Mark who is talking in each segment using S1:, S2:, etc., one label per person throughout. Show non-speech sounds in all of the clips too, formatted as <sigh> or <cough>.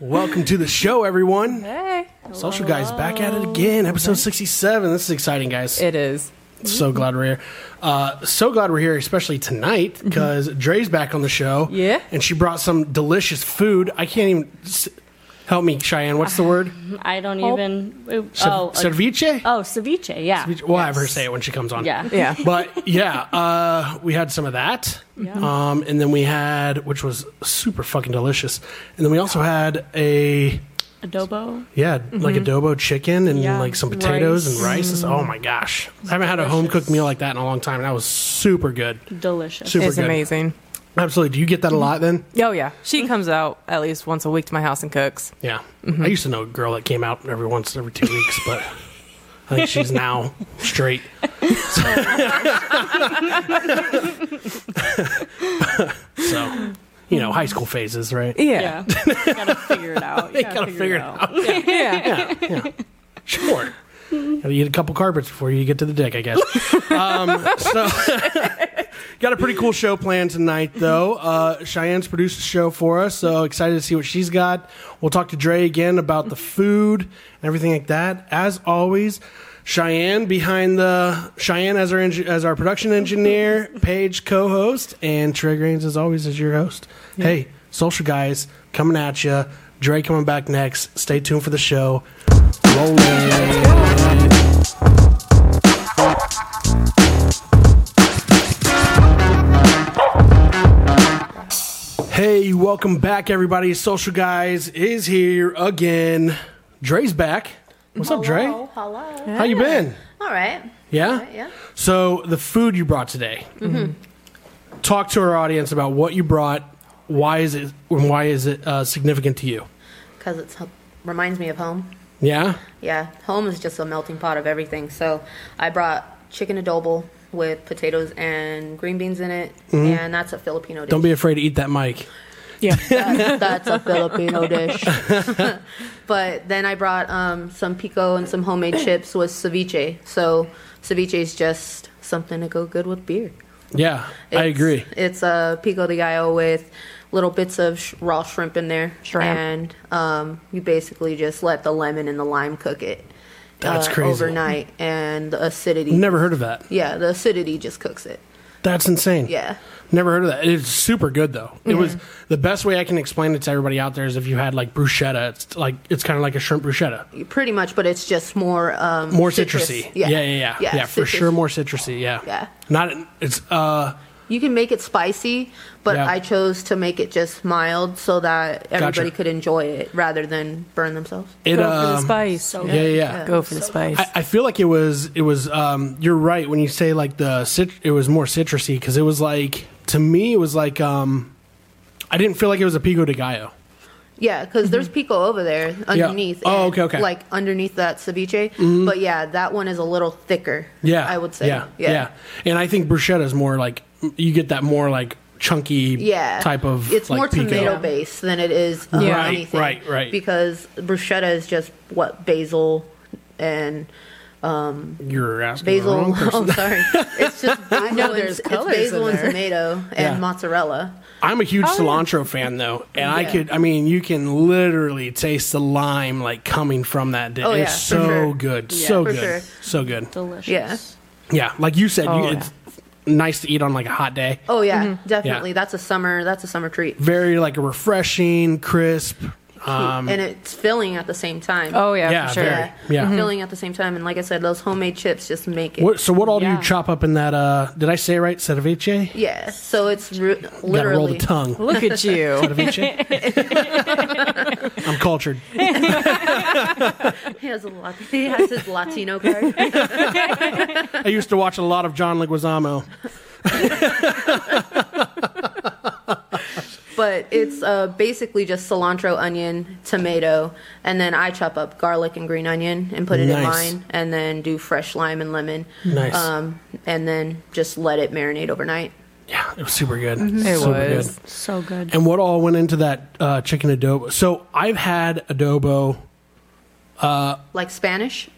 S1: Welcome to the show, everyone.
S2: Hey.
S1: Social guys back at it again. Episode 67. This is exciting, guys.
S2: It is.
S1: so glad we're here. Uh, so glad we're here, especially tonight, because Dre's back on the show.
S2: Yeah.
S1: And she brought some delicious food. I can't even. s- Help me, Cheyenne. What's the word?
S3: I don't even. Ooh,
S1: Ce-
S3: Uh, oh, a-
S1: Ceviche?
S3: oh, ceviche. Yeah.
S1: We'll have her say it when she comes on.
S3: Yeah.
S2: Yeah.
S1: But <laughs> yeah, uh, we had some of that. Um, and then we had, which was super fucking delicious. And then we also had a,
S3: Adobo.
S1: yeah, like adobo chicken and
S3: Mm-hmm. Yeah.
S1: like some potatoes and
S3: Rice.
S1: rice. It's- Oh my gosh. I haven't had a home cooked meal like that in a long time. And that was super good.
S3: Delicious.
S1: Super
S2: It's
S1: good.
S2: amazing.
S1: Absolutely. Do you get that a
S3: Mm-hmm.
S1: lot then?
S2: Oh, yeah. She
S1: Mm-hmm.
S2: comes out at least once a week to my house and cooks.
S1: Yeah.
S3: Mm-hmm.
S1: I used to know a girl that came out every once every two weeks, but I think she's now straight. <laughs> so, you know, high school phases, right?
S3: <laughs> Yeah. gotta figure
S1: <laughs>
S3: it out. You
S1: gotta figure it out.
S2: Yeah.
S1: Yeah, yeah. Sure. Gotta eat a couple carpets before you get to the dick, I <laughs> guess. Um, so, got a pretty cool show planned tonight, though. Uh, Cheyenne's produced the show for us, so excited to see what she's got. We'll talk to Dre again about the food and everything like that. As always, Cheyenne behind the Cheyenne as our engi- as our production engineer, Paige co-host, and Trey Grains as always as your host. Hey, social guys, coming at you. Dre coming back next. Stay tuned for the show. Roll it. Hey, welcome back, everybody. Social Guys is here again. Dre's back. What's up, Dre?
S4: Hello, hello.
S1: How you been?
S4: All right.
S1: Yeah? Mm-hmm.
S4: yeah.
S1: So, the food you brought today. Talk to our audience about what you brought. Why is it and why is it uh, significant to you?
S4: Because it reminds me of home.
S1: Yeah?
S4: Yeah, home is just a melting pot of everything. So I brought chicken adobo with potatoes and green beans in it, and that's a Filipino dish.
S1: Mm-hmm. Don't be afraid to eat that mic.
S4: That-
S1: <laughs>
S4: that's a Filipino dish. but then I brought um, some pico and some homemade chips with ceviche. So ceviche is just something to go good with beer.
S1: Yeah, I
S4: It's-
S1: agree.
S4: It's a pico de gallo with little bits of sh- raw shrimp in there,
S2: Shrimp.
S4: and um, you basically just let the lemon and the lime cook it. uh,
S1: That's crazy.
S4: Overnight, and the acidity.
S1: Never heard of that.
S4: Yeah, the acidity just cooks it.
S1: That's insane.
S4: Yeah.
S1: Never heard of that. It's super good though. It was the best way I can explain it to everybody out there is if you had like bruschetta. It's like it's kind of like a shrimp bruschetta.
S4: You- Pretty much, but it's just more um,
S1: more
S4: citrus.
S1: citrusy. Yeah, yeah, yeah, yeah. for
S4: citrus.
S1: sure, more citrusy. Yeah,
S4: Yeah.
S1: Not it's uh
S4: You can make it spicy, but
S1: Yeah.
S4: I chose to make it just mild so that everybody could enjoy it rather than burn themselves.
S1: it
S2: Go for the
S1: um
S2: spice.
S1: yeah yeah. yeah.
S2: Go for the spice.
S1: I, I feel like it was it was um you're right when you say like the cit- it was more citrusy because it was like to me it was like um I didn't feel like it was a pico de gallo.
S4: Yeah, because there's pico over there underneath.
S1: Mm-hmm. Oh,
S4: and,
S1: okay, okay. Mm-hmm.
S4: Like underneath that ceviche, but yeah, that one is a little thicker.
S1: Yeah,
S4: I would say.
S1: Yeah, yeah, and I think bruschetta is more like you get that more like chunky
S4: Yeah.
S1: type of
S4: It's
S1: like,
S4: more
S1: pico.
S4: tomato based than it is uh,
S2: Yeah. Right,
S4: anything.
S1: right, right.
S4: Because bruschetta is just what basil and um,
S1: You're asking the wrong person.
S4: basil. <laughs> Oh, sorry.
S1: <laughs>
S4: It's just basil,
S2: know
S4: and-
S2: there's
S4: it's
S2: colors
S4: basil
S2: in
S4: and
S2: there.
S4: tomato and
S1: Yeah.
S4: mozzarella.
S1: I'm a huge cilantro fan though, and I
S4: Oh, Yeah.
S1: could I mean you can literally taste the lime like coming from that dish.
S4: Oh, yeah,
S1: it's
S4: for
S1: so
S4: sure.
S1: good, so
S4: for
S1: good,
S4: sure.
S1: so good.
S3: Delicious.
S4: Yeah.
S1: Yeah, like you said,
S2: Oh,
S1: you,
S2: yeah.
S1: it's nice to eat on like a hot day.
S4: Oh yeah, definitely. That's a summer. That's a summer treat.
S1: Very like refreshing, crisp. Um,
S4: and it's filling at the same time.
S2: oh, yeah,
S1: yeah,
S2: for sure.
S1: very. Yeah. Mhm.
S4: filling at the same time. And like I said, those homemade chips just make it.
S1: what, so what all do
S3: Yeah.
S1: you chop up in that? uh Did I say it right? Ceviche.
S4: Yeah, so it's ru-
S1: Gotta roll the
S4: literally.
S1: tongue. <laughs>
S2: Look at you.
S1: Ceviche. I'm cultured.
S4: <laughs> He has a lot. He has his Latino card. <laughs>
S1: I used to watch a lot of John Leguizamo.
S4: but it's uh, basically just cilantro, onion, tomato, and then I chop up garlic and green onion and put it in
S1: Nice.
S4: mine, and then do fresh lime and lemon.
S1: Nice.
S4: Um, and then just let it marinate overnight.
S1: Yeah, it was super good.
S2: It
S1: super
S2: was.
S1: good.
S3: So good.
S1: And what all went into that uh, chicken adobo? So I've had adobo.
S4: Like Spanish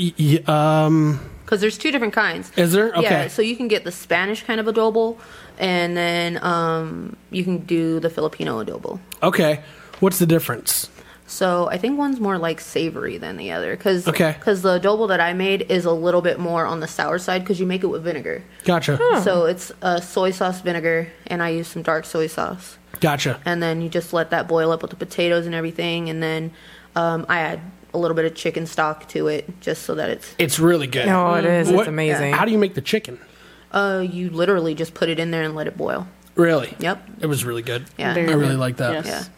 S1: y- y- Um,
S4: because there's two different kinds.
S1: Is there?
S4: Yeah,
S1: Okay.
S4: so you can get the Spanish kind of adobo, and then um, you can do the Filipino adobo.
S1: Okay. What's the difference?
S4: So I think one's more like savory than the other because
S1: Okay.
S4: the adobo that I made is a little bit more on the sour side because you make it with vinegar.
S1: Gotcha.
S4: So it's uh, soy sauce vinegar, and I use some dark soy sauce,
S1: Gotcha.
S4: and then you just let that boil up with the potatoes and everything, and then um, I add a little bit of chicken stock to it just so that it's
S1: It's really good.
S2: Oh, it is.
S1: What-
S2: It's amazing.
S1: How do you make the chicken?
S4: uh, you literally just put it in there and let it boil.
S1: Really?
S4: Yep.
S1: It was really good.
S4: Yeah.
S1: I really like that.
S4: Yeah.
S3: Yes.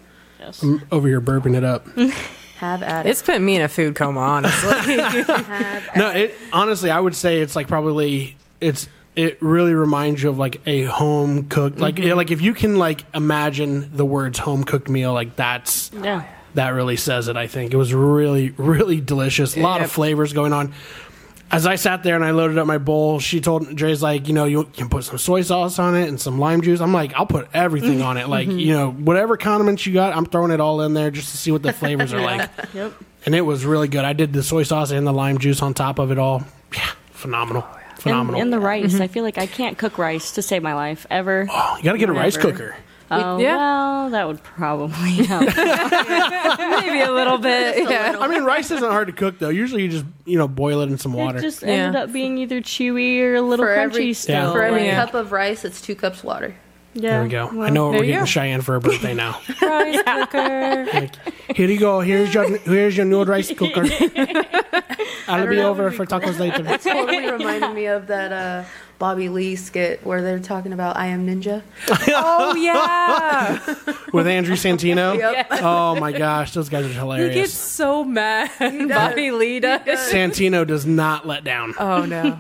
S3: Yes.
S1: Over here burping it up.
S4: Have at it.
S2: It's put me in a food coma, honestly.
S4: Have at
S1: no, it honestly I would say it's like probably it's it really reminds you of like a home cooked like
S4: Mm-hmm.
S1: yeah, like if you can like imagine the words home cooked meal like that's
S3: Yeah.
S1: that really says it. I think it was really, really delicious. A lot
S2: Yep.
S1: of flavors going on. As I sat there and I loaded up my bowl, she told Dre's like, you know, you can put some soy sauce on it and some lime juice. I'm like, I'll put everything on it, like you know, whatever condiments you got, I'm throwing it all in there just to see what the flavors are like.
S3: Yep.
S1: And it was really good. I did the soy sauce and the lime juice on top of it all. Yeah, phenomenal,
S3: And,
S1: phenomenal. Mm-hmm.
S3: and the rice. I feel like I can't cook rice to save my life ever.
S1: Oh, you got to get a rice
S3: Whatever.
S1: cooker.
S3: Oh,
S2: yeah.
S3: well, that
S1: <laughs>
S3: would probably help.
S2: <laughs> Maybe a little bit. <laughs> yeah.
S1: I mean, rice isn't hard to cook though. Usually, you just you know boil it in some water.
S3: It just ended
S2: Yeah.
S3: up being either chewy or a little
S4: For
S3: crunchy
S4: every,
S3: still.
S4: for every
S2: Yeah.
S4: cup of rice, it's two cups water.
S3: yeah.
S1: there we go. I know what
S2: there
S1: we're
S2: you
S1: getting
S2: go.
S1: Cheyenne for her birthday now.
S2: Rice cooker.
S1: Here you go. Here's your here's your new rice cooker. I'll be over for tacos later.
S4: totally reminded me of that uh, Bobby Lee skit where they're talking about I am Ninja.
S2: Oh yeah.
S1: <laughs> With Andrew Santino.
S4: Yep.
S1: Oh my gosh, those guys are
S2: He
S1: hilarious.
S2: gets so mad. Bobby Lee does.
S1: Santino does not let down.
S2: Oh no.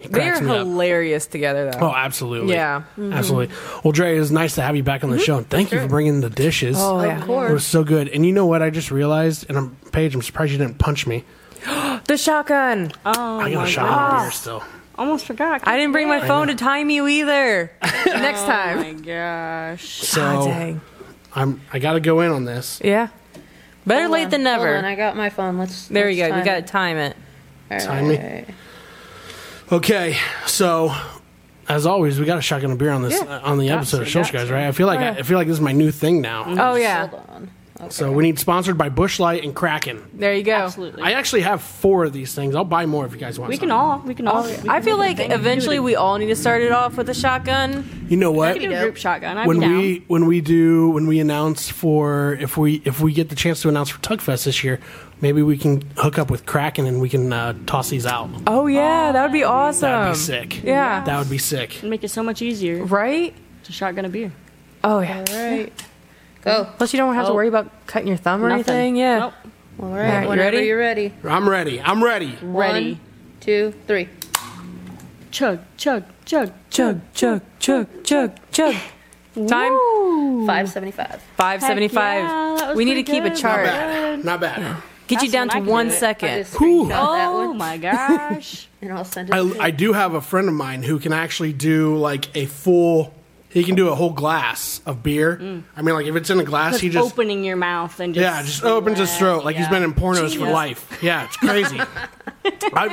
S2: They're
S1: <laughs> cracks me up.
S2: hilarious together though.
S1: Oh, absolutely.
S2: Yeah.
S1: Absolutely. Well, Dre, it's nice to have you back on the show, and thank you for bringing the dishes.
S2: Oh,
S4: of
S2: yeah.
S1: It was
S4: course.
S1: so good. And you know what? I just realized, and I'm Paige. I'm surprised you didn't punch me.
S2: The shotgun.
S3: Oh,
S1: I got a
S3: my
S1: shot
S3: God.
S1: on beer still.
S3: Almost forgot.
S2: I didn't bring my phone to time you either. Next
S3: Oh my
S2: time.
S3: gosh.
S1: So
S2: Ah, dang.
S1: I'm. I got to go in on this.
S2: Yeah. Better
S4: Hold
S2: late
S4: on,
S2: than
S4: hold
S2: never.
S4: on, I got my phone. Let's.
S2: there you
S4: let's
S2: go. We
S4: time
S2: got to
S4: it.
S2: time it.
S1: Time me.
S4: Alright.
S1: Okay, so as always, we got a shotgun and beer on this
S2: Yeah.
S1: uh, on the episode of Social Guys, right? I
S3: Oh,
S1: feel like I, I feel like this is my new thing now.
S2: Oh yeah.
S4: Hold on.
S1: So we need sponsored by Bushlight and Kraken.
S2: There you go.
S3: Absolutely.
S1: I actually have four of these things. I'll buy more if you guys want.
S3: we
S1: some.
S3: can all. We can all. we can
S2: I feel
S3: do a
S2: like
S3: thing. We can do
S2: eventually
S3: it.
S2: we all need to start it off with a shotgun.
S1: You know what?
S3: We can do a group shotgun. I'm
S1: When
S3: down.
S1: we when we do when we announce for if we if we get the chance to announce for Tugfest this year, maybe we can hook up with Kraken and we can uh, toss these out.
S2: Oh yeah, that would be awesome.
S3: Um,
S1: That'd be sick.
S2: Yeah.
S1: That would be sick.
S3: It'd make it so much easier
S2: Right?
S3: to shotgun a beer.
S2: Oh yeah.
S4: Alright. Go.
S2: Plus you don't have to
S4: Oh.
S2: worry about cutting your thumb or
S3: Nothing.
S2: anything. Yeah.
S3: Nope.
S4: All
S2: Alright,
S4: right.
S2: you
S4: whenever
S2: ready?
S4: you're ready.
S1: I'm ready. I'm ready.
S3: Ready.
S4: One, two, three.
S3: Chug, chug, chug,
S2: Chug, chug, chug, chug, chug. Time
S4: Five seventy-five.
S2: five seventy five.
S3: Heck yeah, that was
S2: we need to
S3: pretty
S2: keep a
S1: Not
S3: good.
S2: chart.
S1: bad. Not bad.
S2: Get you
S3: That's
S2: down to
S3: when I can
S2: one
S3: do it.
S4: I
S2: second.
S4: just screenshot that
S3: Oh
S4: one,
S3: my
S1: <laughs>
S3: gosh.
S4: and I'll send it.
S1: I,
S4: to you.
S1: I do have a friend of mine who can actually do like a full. He can do a whole glass of beer.
S2: Mm.
S1: I mean, like if it's in a glass, he just
S3: opening your mouth and just
S1: yeah, just opens his throat like he's
S3: Yeah.
S1: been in pornos for
S3: Genius.
S1: life. Yeah, it's
S2: <laughs>
S1: crazy. I-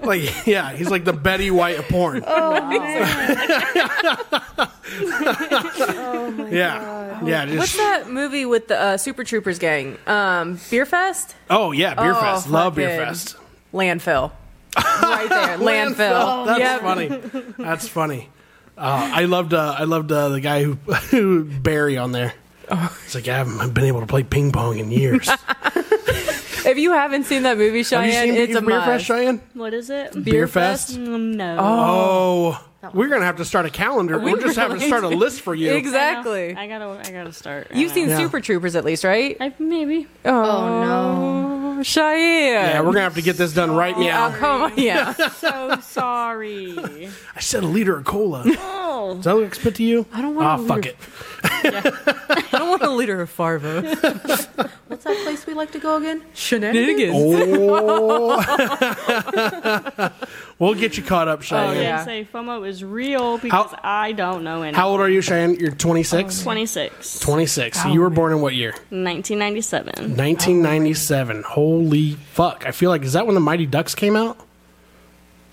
S1: <laughs> like yeah, he's like the Betty White of porn.
S2: Oh,
S1: <laughs> yeah, yeah,
S2: What's
S1: just
S2: that movie with the uh, Super Troopers gang? Um, Beer Fest?
S1: oh yeah, beer
S2: Oh,
S1: fest. Love beer
S2: fucking
S1: fest.
S2: Landfill.
S1: <laughs>
S2: right there. Landfill.
S1: Oh, That's
S2: Yep.
S1: funny. That's funny. Uh, I loved uh, I loved uh, the guy who, <laughs> who Barry on there.
S2: Oh.
S1: It's like I haven't been able to play ping pong in
S2: <laughs>
S1: years. Have
S2: If you haven't seen that movie,
S1: you
S2: Cheyenne,
S1: seen
S2: it's a
S1: Beer Fest,
S2: must.
S1: Cheyenne?
S3: What is it?
S1: Beer Fest?
S3: Um, no.
S1: Oh, we're gonna have to start a calendar.
S2: We
S1: We are just having to
S2: really
S1: start a
S2: do.
S1: list for you.
S2: Exactly.
S3: I gotta. I gotta start.
S2: You've seen
S1: Yeah.
S2: Super Troopers at least, right?
S3: I, maybe.
S4: Oh,
S2: no. Cheyenne.
S1: Yeah, we're gonna have to get this done right
S2: Oh,
S1: now. <laughs>
S2: <laughs> come on. Yeah.
S3: So sorry.
S1: I said a liter of cola.
S3: hell?
S2: Oh.
S1: Does that look spit to you?
S2: I don't wanna
S1: Ah, fuck
S2: leave.
S1: it.
S2: I don't want a liter of Farva.
S4: What's that place we like to go again?
S2: Shenanigans. <laughs>
S1: Oh. <laughs> we'll get you caught up,
S2: Oh,
S3: I
S1: Cheyenne.
S3: was
S2: yeah.
S3: gonna say FOMO is real because
S1: How-
S3: I don't know anything.
S1: How old are you, Cheyenne? You're
S2: Oh,
S1: 26?
S3: 26.
S1: 26. you were born in what year?
S3: 1997.
S1: 1997. Holy fuck. I feel like, is that when the Mighty Ducks came out?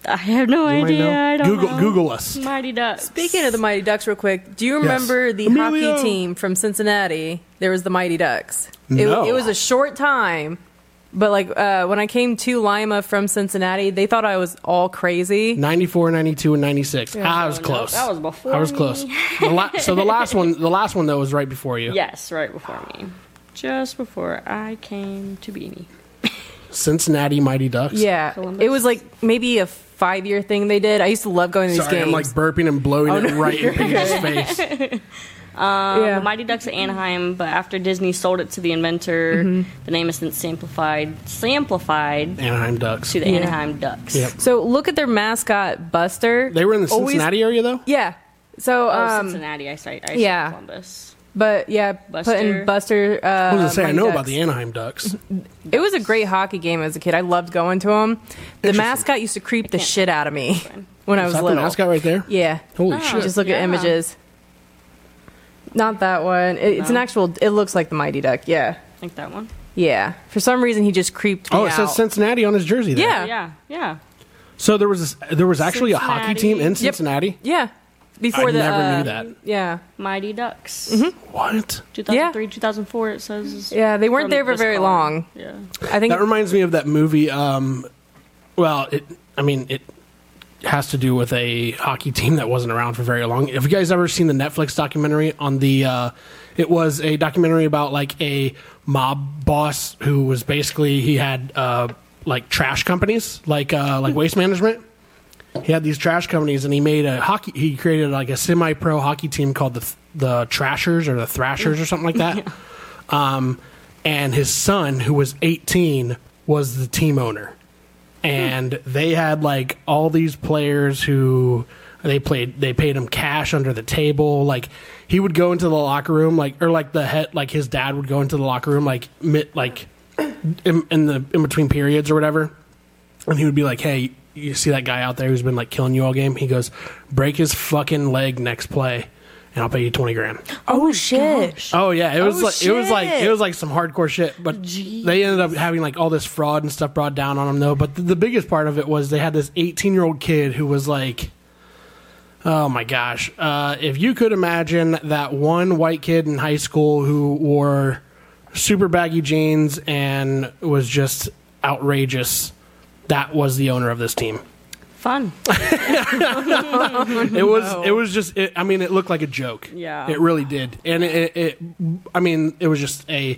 S3: I have no
S1: You might
S3: idea.
S1: know.
S3: I don't
S1: Google,
S3: know.
S1: Google us.
S3: Mighty Ducks.
S2: Speaking of the Mighty Ducks, real quick, do you remember the
S1: Emilio.
S2: hockey team from Cincinnati? There was the Mighty Ducks.
S1: No.
S2: It, it was a short time, but like uh, when I came to Lima from Cincinnati, they thought I was all crazy.
S1: 94, 92, and 96. I was
S3: no,
S1: close.
S3: that was before
S1: I was
S3: me.
S1: close. The la- so the last one, the last one though, was right before you.
S3: Yes, right before me. Just before I came to Beanie.
S1: Cincinnati Mighty Ducks.
S2: Yeah,
S3: Columbus.
S2: it was like maybe a five-year thing they did. I used to love going to these
S1: Sorry,
S2: games.
S1: I'm like burping and blowing
S2: Oh,
S1: it right
S2: <laughs>
S1: in Peyton's face.
S2: yeah.
S3: The Mighty Ducks of Anaheim, but after Disney sold it to the inventor,
S1: Mm-hmm.
S3: the name is since simplified,
S1: <laughs>
S3: samplified
S1: Anaheim Ducks.
S3: to the Anaheim Ducks.
S1: Yep.
S2: so look at their mascot, Buster.
S1: They were in the
S2: Always-
S1: Cincinnati area though.
S2: Yeah. So,
S3: Oh,
S2: um,
S3: Cincinnati. I say, I
S2: yeah.
S3: yeah. Columbus.
S2: but yeah,
S3: Buster.
S2: putting Buster. Uh,
S1: I was gonna say I
S2: Mighty
S1: know
S2: Ducks.
S1: about the Anaheim Ducks.
S2: It was a great hockey game as a kid. I loved going to them. The mascot used to creep the shit out of me when I
S1: Is
S2: was
S1: that
S2: little.
S1: the mascot right there?
S2: Yeah.
S1: Holy
S2: You
S1: shit!
S2: just look at
S3: Oh, yeah.
S2: images. Not that one. It, It's an
S3: No.
S2: actual. It looks like the Mighty Duck. Yeah.
S3: I think that one.
S2: Yeah. For some reason, he just creeped me
S1: Oh, it
S2: out.
S1: says Cincinnati on his jersey. There.
S2: Yeah.
S3: Yeah, yeah.
S1: So there was this, there was actually a hockey team in
S3: Cincinnati.
S1: Cincinnati.
S2: yeah. Before
S1: I
S2: the.
S1: never
S2: uh,
S1: knew that.
S2: Yeah.
S3: Mighty Ducks.
S1: What?
S3: 2003, 2004, it says.
S2: Mm-hmm. Yeah, they weren't
S3: from
S2: there for
S3: this
S2: very
S3: column.
S2: long.
S3: Yeah.
S2: I think.
S1: That reminds me of that movie. Um, well, it. I mean, it has to do with a hockey team that wasn't around for very long. Have you guys ever seen the Netflix documentary on the? Uh, it was a documentary about like a mob boss who was basically he had uh, like trash companies, like uh, like waste management. He had these trash companies, and he made a hockey. He created like a semi-pro hockey team called the the Trashers or the Thrashers or something like that. Um, and his son, who was 18, was the team owner. And they had like all these players who they played. They paid him cash under the table. Like he would go into the locker room, like or like the head, like his dad would go into the locker room, like mid, like in, in the in between periods or whatever. And he would be like, "Hey, you see that guy out there who's been like killing you all game?" He goes, "Break his fucking leg next play, and I'll pay you twenty grand."
S2: oh shit!
S1: Oh yeah, it was
S2: Oh,
S1: like it was like
S2: shit.
S1: it was like some hardcore shit. But they ended up having like all this fraud and stuff brought down on them though. But the, the biggest part of it was they had this 18 year old kid who was like, oh my gosh, uh, if you could imagine that one white kid in high school who wore super baggy jeans and was just outrageous, that was the owner of this team.
S3: Fun. <laughs>
S1: It was. It was just. It, I mean, it looked like a joke.
S3: Yeah.
S1: It really did. And it, it, it. I mean, it was just a.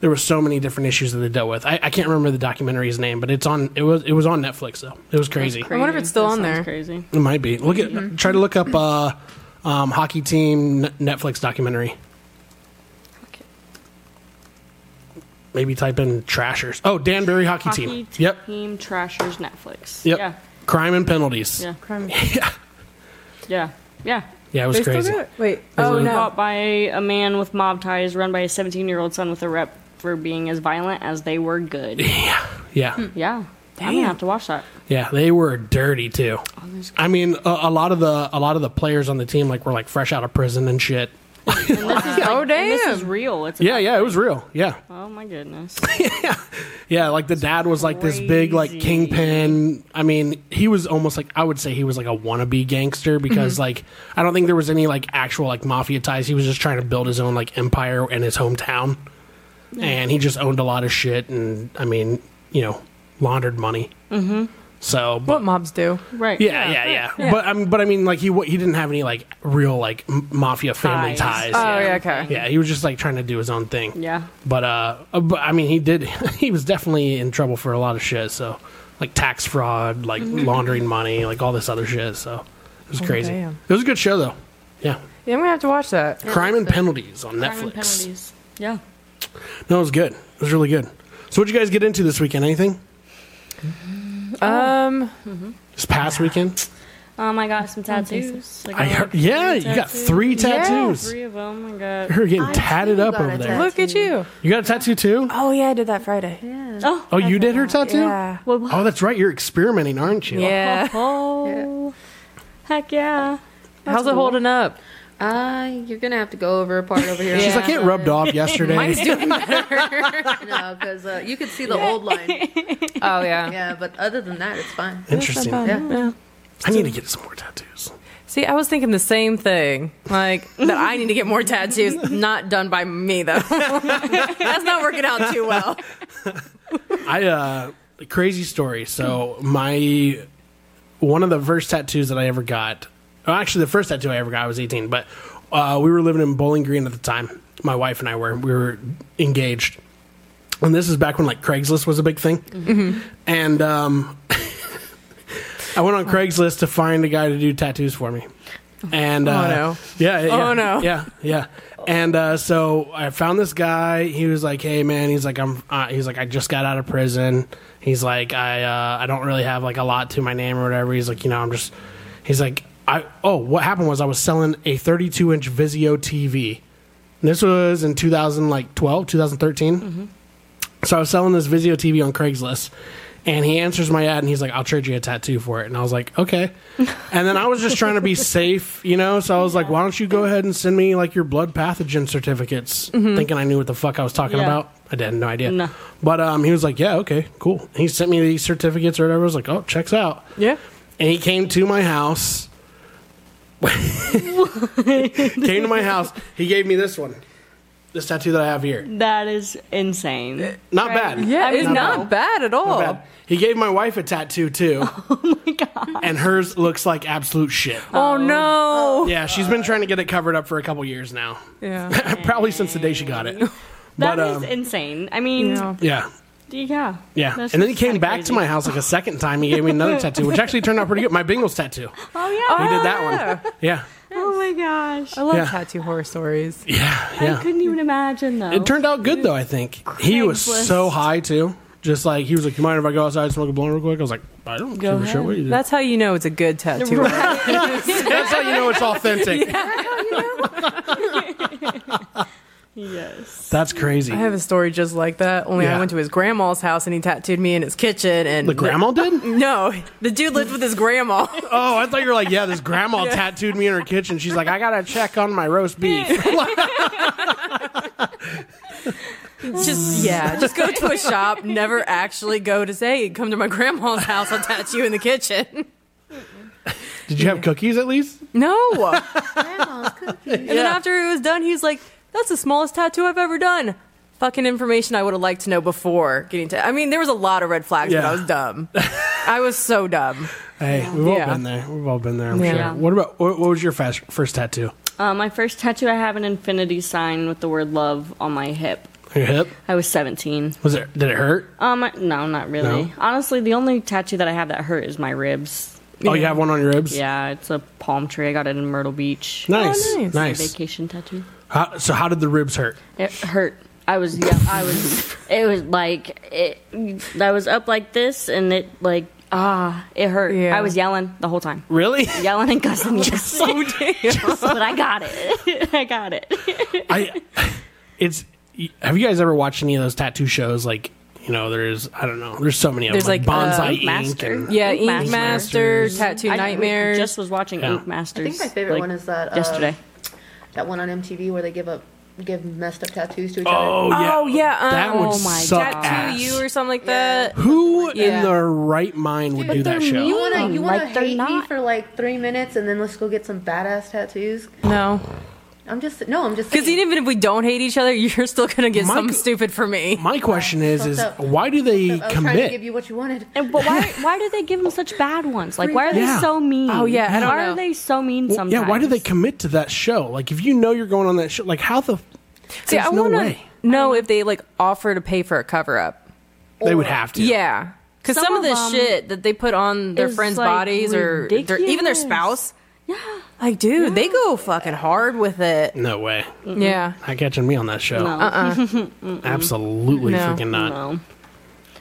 S1: There were so many different issues that they dealt with. I, I can't remember the documentary's name, but it's on. It was. It was on Netflix though. It was crazy.
S3: Crazy.
S2: wonder if it's still
S3: That
S2: on
S3: sounds
S2: there.
S3: crazy.
S1: It might be. Look at.
S3: Mm-hmm.
S1: Try to look up. Uh, um, hockey team N- Netflix documentary.
S3: Okay.
S1: Maybe type in Trashers. Oh, Danbury hockey,
S3: Hockey
S1: team.
S3: team.
S1: Yep.
S3: Trashers Netflix.
S1: Yep.
S3: Yeah.
S1: Crime and penalties. <laughs>
S3: Yeah.
S2: Crime.
S3: Yeah. Yeah.
S1: Yeah, it was
S2: They still
S1: crazy.
S2: do it? Wait.
S1: Oh,
S2: Oh
S1: it-
S2: no.
S3: Bought by a man with mob ties, run by a 17 year old son with a rep for being as violent as they
S1: <laughs>
S3: were good.
S1: Yeah.
S3: Yeah. I'm
S2: Damn.
S3: gonna have to watch that.
S1: Yeah, they were dirty too. I mean, a, a lot of the a lot of the players on the team like were like fresh out of prison and shit.
S2: Oh
S3: And this is
S2: damn.
S3: real. It's
S1: Yeah, yeah, it was real. Yeah,
S3: Oh my goodness. <laughs>
S1: yeah. Like the dad was like this big like
S3: Crazy.
S1: kingpin. I mean, he was almost like I would say he was like a wannabe gangster because like I don't think there was any like actual like mafia ties. He was just trying to build his own like empire in his hometown, and he just owned a lot of shit. And I mean, you know, laundered money. Mm-hmm. So, but
S2: What mobs do?
S3: Right.
S1: Yeah, yeah, yeah. But I mean, but I mean, like he wa- he didn't have any like real like m- mafia family ties.
S3: Ties.
S2: Oh
S1: yeah.
S2: yeah. Okay.
S1: Yeah, he was just like trying to do his own thing.
S3: Yeah.
S1: But uh, uh, but I mean, he did. <laughs> He was definitely in trouble for a lot of shit. So, like tax fraud, like laundering money, like all this other shit. So, it was crazy.
S2: damn.
S1: It was a good show though. Yeah,
S2: Yeah, I'm gonna have to watch that.
S1: Crime and Penalties on
S3: Crime and
S1: Netflix.
S3: penalties. Yeah.
S1: No, it was good. It was really good. So, what'd you guys get into this weekend? Anything?
S2: Um,
S1: This past weekend?
S3: Um, I got some tattoos.
S1: I
S3: got,
S1: heard,
S3: like,
S1: yeah,
S3: Oh, three
S1: you got
S3: tattoos.
S1: three
S2: Yeah.
S1: tattoos.
S3: Three of them. I got.
S1: You're getting
S4: I
S1: tatted
S4: too
S1: up
S4: got
S1: over
S4: a
S1: there.
S4: tattoo.
S2: Look at you.
S1: You got a tattoo too?
S2: Oh yeah, I did that Friday.
S4: Yeah.
S3: Oh,
S1: Oh, you did her tattoo?
S2: Yeah.
S3: Well, what?
S1: Oh, that's right. You're experimenting, aren't you?
S2: Yeah.
S3: Oh, heck yeah!
S2: How's it holding up?
S4: <laughs> Uh, you're gonna have to go over a part over here.
S1: She's
S4: on
S1: like,
S4: that
S1: it
S4: one.
S1: rubbed off yesterday.
S2: <laughs> Mine's doing
S4: No, because uh, you could see the old line.
S2: <laughs> Oh yeah.
S4: Yeah, but other than that, it's fine.
S1: Interesting.
S2: Not
S1: I
S2: bad. Yeah.
S1: need to get some more tattoos.
S2: See, I was thinking the same thing. Like that I need to get more <laughs> tattoos. Not done by me though. <laughs> That's not working out too well.
S1: I uh crazy story. So my one of the first tattoos that I ever got, well, actually the first tattoo I ever got I was 18, but uh, we were living in Bowling Green at the time. My wife and I were we were engaged, and this is back when like Craigslist was a big thing, and um, <laughs> I went on Craigslist to find a guy to do tattoos for me. And uh,
S2: no.
S1: yeah, yeah,
S2: Oh, no.
S1: yeah, yeah. And uh, so I found this guy. He was like, "Hey, man," he's like, "I'm," uh, he's like, "I just got out of prison." He's like, "I uh, I don't really have like a lot to my name or whatever." He's like, "You know, I'm just," he's like, "I oh, what happened was I was selling a 32 inch Vizio TV. And this was in 2000 like 12, 2013."
S3: Mm-hmm.
S1: So I was selling this Vizio TV on Craigslist, and he answers my ad, and he's like, "I'll trade you a tattoo for it." And I was like, "Okay."
S3: <laughs>
S1: And then I was just trying to be safe, you know. So I was like, "Why don't you go ahead and send me like your blood pathogen certificates?" Thinking I knew what the fuck I was talking
S3: Mm-hmm. Yeah.
S1: about. I didn't, no idea.
S3: No.
S1: But um, he was like, "Yeah, okay, cool." He sent me these certificates or whatever. I was like, "Oh, checks out."
S2: Yeah.
S1: and he came to my
S3: <laughs>
S1: house. came to my house. He gave me this one, this tattoo that I have here.
S3: That is <laughs> insane.
S1: Not bad.
S2: Yeah,
S3: I
S2: it's
S3: mean,
S2: not
S1: no.
S2: bad at all.
S1: Bad. He gave my wife a tattoo too.
S3: <laughs>
S1: Oh my god! And hers looks like absolute shit.
S2: Oh no.
S1: Yeah, she's been trying to get it covered up for a couple years now. <laughs>
S2: <laughs> Yeah.
S1: Probably since the day she got it.
S3: That
S1: But
S3: is
S1: um,
S3: insane. I mean,
S2: Yeah.
S1: yeah,
S3: yeah.
S1: yeah.
S3: That's
S1: and then he
S3: just
S1: came
S3: kinda
S1: back to
S3: crazy.
S1: my house like a second time. He gave me
S3: <laughs>
S1: another tattoo, which actually turned out pretty good. My Bengals tattoo.
S3: Oh yeah.
S1: He did that one. Yeah,
S3: Oh my gosh.
S2: I love
S1: Yeah.
S2: tattoo horror stories.
S1: yeah,
S3: I
S1: yeah.
S3: couldn't even imagine though.
S1: It turned out good though. I think he was
S3: Craigslist.
S1: so high too. Just like he was like, "You mind if I go outside and smoke a blunt real quick?" I was like, "I don't
S3: Go
S1: give a shit
S3: ahead.
S1: what you do."
S2: That's how you know it's a good
S1: <laughs>
S2: tattoo.
S1: That's how you know
S2: <laughs>
S1: it's authentic.
S3: yes.
S1: That's crazy.
S2: I have a story just like that. Only
S1: Yeah.
S2: I went to his grandma's house and he tattooed me in his kitchen. And
S1: the grandma did.
S2: <laughs> No, the dude lived with his grandma.
S1: Oh, I thought you were like, yeah, this grandma tattooed me in her kitchen. She's like, I gotta check on my roast
S2: <laughs>
S1: beef.
S2: just yeah, just go to a shop. Never actually go to say, come to my grandma's house. I'll tattoo in the kitchen.
S1: <laughs> Did you have cookies at least?
S2: No.
S4: Grandma's cookies.
S2: And then after it was done, he's like, "That's the smallest tattoo I've ever done." Fucking information I would have liked to know before getting to. I mean, there was a lot of red flags, but
S1: Yeah.
S2: I was dumb. I was so dumb.
S1: Hey, we've all
S2: Yeah.
S1: been there. We've all been there. I'm
S2: Yeah.
S1: sure. What about what, what was your first, first tattoo?
S3: Uh, my first tattoo, I have an infinity sign with the word love on my hip.
S1: Your hip?
S3: I was 17.
S1: Was it? Did it hurt?
S3: Um, I- no, not really.
S1: No?
S3: Honestly, the only tattoo that I have that hurt is my ribs.
S1: Oh, you have one on your ribs?
S3: Yeah, it's a palm tree. I got it in Myrtle Beach.
S1: Nice.
S2: Oh, nice.
S1: nice.
S3: Vacation tattoo.
S1: How, so how did the ribs hurt?
S3: It hurt. I was yeah. I was. It was like it. I was up like this, and it like ah, it hurt.
S2: Yeah.
S3: I was yelling the whole time,
S1: Really?
S2: <laughs>
S3: yelling and <laughs> cussing. Yes. but I got it. <laughs> I got it.
S1: I. It's. Have you guys ever watched any of those tattoo shows? Like, you know, there's I don't know. There's so many of
S2: There's
S1: them.
S2: like, uh,
S1: bonsai ink
S3: Master.
S1: and-
S2: Yeah,
S3: Ink
S2: Ink
S3: Master.
S2: Master, Tattoo
S3: I
S2: Nightmares.
S3: Just was watching
S1: Yeah.
S3: Ink Masters.
S4: I think my favorite
S3: like,
S4: one is that uh,
S3: yesterday.
S4: That one on MTV where they give up, give messed up tattoos to each
S1: Oh
S4: other.
S1: yeah.
S2: Oh yeah, um,
S1: that would
S3: oh my
S1: suck ass.
S3: God.
S2: tattoo you or something like
S4: Yeah.
S2: that.
S1: Who in
S2: Yeah.
S1: their right mind would
S3: But
S1: do that
S3: they're
S1: show?
S4: You wanna you wanna
S3: Um, Like they're
S4: hate me
S3: not.
S4: for like three minutes and then let's go get some badass tattoos?
S2: No,
S4: I'm just no, I'm just
S2: because
S4: saying.
S2: even if we don't hate each other, you're still gonna get
S1: Mike-
S2: something stupid for me.
S1: My question is:
S4: So-
S1: is
S4: so-
S1: why do they
S4: I was trying to give
S1: commit?
S4: you what you wanted.
S3: And, but why? Why do they give them such bad ones? Like, why are they
S1: Yeah.
S3: so mean?
S2: Oh, yeah, I don't
S3: why
S2: know.
S3: are they so mean?
S1: Well,
S3: Sometimes.
S1: yeah, why do they commit to that show? Like, if you know you're going on that show, like how the
S2: See,
S1: there's
S2: I
S1: no
S2: want to
S1: way
S2: know if they like offer to pay for a cover up.
S1: they would have to.
S2: Yeah. Because
S3: Some
S2: some, of
S3: of
S2: the
S3: them
S2: shit that they put on their
S3: is,
S2: friends'
S3: like,
S2: bodies or their, even their
S3: ridiculous.
S2: spouse. Yeah. Like, dude, they go fucking hard with it.
S1: no way.
S2: Yeah.
S1: Not catching me on that show.
S3: No.
S1: <laughs> Absolutely
S2: No.
S1: freaking not. <laughs>
S3: No.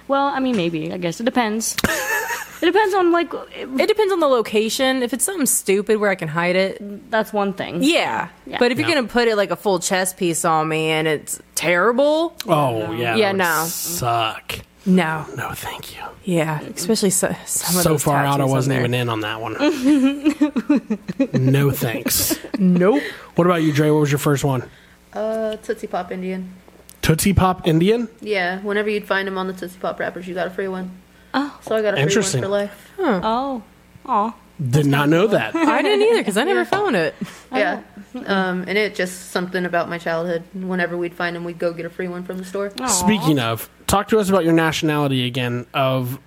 S3: Well, I mean, maybe. I guess it depends. It depends on like
S2: It depends on the location. If it's something stupid where I can hide it,
S3: that's one thing.
S2: Mm-hmm. yeah.
S3: Yeah.
S2: But if you're
S1: No.
S2: gonna put it like a full chess piece on me and it's terrible,
S1: Oh yeah. that
S2: Yeah,
S1: would
S2: no.
S1: Suck.
S2: no.
S1: No, thank you.
S2: Yeah, especially so, some of
S1: so
S2: those
S1: far out, I
S2: tattoos on
S1: wasn't
S2: there.
S1: even in on that one. no thanks.
S2: Nope.
S1: What about you, Dre? What was your first one?
S4: Uh, Tootsie Pop Indian.
S1: Tootsie Pop Indian.
S4: Yeah, whenever you'd find them on the Tootsie Pop wrappers, you got a free one.
S3: Oh.
S4: So I got a free one
S1: Interesting.
S4: for life.
S3: Oh. Aw.
S1: Did not know
S2: <laughs>
S1: that.
S2: <laughs> I didn't either because I never found it.
S3: Oh.
S4: Yeah. Um, and it just something about my childhood. Whenever we'd find them, we'd go get a free one from the store.
S3: Aw.
S1: Speaking of, talk to us about your nationality again of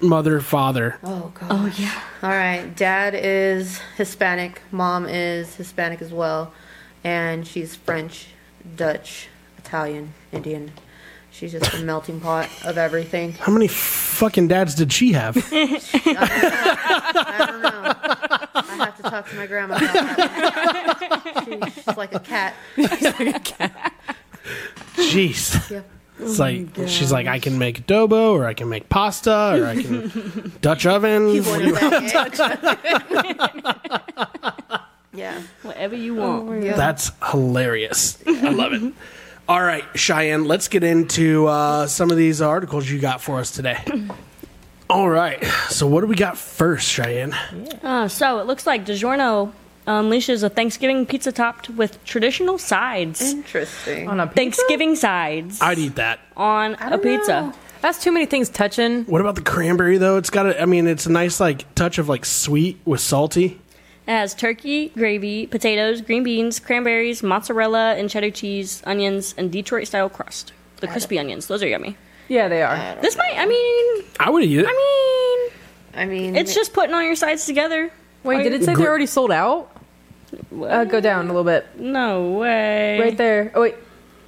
S1: mother, father.
S4: Oh, God.
S3: Oh yeah.
S4: All right. Dad is Hispanic. Mom is Hispanic as well. And she's French, Dutch, Italian, Indian. She's just a melting pot of everything.
S1: How many fucking dads did she
S2: <laughs>
S1: have?
S4: I don't know. I have to talk to my grandma about that.
S3: <laughs>
S4: She, she's like a cat.
S1: Jeez.
S4: Yeah.
S2: Oh
S1: It's like she's like, I can make adobo, or I can make pasta, or I
S2: <laughs>
S1: can Dutch oven.
S4: What about it? <laughs> yeah.
S3: Whatever you want.
S4: Yeah.
S1: That's hilarious. I love it. All right, Cheyenne, let's get into uh, some of these articles you got for us today. All right, so what do we got first, Cheyenne?
S3: Uh, so it looks like DiGiorno unleashes a Thanksgiving pizza topped with traditional sides.
S4: Interesting.
S2: On a
S3: Thanksgiving sides
S1: I'd eat that.
S3: on a pizza.
S2: That's too many things touching.
S1: What about the cranberry though? It's got a, I mean, it's a nice like touch of like sweet with salty.
S3: It has turkey, gravy, potatoes, green beans, cranberries, mozzarella, and cheddar cheese, onions, and Detroit style crust. The crispy onions, those are yummy.
S2: Yeah, they are.
S3: This might, I mean,
S1: I would eat it.
S3: I
S4: I mean,
S3: mean, it's just putting all your sides together.
S2: Wait, did it say they're already sold out? Uh, go down a little bit.
S3: No way.
S2: Right there. Oh wait.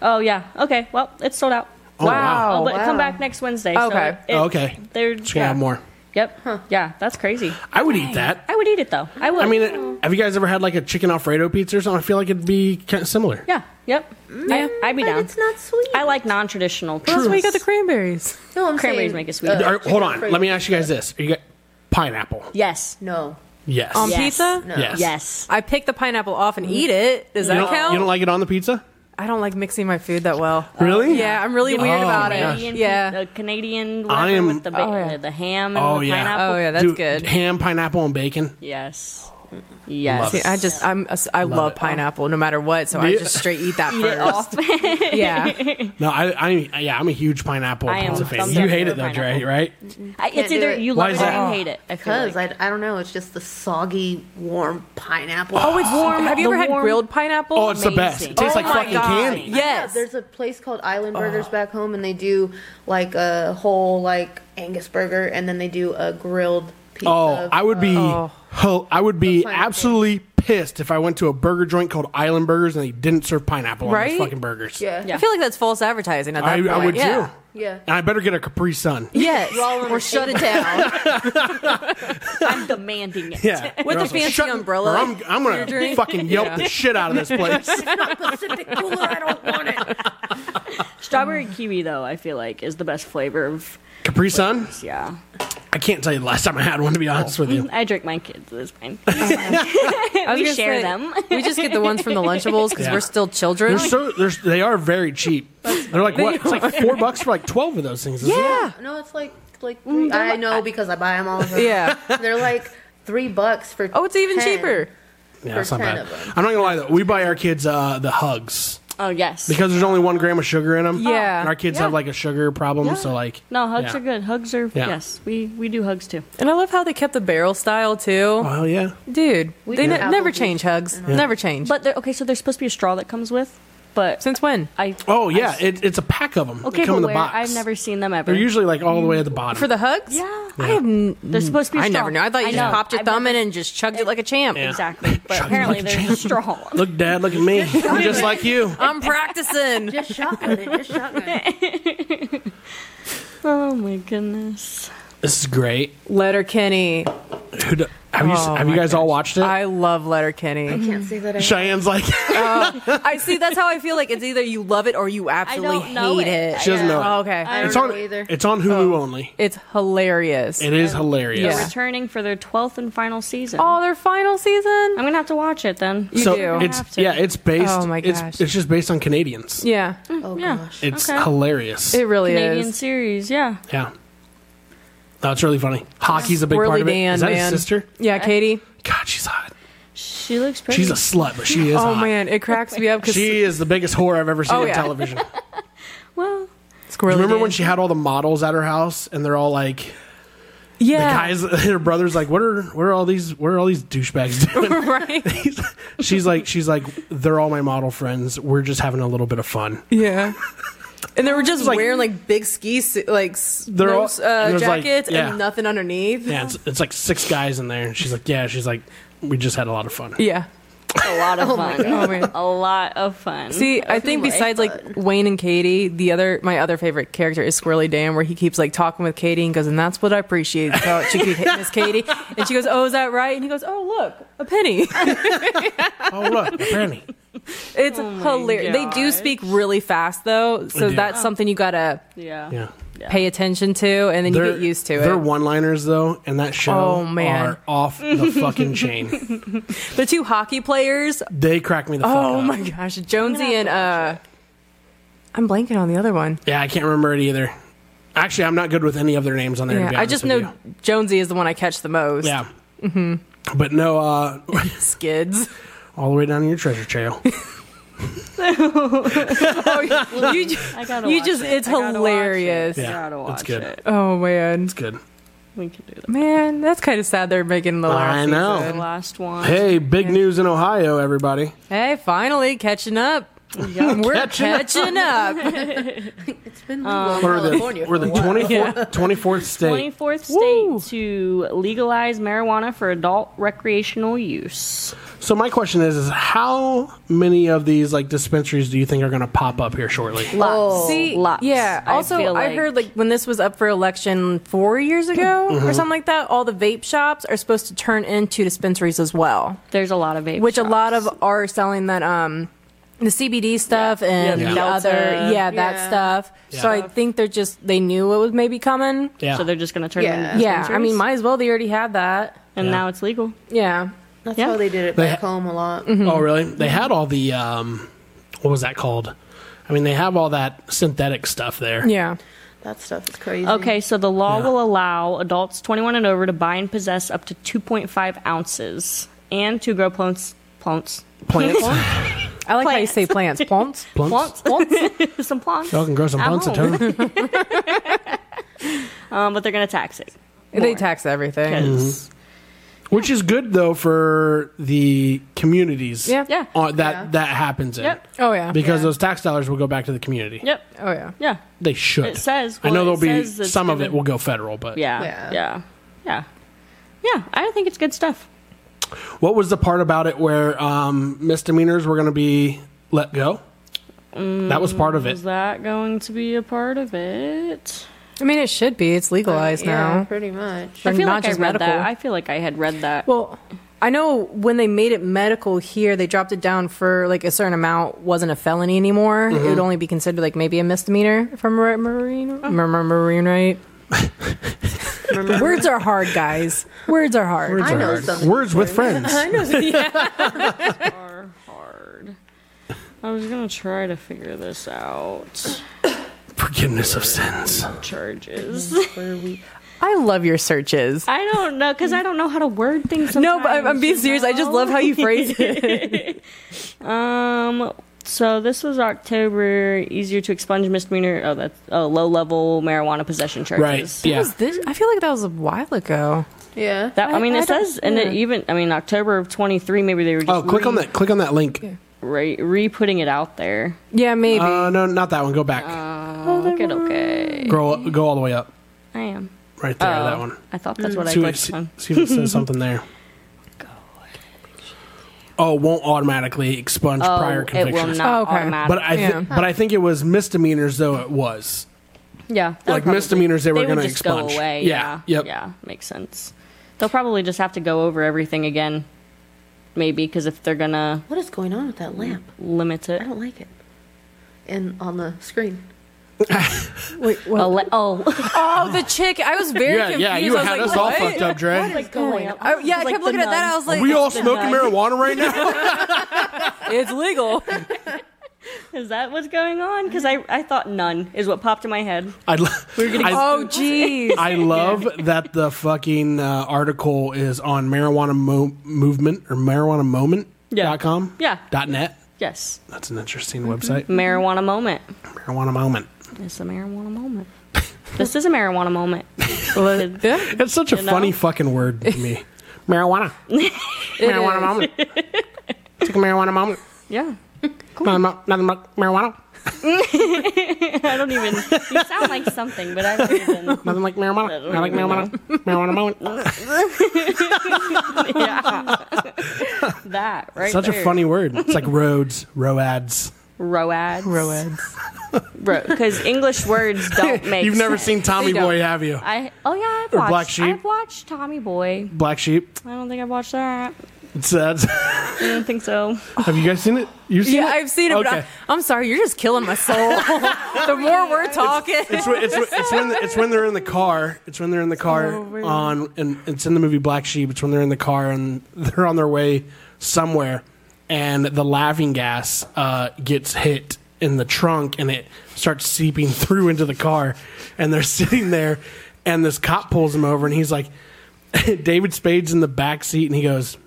S3: Oh yeah. Okay. Well, it's sold out.
S1: Oh, wow.
S2: wow.
S3: but
S4: wow.
S3: come back next Wednesday.
S2: Okay.
S3: So it-
S1: Oh, okay.
S3: They're
S1: Just gonna have more.
S3: Yep. Yeah, that's crazy.
S1: I would eat that.
S3: I would eat it though. I would.
S1: I mean, uh, have you guys ever had like a chicken alfredo pizza or something? I feel like it'd be kind of similar.
S3: yeah. Yep. I, would be
S4: But
S3: down.
S4: it's not sweet.
S3: I like non-traditional.
S2: That's why you got the
S3: pizzas.
S2: cranberries.
S4: no, I'm
S3: Cranberries
S4: saying,
S3: make it sweet.
S1: All right, hold
S4: chicken
S1: on.
S4: fried
S1: Let me
S4: pizza.
S1: ask you guys this: Are you got pineapple?
S3: Yes.
S4: No.
S1: Yes.
S2: On
S3: Yes.
S2: pizza?
S4: No.
S1: Yes.
S3: Yes.
S2: I pick the pineapple off and eat it. Does that
S1: You don't,
S2: count?
S1: you don't like it on the pizza?
S2: I don't like mixing my food that well.
S1: Really?
S2: Uh, Yeah, I'm really weird
S1: Oh,
S2: about
S1: my
S2: it.
S1: gosh.
S2: Yeah.
S3: The uh, Canadian whatever
S1: I am-
S3: with the, ba-
S2: Oh, yeah.
S3: the, the ham and
S1: Oh,
S3: the
S1: yeah.
S3: pineapple.
S2: Oh yeah, that's
S1: Dude,
S2: good.
S1: Ham, pineapple, and bacon.
S3: Yes. Yes.
S1: Love
S3: <laughs>
S2: See, I just I'm a, I love, love
S1: it.
S2: pineapple no matter what, so I
S1: Yeah.
S2: just straight eat that
S3: Eat it <laughs>
S2: first.
S3: off.
S2: Yeah.
S1: No, I, I, yeah, I'm a huge pineapple
S3: I am
S1: pizza fan.
S3: thumbs
S1: You
S3: up
S1: hate
S3: for
S1: it though, Dre,
S3: pineapple.
S1: right?
S3: I, it's
S4: do
S3: either
S4: it.
S3: you
S1: Why
S3: love
S1: is
S3: it or
S1: that?
S3: you hate it. I feel
S4: Because
S3: like.
S4: I, I don't know, it's just the soggy, warm pineapple.
S2: Oh,
S4: <gasps>
S2: it's warm. Have you
S3: The
S2: ever had
S3: warm-
S2: grilled pineapple?
S1: Oh, it's the best.
S3: amazing.
S1: It tastes
S2: Oh
S1: like
S2: my
S1: fucking
S2: God.
S1: candy.
S2: Yes.
S4: there's a place called Island Burgers back home, and they do like a whole like Angus burger, and then they do a grilled pizza.
S1: Oh, I would be,
S2: Oh.
S1: ho- I would be
S4: pineapple.
S1: absolutely pissed if I went to a burger joint called Island Burgers and they didn't serve pineapple on
S2: Right?
S1: those fucking burgers.
S4: <laughs> Yeah.
S2: I feel like that's false advertising at that
S1: I,
S2: point.
S1: I would
S2: yeah.
S1: too.
S4: Yeah.
S1: And I better get a Capri Sun.
S2: Yes. or shut it down.
S3: <laughs> I'm demanding it.
S1: Yeah, Or
S2: With the
S1: else I'll
S2: fancy
S1: shut-
S2: umbrella
S1: or I'm, I'm
S2: you're
S1: gonna
S2: drinking.
S1: fucking yelp
S2: Yeah.
S1: the shit out of this
S2: <laughs>
S1: place.
S4: Pacific cooler, I don't want it.
S1: <laughs>
S3: Strawberry kiwi though, I feel like is the best flavor of.
S1: Capri Sun.
S3: Yeah.
S1: I can't tell you the last time I had one. To be honest with you,
S3: I drink my kids. It's fine.
S2: I was
S3: <laughs> We
S2: gonna
S3: share
S1: <laughs>
S3: them.
S2: we just get the ones from the Lunchables because
S1: Yeah.
S2: we're still children.
S1: they're so they're, they are very cheap. They're like what? It's like four bucks for like twelve of those things. isn't it?
S2: yeah.
S4: No, it's like like three, I know because I buy them all. The time.
S2: Yeah.
S4: they're like three bucks for.
S2: Oh, it's even
S4: 10.
S2: cheaper.
S1: Yeah, it's
S4: for
S1: not
S4: 10
S1: bad.
S4: of them.
S1: I'm not gonna lie though. We buy our kids uh, the hugs
S3: oh yes.
S1: because there's only one gram of sugar in them.
S2: Yeah.
S1: and our kids have like a sugar problem, so like
S3: no, hugs
S1: yeah.
S3: are good. Hugs are
S1: Yeah.
S3: yes. We we do hugs too.
S2: And I love how they kept the barrel style too.
S1: Well, yeah,
S2: Dude,
S4: We
S2: they
S4: do
S2: ne- never
S4: Applebee's
S2: change hugs. Never change.
S3: But they're okay. So there's supposed to be a straw that comes with, but
S2: Since when?
S3: I
S1: oh yeah, it, it's a pack of them.
S3: okay,
S1: they come
S3: but
S1: in the
S3: where
S1: box.
S3: I've never seen them ever.
S1: They're usually like all the way at the bottom.
S2: For the hugs?
S3: yeah.
S2: I have. N-
S3: They're supposed to be. a
S2: I
S3: straw.
S2: never knew. I thought you just
S3: know.
S2: popped your
S3: I've
S2: thumb
S3: never-
S2: in and just chugged it like a champ.
S1: Yeah.
S2: <laughs>
S3: Exactly, but
S1: Chugging
S3: apparently
S1: like a
S3: there's a <laughs> straw.
S1: Look, Dad, look at me. I'm just like you.
S2: I'm practicing.
S4: Just shotgun it. Just shotgun. it.
S3: Oh my goodness.
S1: This is great.
S2: Letter Kenny.
S1: Who do- have you
S2: Oh
S1: have you
S2: my
S1: guys all watched it?
S2: I love Letter Kenny.
S4: Can't say that. I
S1: Cheyenne's like she
S2: I see. That's how I feel. Like it's either you love it or you absolutely
S3: don't know
S2: hate
S3: it.
S2: it.
S3: I
S1: doesn't know.
S2: Oh, okay.
S4: I
S1: it's
S4: don't
S1: on
S4: know either.
S1: it's on Hulu only.
S2: It's hilarious.
S1: It is hilarious.
S2: Yeah.
S3: Returning for their 12th and final season.
S2: Oh, their final season.
S3: I'm going to have to watch it then.
S2: You
S1: so
S2: do.
S1: it's
S3: Have to.
S1: yeah, it's based.
S2: Oh my
S1: It's,
S2: gosh.
S1: it's just based on Canadians.
S2: Yeah,
S4: Oh
S3: yeah.
S4: gosh.
S1: It's
S3: Okay.
S1: hilarious.
S2: it really
S3: Canadian
S2: is.
S3: series, yeah.
S1: yeah, that's really funny. Hockey's a big part
S2: Swirly
S1: of it. Is
S2: Dan,
S1: that
S2: man.
S1: his sister?
S2: Yeah, Katie.
S1: God, she's hot.
S3: She looks pretty.
S1: She's a slut, but she is.
S2: Oh
S1: hot.
S2: man, it cracks me up because
S1: She is the biggest whore I've ever seen
S2: Oh,
S1: on
S2: yeah. <laughs>
S1: television.
S3: well,
S2: Squirrely
S1: Remember
S2: Dan.
S1: when she had all the models at her house, and they're all like,
S2: yeah
S1: the guys, <laughs> her brother's like, what are, what are all these, what are all these douchebags doing?
S2: <laughs> <laughs>
S1: <laughs>
S2: right
S1: she's like, she's like, they're all my model friends. We're just having a little bit of fun.
S2: yeah. And they were just
S1: like-
S2: wearing like big ski su- like s-
S1: They're all-
S2: those, uh,
S1: there's, like-
S2: jackets
S1: yeah.
S2: and nothing underneath.
S1: Yeah, it's, it's like six guys in there, and she's like, yeah, she's like, we just had a lot of
S2: <laughs>
S1: fun.
S2: Yeah.
S3: a lot <laughs> of fun.
S2: Oh, <laughs> man.
S3: a lot of fun.
S2: See, I think
S4: like
S2: besides like Wayne and Katie, the other my other favorite character is Squirrely Dan, where he keeps like talking with Katie and goes, and that's what I appreciate about Chicky <laughs> Miss Katie, and she goes, oh, is that right? And he goes, oh, look, a penny. <laughs>
S1: Oh look, a penny.
S2: It's hilarious. They do
S3: gosh.
S2: speak really fast though, so
S1: do.
S2: that's something you gotta
S3: yeah.
S1: Yeah.
S2: pay attention to, and then you
S1: They're-
S2: get used to
S1: They're
S2: it.
S1: one-liners though, and that show
S2: Oh, man.
S1: are off the fucking chain.
S2: <laughs> The two hockey players.
S1: They crack me the fuck
S2: Oh
S1: up.
S2: my gosh, Jonesy and uh, I'm blanking on the other one.
S1: Yeah, I can't remember it either. Actually, I'm not good with any of their names on there. to
S2: Yeah,
S1: be
S2: I
S1: honest
S2: just
S1: with
S2: know Mm-hmm.
S1: you.
S2: Jonesy is the one I catch the most.
S1: Yeah. But no, uh,
S2: <laughs> Skids.
S1: all the way down in your treasure trail.
S2: Oh, you- you just,
S3: I gotta
S2: you
S3: watch
S2: just
S3: it.
S2: it's
S3: I gotta watch
S2: hilarious.
S3: it.
S1: Yeah,
S3: gotta
S1: it's
S3: watch
S1: good.
S3: it.
S2: <laughs> Oh man,
S1: It's
S2: <laughs>
S1: good.
S3: We can do that.
S2: man, that's kind of sad. They're making the last.
S1: I know.
S3: The
S2: season.
S3: last one.
S1: Hey, big news in Ohio, everybody.
S2: Hey, finally catching up. We're
S1: Catching up.
S2: catching <laughs> up.
S4: It's been legal
S1: We're
S4: in California.
S1: the, we're
S4: for
S1: the
S4: a while.
S1: 24th, 24th state.
S3: 24th state
S2: Woo.
S3: to legalize marijuana for adult recreational use.
S1: So my question is, is how many of these like dispensaries do you think are going to pop up here shortly?
S3: Lots.
S2: See,
S3: Oh, lots.
S2: yeah. Also, I,
S3: feel
S2: heard like when this was up for election four years ago
S1: Mm-hmm.
S2: or something like that, all the vape shops are supposed to turn into dispensaries as well,
S3: there's a lot of vape
S2: which a
S3: shops.
S2: lot of are selling that um the CBD stuff and
S3: Yeah,
S2: the
S3: Delta.
S2: other yeah that
S4: Yeah.
S2: stuff. So I think they're just they knew it was maybe coming.
S1: Yeah.
S3: So they're just going to turn
S4: Yeah.
S3: it into
S2: Yeah, I
S3: dispensaries?
S2: mean, might as well. They already had that.
S3: And
S1: Yeah.
S3: now it's legal.
S2: Yeah.
S4: That's
S3: Yeah.
S4: how they did it
S1: They-
S4: back home a lot.
S3: Hmm.
S1: Oh, really? They had all the um, what was that called? I mean, they have all that synthetic stuff there.
S2: Yeah.
S4: That stuff is crazy.
S3: Okay, so the law
S1: Yeah.
S3: will allow adults 21 and over to buy and possess up to 2.5 ounces and to grow plants. Plants.
S1: Plants.
S2: <laughs> I like how you
S3: Plants.
S2: say plants. Plants?
S1: Plants.
S3: <laughs> Plants. some plants.
S1: Y'all can grow some
S3: at
S1: plants at
S3: home.
S1: home.
S3: <laughs> Um, but they're going to tax it.
S2: They tax everything.
S3: 'cause-
S1: Mm-hmm. Which is good though for the communities.
S2: Yeah.
S3: Yeah.
S1: uh, that
S4: Yeah.
S1: that happens in.
S3: Yep.
S2: Oh, yeah.
S1: Because those tax dollars will go back to the community.
S3: Yep.
S2: Oh, yeah.
S3: Yeah.
S1: They should.
S3: It says-
S1: I know
S3: well, it
S1: there'll be
S3: says it's
S1: some of
S3: gonna-
S1: it will go federal, but
S3: Yeah. Yeah.
S4: Yeah.
S3: Yeah. Yeah. I think it's good stuff.
S1: What was the part about it where um, misdemeanors were going to be let go?
S3: Mm.
S1: that was part of it.
S3: Is that going to be a part of it?
S2: I mean, it should be. It's legalized
S4: yeah,
S2: now.
S4: pretty much.
S2: They're
S3: I feel
S2: not
S3: like
S2: just
S3: I read
S2: medical.
S3: that. I feel like I had read that.
S2: Well, I know when they made it medical here, they dropped it down for like a certain amount wasn't a felony anymore. It
S1: Mm-hmm.
S2: would only be considered like maybe a misdemeanor from marine
S1: Oh.
S2: marine
S1: <laughs>
S2: right. Words are hard, guys. Words are hard.
S1: Words
S4: I
S1: are
S4: know
S1: hard.
S4: something
S1: Words with
S4: <laughs>
S1: friends.
S3: <laughs> are hard. I was gonna try to figure this out.
S1: Forgiveness of sins.
S3: Charges.
S2: I love your searches.
S3: <laughs> I don't know because I don't know how to word things.
S2: No, but I'm,
S3: sometimes,
S2: I'm being
S3: you
S2: serious. I just
S3: know?
S2: love how you phrase it.
S3: Um. So this was October. Easier to expunge misdemeanor. Oh, that's oh, low-level marijuana possession
S1: Right.
S3: charges.
S1: <laughs> Yeah.
S2: Was this- I feel like that was a while ago.
S4: Yeah.
S3: That I mean,
S2: I-
S3: it
S2: I don't-
S3: says, and it
S2: yeah.
S3: even I mean, October of twenty three. Maybe they were just
S1: Oh, click on
S3: re-
S1: that. Click on that link.
S3: re, re putting it out there.
S2: Yeah, maybe.
S1: Uh, no, not that one. Go back.
S3: Uh,
S2: Oh,
S3: Okay, okay.
S1: Go go all the way up.
S3: I am.
S1: Right there. that one.
S3: I thought
S2: Hmm.
S3: that's Oh. what I
S1: See, what,
S3: clicked
S1: see,
S3: on.
S1: see if it
S3: <laughs>
S1: says something there. Oh, it won't automatically expunge
S3: Oh,
S1: prior
S3: it will
S1: convictions.
S3: not
S2: Oh, okay.
S3: automatically.
S1: But I, thi-
S2: Yeah.
S1: but I think it was misdemeanors, though it was.
S3: Yeah. that'll
S1: Like misdemeanors, they were
S3: would
S1: gonna
S3: just
S1: expunge.
S3: Go away.
S1: Yeah,
S3: Yeah.
S1: yep.
S3: Yeah. Makes sense. They'll probably just have to go over everything again, maybe, because if they're gonna
S4: What is going on with that lamp?
S3: limit it.
S4: I don't like it. And on the screen.
S2: Wait,
S3: Oh,
S2: well,
S3: le- oh.
S2: oh, the chick! I was very
S1: Yeah,
S2: confused.
S1: yeah, you
S2: I was
S1: had
S2: like,
S1: us all
S2: what?
S1: fucked up, Dre.
S3: <laughs> Like going up.
S2: I, yeah, I
S3: Like
S2: kept
S3: the
S2: looking at that.
S3: nun.
S2: I was
S1: Are
S2: like,
S1: we all smoking marijuana right now?
S2: it's legal.
S3: Is that what's going on? Because I, I thought none is what popped in my head.
S1: <laughs> I, lo- I,
S2: oh, jeez.
S1: I love that the fucking uh, article is on marijuana mo- movement or marijuana moment
S3: Yeah.
S1: dot com
S3: Yeah.
S1: dot net.
S3: Yes.
S1: That's an interesting website.
S3: Marijuana moment.
S1: Marijuana moment.
S3: It's a marijuana moment. this is a marijuana moment.
S1: <laughs>
S2: Yeah.
S1: It's such a
S3: You know?
S1: funny fucking word to me. marijuana. marijuana
S2: is.
S1: moment. Take a marijuana moment.
S3: Yeah. <laughs>
S1: Nothing but, nothing but marijuana.
S3: I don't even. You sound like something, but I don't
S1: <laughs>
S3: even.
S1: Nothing like
S3: I
S1: marijuana.
S3: don't
S1: I like
S3: even
S1: marijuana. Marijuana moment.
S3: Yeah. <laughs> that right.
S1: Such a
S3: there.
S1: funny word. It's like roads, roads.
S3: Roads.
S2: Roads.
S3: Because English
S2: <laughs>
S3: words don't make.
S1: You've never
S3: sense.
S1: seen Tommy
S2: They don't.
S1: Boy, have you?
S3: I oh yeah, I've
S1: Or
S3: watched.
S1: Black Sheep.
S3: I've watched Tommy Boy.
S1: Black Sheep.
S3: I don't think I've watched that.
S1: It's, <laughs> that's
S3: I don't think so.
S1: have you guys seen it? You've seen
S2: <laughs> Yeah,
S1: it?
S2: I've seen it, but
S1: Okay.
S2: I, I'm sorry, you're just killing my
S3: <laughs>
S2: soul. <laughs> the more we're talking,
S1: It's when, it's, when- it's when it's when they're in the car. It's when they're in the car
S2: Oh, really?
S1: on and it's in the movie Black Sheep. It's when they're in the car and they're on their way somewhere, and the laughing gas uh, gets hit in the trunk and it starts seeping through into the car, and they're <laughs> sitting there, and this cop pulls him over and he's like, <laughs> David Spade's in the back seat and he goes,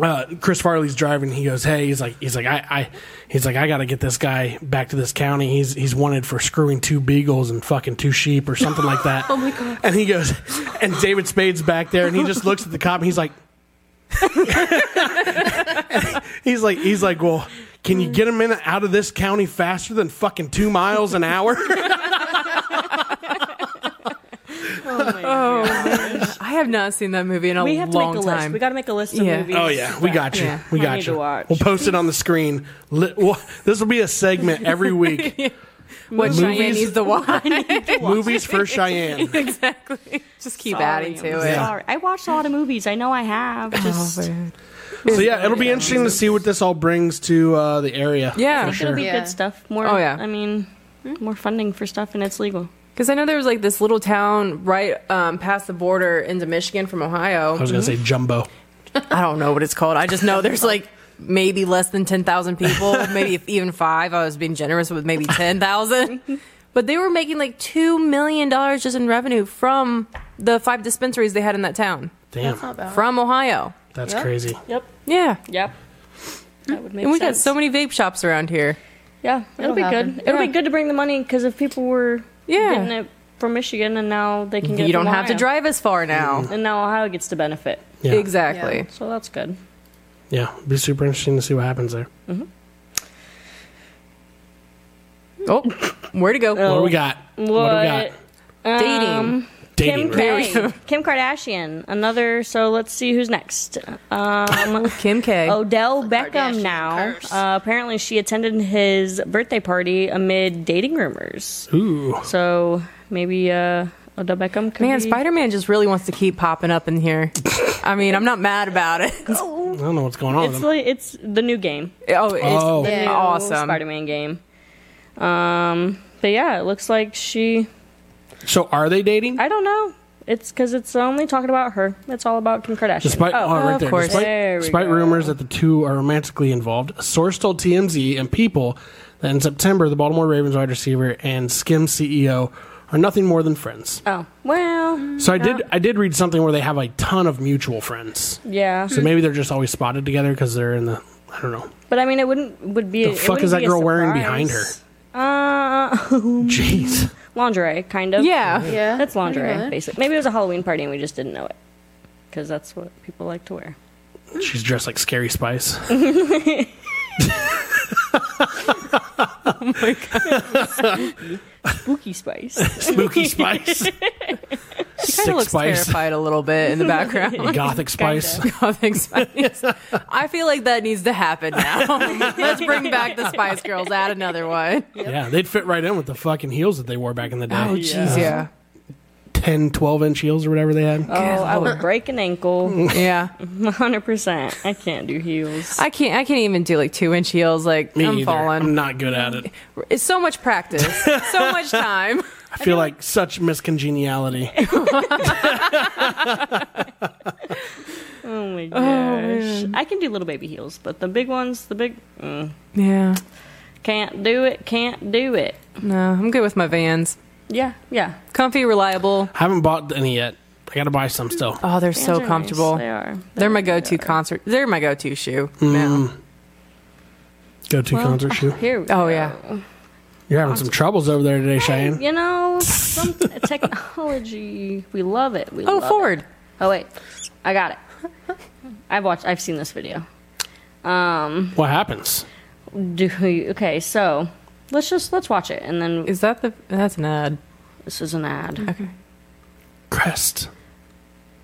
S1: uh, Chris Farley's driving. He goes, "Hey," he's like, he's like, I, I, he's like, I got to get this guy back to this county. He's he's wanted for screwing two beagles and fucking two sheep or something like that. oh my god! And he goes, and David Spade's back there, and he just looks at the cop, and he's like, <laughs> he's like, he's like, well, can you get him in out of this county faster than fucking two miles an hour?
S2: <laughs> oh, man. I have not seen that movie in a
S3: We have to
S2: long
S3: make a list.
S2: time.
S3: We got to make a list of
S2: Yeah.
S3: movies.
S1: Oh yeah, we got
S3: <laughs>
S1: you.
S2: Yeah.
S1: We
S3: I
S1: got
S3: need
S1: you.
S3: to watch.
S1: We'll post it on the screen. Li- well, this will be a segment every week.
S2: what
S1: movies-
S2: Cheyenne needs to watch.
S3: <laughs>
S1: Movies for Cheyenne.
S2: <laughs> exactly. Just keep
S3: Sorry,
S2: adding
S3: I'm
S2: to
S3: <laughs>
S2: it.
S3: Sorry, I watched a lot of movies. I know I have. Just
S2: Oh,
S3: I
S2: man.
S1: So yeah, it'll be interesting to see what this all brings to uh, the area.
S2: Yeah.
S1: for
S3: think it'll
S1: sure.
S3: be
S4: Yeah.
S3: good stuff. More.
S2: Oh, yeah.
S3: I mean, more funding for stuff, and it's legal.
S2: Because I know there was like this little town right um, past the border into Michigan from Ohio.
S1: I was gonna say Jumbo.
S2: I don't know what it's called. I just know there's like maybe less than 10,000 people, maybe if even five. I was being generous with maybe 10,000. But they were making like $2 million just in revenue from the five dispensaries they had in that town
S1: Damn,
S4: Not bad.
S2: from Ohio.
S1: that's
S4: Yeah.
S1: crazy.
S3: Yep.
S2: Yeah.
S3: Yep. That would make
S2: And we got
S3: sense.
S2: so many vape shops around here.
S3: Yeah, it'll,
S4: It'll
S3: be
S4: happen.
S3: good. It'll
S2: Yeah.
S3: be good to bring the money because if people were
S2: Yeah.
S3: getting it from Michigan and now they can get it
S2: You don't
S3: from
S2: have to
S3: Ohio.
S2: drive as far now.
S3: and now Ohio gets to benefit.
S1: Yeah,
S2: Exactly.
S4: Yeah.
S3: So that's good.
S1: yeah, it'll be super interesting to see what happens there.
S2: Oh, where to go?
S1: What do we got?
S3: What?
S1: What do we got?
S2: Dating.
S3: Um,
S1: Dating.
S3: Kim,
S1: right?
S2: right?
S3: K. <laughs> Kim Kardashian, another. So let's see who's next. Um,
S2: Kim K.
S3: Odell
S4: Kardashian
S3: Beckham. Now,
S4: curse.
S3: uh, apparently, she attended his birthday party amid dating rumors.
S1: Ooh,
S3: So maybe uh, Odell Beckham. Could
S2: Man,
S3: be-
S2: Spider Man just really wants to keep popping up in here. I mean, I'm not mad about it. <laughs>
S1: I don't know what's going on.
S3: It's
S1: with them.
S3: like it's the new game.
S2: Oh, it's
S1: Oh.
S2: been
S3: new
S2: awesome.
S3: Spider-Man game. Um, but yeah, it looks like she.
S1: so are they dating?
S3: I don't know. It's because it's only talking about her. It's all about Kim Kardashian.
S1: Despite oh, right
S2: of
S1: there.
S2: course.
S1: Despite,
S3: There we
S1: despite
S3: go.
S1: rumors that the two are romantically involved, a source told TMZ and People that in September the Baltimore Ravens wide receiver and Skim CEO are nothing more than friends.
S3: oh well,
S1: So I did I did read something where they have a ton of mutual friends.
S3: yeah.
S1: So maybe they're just always spotted together because they're in the I don't know.
S3: But I mean, it wouldn't would be.
S1: The
S3: it
S1: fuck
S3: wouldn't
S1: is that
S3: be a
S1: girl wearing behind her?
S3: surprise. Uh, <laughs>
S1: Jeez,
S3: lingerie, kind of.
S2: Yeah.
S4: Yeah.
S3: that's
S4: I didn't know
S3: lingerie,
S4: that.
S3: basically. Maybe it was a Halloween party and we just didn't know it because that's what people like
S2: <laughs>
S3: to wear.
S1: she's dressed like Scary Spice. <laughs>
S3: <laughs> Spooky spice.
S2: <laughs>
S1: Spooky Spice.
S2: kind of
S1: Sick
S2: looks <laughs>
S1: Spice,
S2: terrified a little bit
S1: <laughs>
S2: in the <laughs> background.
S1: Gothic Spice.
S2: Gothic Spice. I feel like that needs to happen now. <laughs> Let's bring back the Spice Girls. Add another one.
S1: <laughs> Yeah, they'd fit right in with the fucking heels that they wore back in the day.
S2: Oh,
S1: Ten,
S2: jeez, yeah.
S1: 10, 12 inch heels or whatever they had.
S3: Oh, I would break an ankle.
S1: <laughs>
S2: Yeah.
S3: 100%. I can't do heels.
S2: I can't. I can't even do like two inch heels. Like
S1: Me
S2: I'm
S1: either. I'm
S2: falling.
S1: not good at it.
S2: It's so
S1: <laughs>
S2: much practice. so much time.
S1: I feel like such miscongeniality.
S3: oh my gosh. I can do little baby heels, but the big ones, the big. Mm,
S2: Yeah.
S3: can't do it. Can't do it.
S2: No, I'm good with my Vans.
S3: Yeah, yeah.
S2: Comfy, reliable.
S1: I haven't bought any yet. I gotta buy some still.
S2: Oh, they're
S3: Vans
S2: so
S3: are nice.
S2: comfortable.
S3: They are.
S2: They're my
S3: really
S2: go-to
S3: are.
S2: concert. They're my go-to shoe. now.
S1: Mm. Go to concert shoe.
S3: Here we
S2: Oh
S3: go.
S2: yeah.
S1: You're having some troubles over there today, Cheyenne.
S3: You know,
S2: <laughs>
S3: some technology. We love it. We
S2: Oh,
S3: love it.
S2: Ford.
S3: Oh wait, I got it. I've watched. I've seen this video. Um,
S1: What happens?
S3: do you, okay. So let's just let's watch it, and then
S2: Is that the? That's an ad.
S3: this is an ad.
S1: Crest.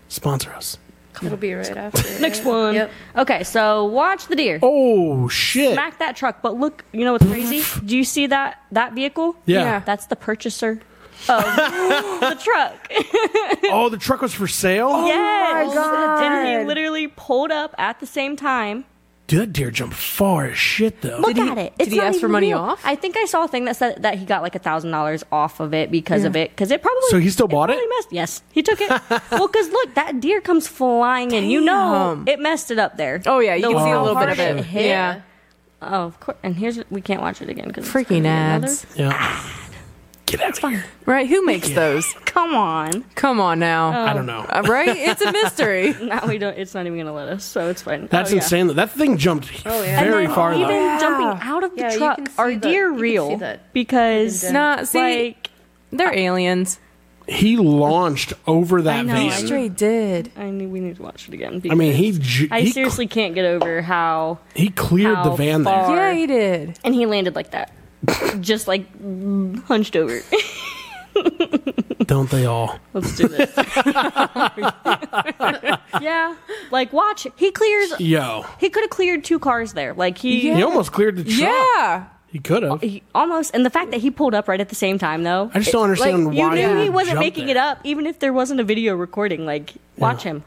S1: Sponsor us.
S4: It'll be right after.
S3: Next one.
S4: Yep.
S3: Okay, so watch the deer.
S1: Oh shit.
S3: Smack that truck. But look, you know what's crazy? Do you see that that vehicle?
S1: yeah.
S3: That's the purchaser of <gasps> the
S1: <laughs>
S3: truck.
S1: Oh, the truck was for sale?
S3: Oh yes. And he literally pulled up at the same time.
S1: Dude, that deer jumped far as shit though.
S3: Look
S2: Did he-
S3: at it.
S2: did
S3: It's
S2: he
S3: not
S2: ask for
S3: even
S2: money
S3: real.
S2: off?
S3: I think I saw a thing that said that he got like a thousand dollars off of it because of it. Because it probably
S1: So he still bought it?
S3: probably Messed. Yes, he
S1: <laughs>
S3: took it. well, because look, that deer comes flying in. You know,
S2: Damn.
S3: it messed it up there.
S2: Oh yeah, you
S3: The
S2: can see a
S3: how
S1: wow.
S2: little bit of
S3: hard
S2: it.
S3: hit.
S2: Yeah.
S3: Oh, of course. And here's we can't watch it again because
S2: Freaking ads.
S1: Yeah. Get out of here.
S2: Right? Who makes those?
S3: Come on. <laughs>
S2: Come on now.
S1: I don't know.
S3: Oh. Um,
S2: Uh, right? It's a mystery.
S3: <laughs> Now we don't. It's not even gonna let us. So it's fine.
S1: That's
S3: Oh, yeah. Oh,
S1: insane. though. That thing jumped
S4: yeah.
S1: very
S3: And
S1: far
S3: Even
S1: though.
S3: jumping out of the
S4: Yeah, you
S3: truck
S4: can see
S3: are
S4: that.
S3: deer
S4: You can see
S3: real
S4: that.
S3: because
S4: You can
S2: Nah, see,
S3: like
S2: they're aliens.
S1: He launched over that
S3: know,
S1: van.
S3: I
S1: I,
S3: know.
S2: Straight did.
S3: I need, we need to watch it again.
S1: mean,
S3: because
S1: he ju-
S3: I
S1: he,
S3: seriously can't get over how
S1: he cleared the
S3: how
S1: van there.
S3: far-
S2: Yeah, he did.
S3: and he landed like that, <laughs> just like hunched over.
S1: Don't they all?
S3: <laughs> Let's do this. <laughs> yeah, like watch. it. He clears.
S1: Yo.
S3: He could have cleared two cars there. Like he.
S1: He almost cleared the truck.
S2: Yeah.
S1: He could have.
S3: Oh, He almost, and the fact that he pulled up right at the same time, though,
S1: I just don't understand
S3: like,
S1: why
S3: you knew
S1: would
S3: he wasn't
S1: jump
S3: making
S1: there.
S3: it up, even if there wasn't a video recording. Like, watch him.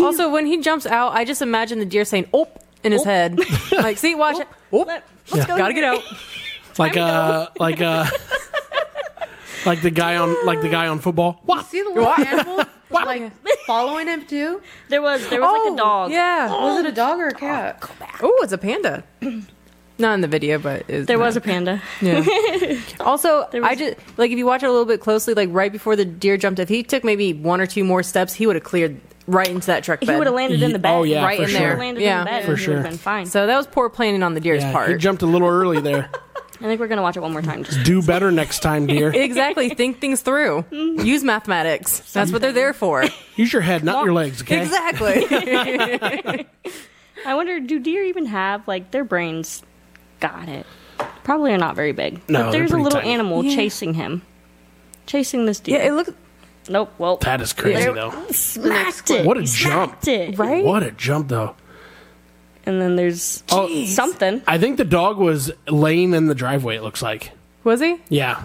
S2: Also, when he jumps out, I just imagine the deer saying "op" in his
S3: Oop.
S2: head. Like, see, watch it. Oop.
S3: Let, us
S1: Yeah.
S3: go.
S2: Gotta
S3: here.
S2: get out.
S1: Like uh like uh like the guy on like the guy on football. What?
S4: See the little animal like following him too?
S3: There was there was like a dog.
S2: Oh, Yeah.
S4: Was it a dog or a cat?
S2: Oh, it's a panda. <clears throat> Not in the video, but it's
S3: There was a panda.
S2: Yeah. also,
S3: There
S2: I
S3: was-
S2: just like if you watch it a little bit closely, like right before the deer jumped, if he took maybe one or two more steps, he would have cleared right into that truck
S3: He
S2: bed.
S3: would have landed in the
S1: Ye-
S3: bed.
S1: oh, yeah,
S2: Right for in
S3: He
S2: sure.
S3: would've landed
S2: Yeah.
S3: in the bed.
S1: For
S3: and he would've
S1: sure.
S3: Been fine.
S2: So that was poor planning on the deer's
S1: Yeah, he
S2: part.
S1: jumped a little early there.
S3: I think we're gonna watch it one more time. Just
S1: Do better next time,
S3: <laughs>
S1: dear.
S2: exactly. Think things through. Use mathematics. That's what they're there for.
S1: Use your head, not your legs, okay?
S2: Exactly.
S3: I wonder, do deer even have like their brains? Got it. Probably are not very big.
S1: No,
S3: but
S1: they're
S3: there's a
S1: pretty
S3: little
S1: tiny.
S3: animal
S2: Yeah.
S3: chasing him, chasing this deer.
S2: yeah, it looked
S3: nope. Well,
S1: That is crazy
S3: There-
S1: though.
S3: smacked it.
S1: What a
S3: He smacked it.
S2: right.
S1: What a jump though.
S3: And then there's
S1: Oh.
S3: something.
S1: I think the dog was laying in the driveway, it looks like.
S2: Was he?
S1: Yeah.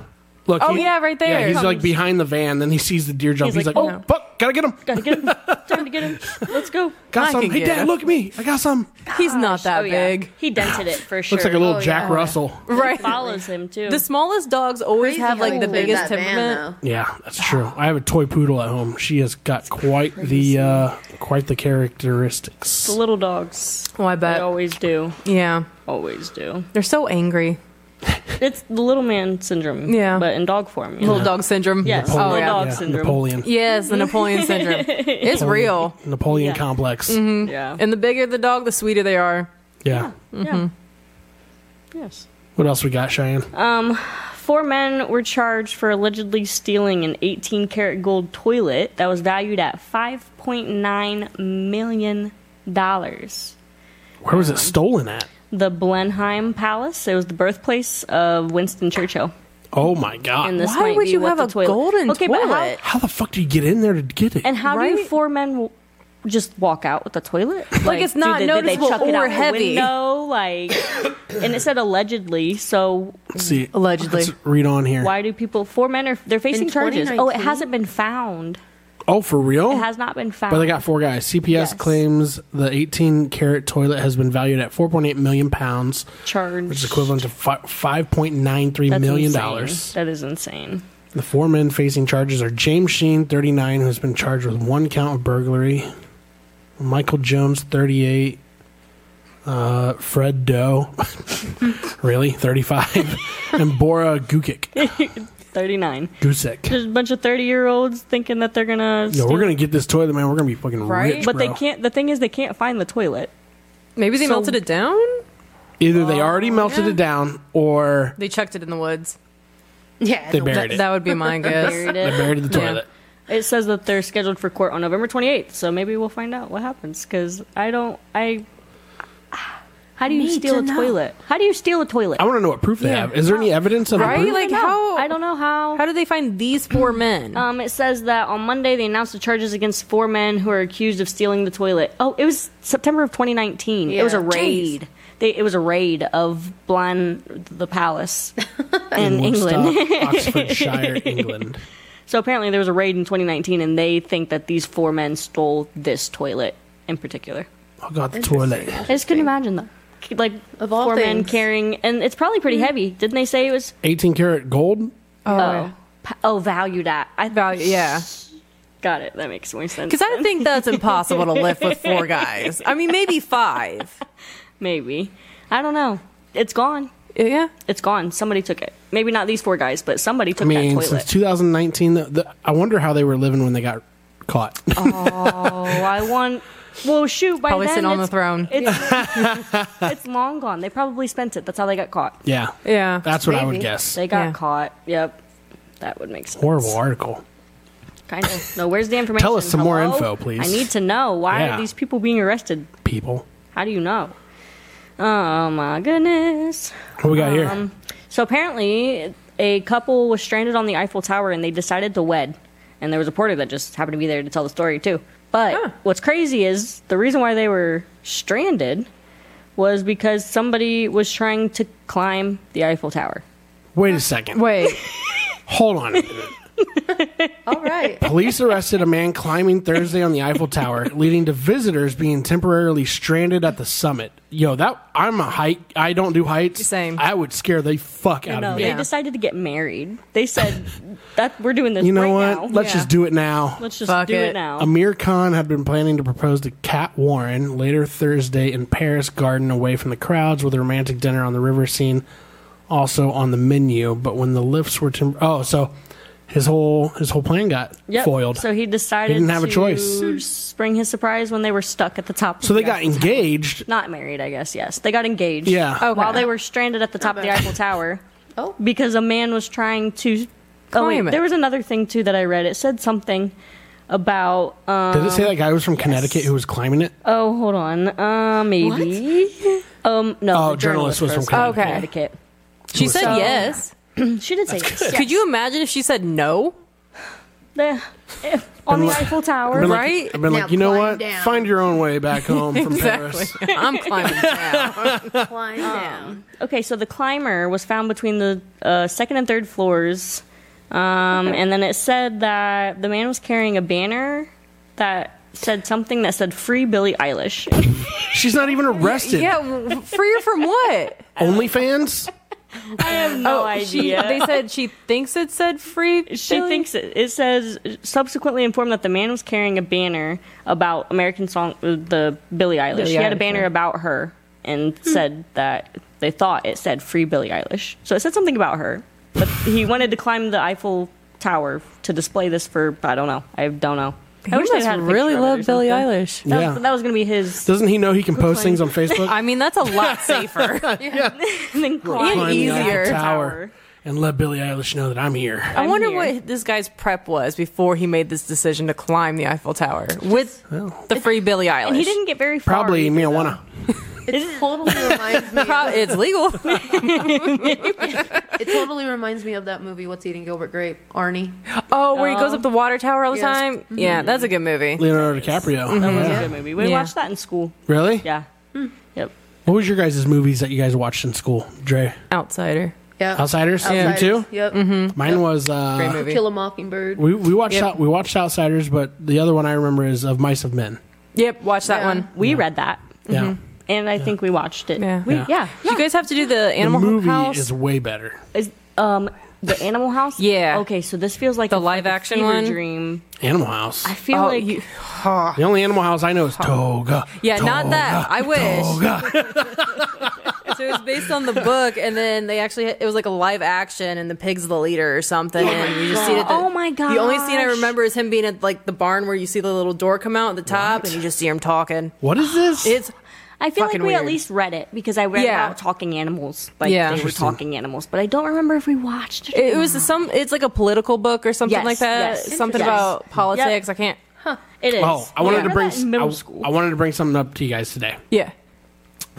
S1: Look.
S2: Oh, yeah, right there.
S1: Yeah, he's like
S3: Comes.
S1: behind the van, then he sees the deer jump. He's,
S3: He's
S1: like,
S3: like,
S1: "Oh,
S2: no."
S1: fuck, gotta get him! <laughs>
S3: Gotta get him. Time to get him. Let's go.
S1: Got
S2: I
S1: some!
S2: can
S1: Hey,
S2: get
S1: Dad,
S2: him.
S1: look at me! I got some!"
S2: He's not that
S3: Oh, yeah.
S2: big.
S3: He dented it for sure.
S1: Looks like a little
S4: Oh,
S1: Jack
S4: yeah.
S1: Russell.
S2: Right.
S3: follows him too.
S2: The smallest dogs always
S4: Crazy
S2: have
S4: how
S2: like
S4: he
S2: the
S4: cleared
S2: biggest
S4: that van,
S2: temperament.
S4: though.
S1: Yeah, that's true. I have a toy poodle at home. She has got quite the uh, quite the characteristics.
S3: The little dogs.
S2: Oh, I
S3: They
S2: bet.
S3: always do.
S2: Yeah,
S3: Always do.
S2: they're so angry.
S3: It's the little man syndrome.
S2: Yeah.
S3: But in dog form. You
S2: Little
S3: know?
S2: dog syndrome.
S3: Yes,
S2: Oh
S3: little
S2: yeah.
S3: dog.
S1: Yeah,
S3: syndrome.
S1: Napoleon.
S2: Yes, the Napoleon syndrome. It's real.
S1: Napoleon
S3: Yeah. Mm-hmm.
S1: complex.
S3: Yeah.
S2: Mm-hmm. And the bigger the dog, the sweeter they are.
S1: Yeah.
S3: yeah.
S2: Mm-hmm.
S3: Yes.
S1: What else we got, Cheyenne?
S3: Four men were charged for allegedly stealing an 18 karat gold toilet that was valued at $5.9 million. The
S1: Where was it stolen at?
S3: Blenheim Palace. It was the birthplace of Winston Churchill.
S1: Oh my god!
S3: And this
S2: Why
S3: might
S2: would
S3: be
S2: you
S3: with
S2: have
S3: the
S2: a
S3: toilet.
S2: golden
S3: okay, But how,
S2: toilet?
S1: How the fuck do you get in there to get it?
S3: and how do
S2: Right?
S3: you four men w- just walk out with the toilet? Like,
S2: it's not
S3: do they, did they
S2: noticeable
S3: chuck it out
S2: or
S3: the
S2: heavy.
S3: window? Like, <coughs> and it said allegedly. So
S1: Let's see,
S2: Allegedly.
S1: Let's read on here.
S3: why do people? Four men are they're facing charges. Oh, it
S4: 2019?
S3: hasn't been found.
S1: Oh, for real?
S3: It has not been found.
S1: But they got four guys. CPS
S3: Yes.
S1: claims the 18 carat toilet has been valued at 4.8 million pounds,
S3: charged.
S1: which is equivalent to fi- 5.93
S3: That's
S1: million
S3: insane.
S1: dollars.
S3: That is insane.
S1: The four men facing charges are James Sheen, 39, who has been charged with one count of burglary, Michael Jones, 38, uh, Fred Doe, <laughs> really, 35, <laughs> and Bora
S3: <laughs>
S1: Gukic,
S3: Thirty-nine.
S1: Gusek.
S3: There's a bunch of thirty-year-olds thinking that they're gonna.
S1: Yo,
S3: steal-
S1: we're gonna get this toilet, man. We're gonna be fucking
S2: Right?
S1: rich,
S3: But they
S1: bro.
S3: can't. The thing is, they can't find the toilet.
S2: Maybe they
S3: So-
S2: melted it down.
S1: Either they already melted
S2: Oh, yeah.
S1: it down, or
S2: They chucked it in the woods.
S4: Yeah,
S1: They
S4: no,
S1: buried
S2: That,
S1: it.
S2: that would be my guess.
S3: <laughs> Buried
S1: they
S3: it.
S1: buried the
S2: Yeah.
S1: toilet.
S3: It says that they're scheduled for court on November 28th, so maybe we'll find out what happens. Because I don't, I. How do you
S4: Need
S3: steal
S4: to
S3: a
S4: know.
S3: toilet? How do you steal a toilet?
S1: I want to know what proof they have. Is there any evidence of the
S2: Right?
S1: proof?
S2: Like how?
S3: I don't know
S2: How
S3: how.
S2: did they find these four men?
S3: Um, it says that on Monday they announced the charges against four men who are accused of stealing the toilet. Oh, it was September of 2019. It was a
S4: Yeah.
S3: raid. They, it was a raid of Blonde the Palace in England. <laughs>
S1: Woodstock,
S2: <laughs>
S1: Oxfordshire, England.
S3: So apparently there was a raid in 2019, and they think that these four men stole this toilet in particular.
S1: Oh god, the toilet.
S3: I just couldn't imagine though. Like
S4: Of all
S3: four men
S4: things.
S3: carrying, and it's probably pretty
S2: Mm-hmm.
S3: heavy. Didn't they say it was?
S1: 18 karat gold.
S3: Oh, p- oh, value that. I
S2: Value, yeah.
S3: got it. That makes more sense.
S2: Because I think that's impossible to lift with four guys. I mean, maybe five.
S3: maybe I don't know. It's gone.
S2: Yeah.
S3: It's gone. Somebody took it. Maybe not these four guys, but somebody took
S1: I mean,
S3: that
S1: since
S3: toilet.
S1: 2019, the, the, I wonder how they were living when they got caught.
S3: Oh, I want. Well, shoot. By
S2: Probably
S3: then,
S2: sitting on the
S3: it's-
S2: throne.
S3: It's, <laughs> it's long gone. They probably spent it. That's how they got caught.
S1: <laughs> yeah,
S2: Yeah.
S1: that's what I would
S4: Maybe.
S1: guess.
S3: They got
S2: Yeah.
S3: caught. Yep. That would make sense.
S1: Horrible article.
S3: Kind of. No, where's the information?
S1: Tell us some more
S3: Hello?
S1: info, please.
S3: I need to know. Why
S1: Yeah.
S3: are these people being arrested?
S1: People,
S3: How do you know? Oh my goodness.
S1: what we got here?
S3: Um, so apparently, a couple was stranded on the Eiffel Tower and they decided to wed. And there was a porter that just happened to be there to tell the story, too. But what's crazy is the reason why they were stranded was because somebody was trying to climb the Eiffel Tower.
S1: Wait a second.
S2: Wait.
S1: Hold on. a minute.
S3: <laughs>
S4: all right.
S1: Police arrested a man climbing Thursday on the Eiffel Tower, leading to visitors being temporarily stranded at the summit. Yo, that I'm a height. I don't do heights.
S2: Same.
S1: I would scare the fuck out
S3: No,
S1: of me.
S3: they
S2: Yeah.
S3: decided to get married.
S1: <laughs>
S3: They said that we're doing this.
S1: You know
S3: right
S1: what?
S3: Now.
S1: Let's just do it now.
S3: Let's just
S2: Fuck
S3: do it,
S2: it.
S3: now.
S1: Amir Khan had been planning to propose to Kat Warren later Thursday in Paris garden away from the crowds with a romantic dinner on the river scene also on the menu but when the lifts were tim- oh so his whole his whole plan got
S3: Yep.
S1: foiled
S3: So he decided
S1: He didn't have a
S3: to
S1: choice.
S3: Spring his surprise when they were stuck at the top. of
S1: So they
S3: the
S1: got
S3: Eiffel Tower.
S1: engaged
S3: Not married, I guess. Yes, they got engaged. Oh,
S1: Yeah. Okay.
S3: While they were stranded at the top of the Eiffel Tower,
S4: Oh.
S3: because a man was trying to. Oh wait,
S2: Climb it.
S3: there was another thing too that I read. It said something about. Um,
S1: did it say that guy was from Connecticut who was climbing it
S3: Oh, hold on. Uh, maybe. Um, no.
S1: Oh,
S3: the
S1: journalist was from
S2: Connecticut. Okay.
S3: Connecticut.
S2: She said
S3: So-
S2: yes.
S3: She did say yes.
S2: Could you imagine if she said no?
S3: The- eh, on the
S1: like-
S3: Eiffel Tower?
S1: I've been like-
S2: Right?
S1: I've been
S4: Now
S1: like you know
S4: climb
S1: what
S4: down.
S1: find your own way
S2: <laughs>
S1: back home from Paris
S2: I'm climbing down.
S4: Climb down.
S3: Okay, so the climber was found between the uh, second and third floors, um, and then it said that the man was carrying a banner that said something that said "Free Billie Eilish."
S1: she's not even arrested
S2: <laughs> Yeah, w- free her from what?
S1: OnlyFans
S3: I have no
S2: Oh, She,
S3: idea.
S2: they said she thinks it said free.
S3: she
S2: Billie?
S3: thinks it, it says subsequently informed that the man was carrying a banner about American song, uh, the Billie Eilish.
S2: Billie
S3: she had a
S2: Eilish,
S3: banner
S2: yeah. Hmm.
S3: about her and said that they thought it said "Free Billie Eilish," so it said something about her. But he wanted to climb the Eiffel Tower to display this for I don't know. I don't know. I
S2: You
S3: wish they
S2: must
S3: had a picture
S2: really
S3: of it or
S2: love Billie
S3: something.
S2: Eilish.
S3: That,
S1: Yeah.
S3: was, that was gonna be his.
S1: doesn't he know he can post things on Facebook
S2: I mean, that's a lot
S3: <laughs>
S2: safer.
S3: And
S2: Climb
S3: then climb
S1: Climbing the Eiffel
S2: easier.
S1: tower and let Billie Eilish know that I'm here
S2: I wonder
S3: here.
S2: what this guy's prep was before he made this decision to climb the Eiffel Tower with the free Billie Eilish.
S3: And he didn't get very far.
S1: Probably
S3: either, though.
S1: marijuana.
S4: It totally
S2: <laughs>
S4: reminds me.
S2: Pro-
S4: Of,
S2: it's
S3: <laughs>
S2: legal.
S4: it totally reminds me of that movie. What's eating Gilbert Grape? Arnie.
S2: Oh, where he goes
S3: Oh. Mm-hmm.
S2: up the water tower all the
S4: Yes.
S2: time. Yeah, that's a good movie.
S1: Leonardo DiCaprio.
S2: Mm-hmm.
S1: Uh-huh.
S3: That was
S4: Yeah.
S3: a good movie. We
S2: Yeah. Hmm.
S3: watched that in school.
S1: Really?
S3: Yeah. Yep.
S1: What was your guys' movies that you guys watched in school, Dre?
S2: Outsider.
S4: Yeah.
S1: Outsiders? You
S4: Outsiders.
S1: too?
S4: Yep.
S1: Mine was
S2: Great
S1: uh,
S2: movie.
S4: Kill a Mockingbird.
S1: we we watched
S2: Yep.
S1: out, we watched Outsiders, but the other one I remember is Of Mice of Men.
S2: Yep, watch that
S4: Yeah.
S2: one.
S3: We read that.
S2: Mm-hmm.
S1: Yeah,
S3: And I think we watched it.
S2: Yeah.
S3: We,
S1: Yeah.
S3: yeah.
S2: You guys have to do the
S1: the
S2: Animal
S1: movie
S2: House.
S1: is way better.
S3: Is um the Animal House?
S2: Yeah.
S3: Okay, so this feels like
S2: The
S3: it's like
S2: live
S3: a
S2: action
S3: fever
S2: one?
S3: Dream.
S1: Animal House.
S3: I feel
S2: Oh,
S3: like
S2: you-
S1: the only Animal House I know is Toga.
S2: yeah, not
S1: Toga.
S2: that. I wish.
S1: Toga.
S2: <laughs> So it was based on the book, and then they actually it was like a live action, and the pig's the leader or something. and you just see it. At the,
S3: Oh my
S2: The only scene I
S3: gosh.
S2: remember is him being at like the barn where you see the little door come out at the top, and you just see him talking.
S1: What is this?
S2: It's
S3: I feel like we
S2: fucking
S3: at
S2: weird.
S3: least read it because I read
S2: Yeah.
S3: about talking animals. Like
S2: Yeah.
S3: they were
S1: Interesting.
S3: talking animals, but I don't remember if we watched it.
S2: it, it was some. It's like a political book or something
S3: Yes,
S2: like that.
S3: yes.
S2: Something
S3: Yes.
S2: about politics. I can't.
S3: It is.
S1: oh, I wanted
S3: Yeah.
S1: to bring
S3: Remember that in middle
S1: I,
S3: school.
S1: I wanted to bring something up to you guys today.
S2: Yeah.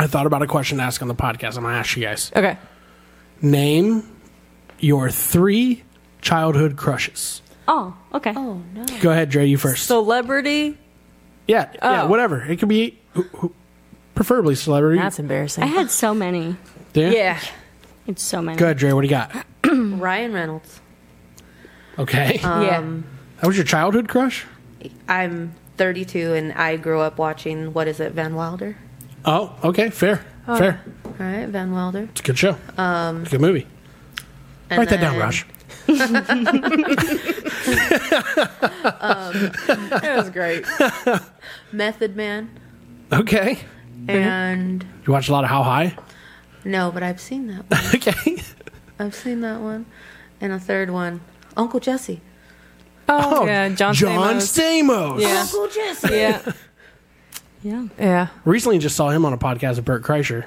S1: I thought about a question to ask on the podcast. I'm gonna ask you guys.
S2: Okay.
S1: Name your three childhood crushes.
S3: oh, okay.
S4: Oh no.
S1: Go ahead, Dre. You first.
S2: Celebrity.
S1: yeah, yeah,
S2: Oh.
S1: whatever. It could be who- who- preferably celebrity.
S2: That's embarrassing.
S3: I had so many.
S1: yeah.
S2: yeah.
S3: It's so many.
S1: Go ahead, Dre. What do you got?
S4: Ryan Reynolds.
S1: Okay.
S2: yeah.
S1: that was your childhood crush?
S4: I'm 32 and I grew up watching what is it? Van Wilder.
S1: Oh, okay. Fair. Fair.
S4: All right, Van Wilder.
S1: It's a good show. Um, good movie.
S4: And
S1: Write that down,
S4: then-
S1: Raj.
S4: That
S1: <laughs>
S4: was great. Method Man
S1: Okay.
S4: and
S1: You watch a lot of How High?
S4: no, but I've seen that. One.
S1: Okay.
S4: I've seen that one, and a third one, Uncle Jesse.
S2: Oh, yeah. John.
S1: John
S2: Stamos.
S1: Stamos.
S2: Yeah.
S4: Uncle Jesse.
S2: yeah.
S3: Yeah.
S2: Yeah.
S1: Recently just saw him on a podcast with Bert Kreischer.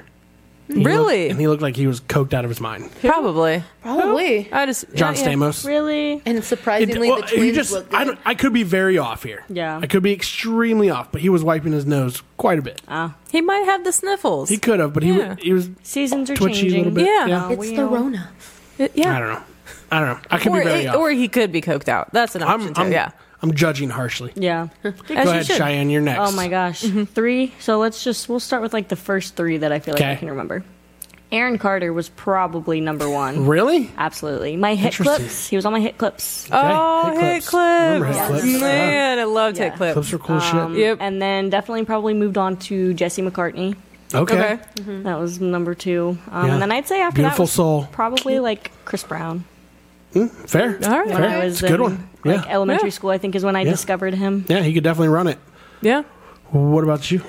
S1: He
S2: Really?
S1: looked- and he looked like he was coked out of his mind.
S2: Probably.
S4: Probably.
S2: I just
S1: John
S2: yeah, yeah.
S1: Stamos.
S3: Really?
S4: And
S1: It-
S4: surprisingly,
S1: well,
S4: the
S1: you
S4: twins
S1: just-
S4: look good.
S1: I, don't- I could be very off here.
S3: Yeah.
S1: I could be extremely off, but he was wiping his nose quite a bit.
S3: Ah,
S2: He might have the sniffles.
S1: He could have, but he,
S2: Yeah.
S1: w- he was.
S3: Seasons are
S1: Twitchy a
S3: changing.
S1: little bit.
S2: Yeah.
S1: Yeah.
S4: it's the Rona.
S2: Uh, yeah.
S1: I don't know. I don't know. I could
S2: or,
S1: be very
S2: it-
S1: off.
S2: or he could be coked out. That's an option
S1: I'm,
S2: too.
S1: I'm,
S2: yeah.
S1: I'm judging harshly.
S3: <laughs> Yeah.
S1: Go ahead, Cheyenne. You're next.
S3: Oh my gosh. Three. So let's just we'll start with like the first three that I feel like
S1: Okay.
S3: I can remember. Aaron Carter was probably number one.
S1: Really?
S3: Absolutely. My hit
S1: Interesting. Uh,
S3: clips. He was on my hit clips.
S2: Oh,
S1: Hit
S2: hit
S1: clips.
S2: clips.
S1: Remember hit clips.
S2: Man, I loved hit
S3: Yeah.
S2: clips.
S1: Clips are cool
S3: Um,
S1: shit.
S2: Yep.
S3: And then definitely probably moved on to Jesse McCartney.
S1: Okay.
S2: Okay.
S3: That was number two. Um,
S1: Yeah.
S3: And then I'd say after
S1: Beautiful
S3: that was
S1: soul.
S3: probably like Chris Brown.
S1: Hmm, Fair.
S2: All right. um,
S1: Fair.
S3: When I was
S1: it's a good
S3: in,
S1: one. Yeah.
S3: Like elementary
S2: Yeah.
S3: school, I think is when I
S1: Yeah.
S3: discovered him.
S1: yeah, he could definitely run it.
S2: Yeah.
S1: What about you?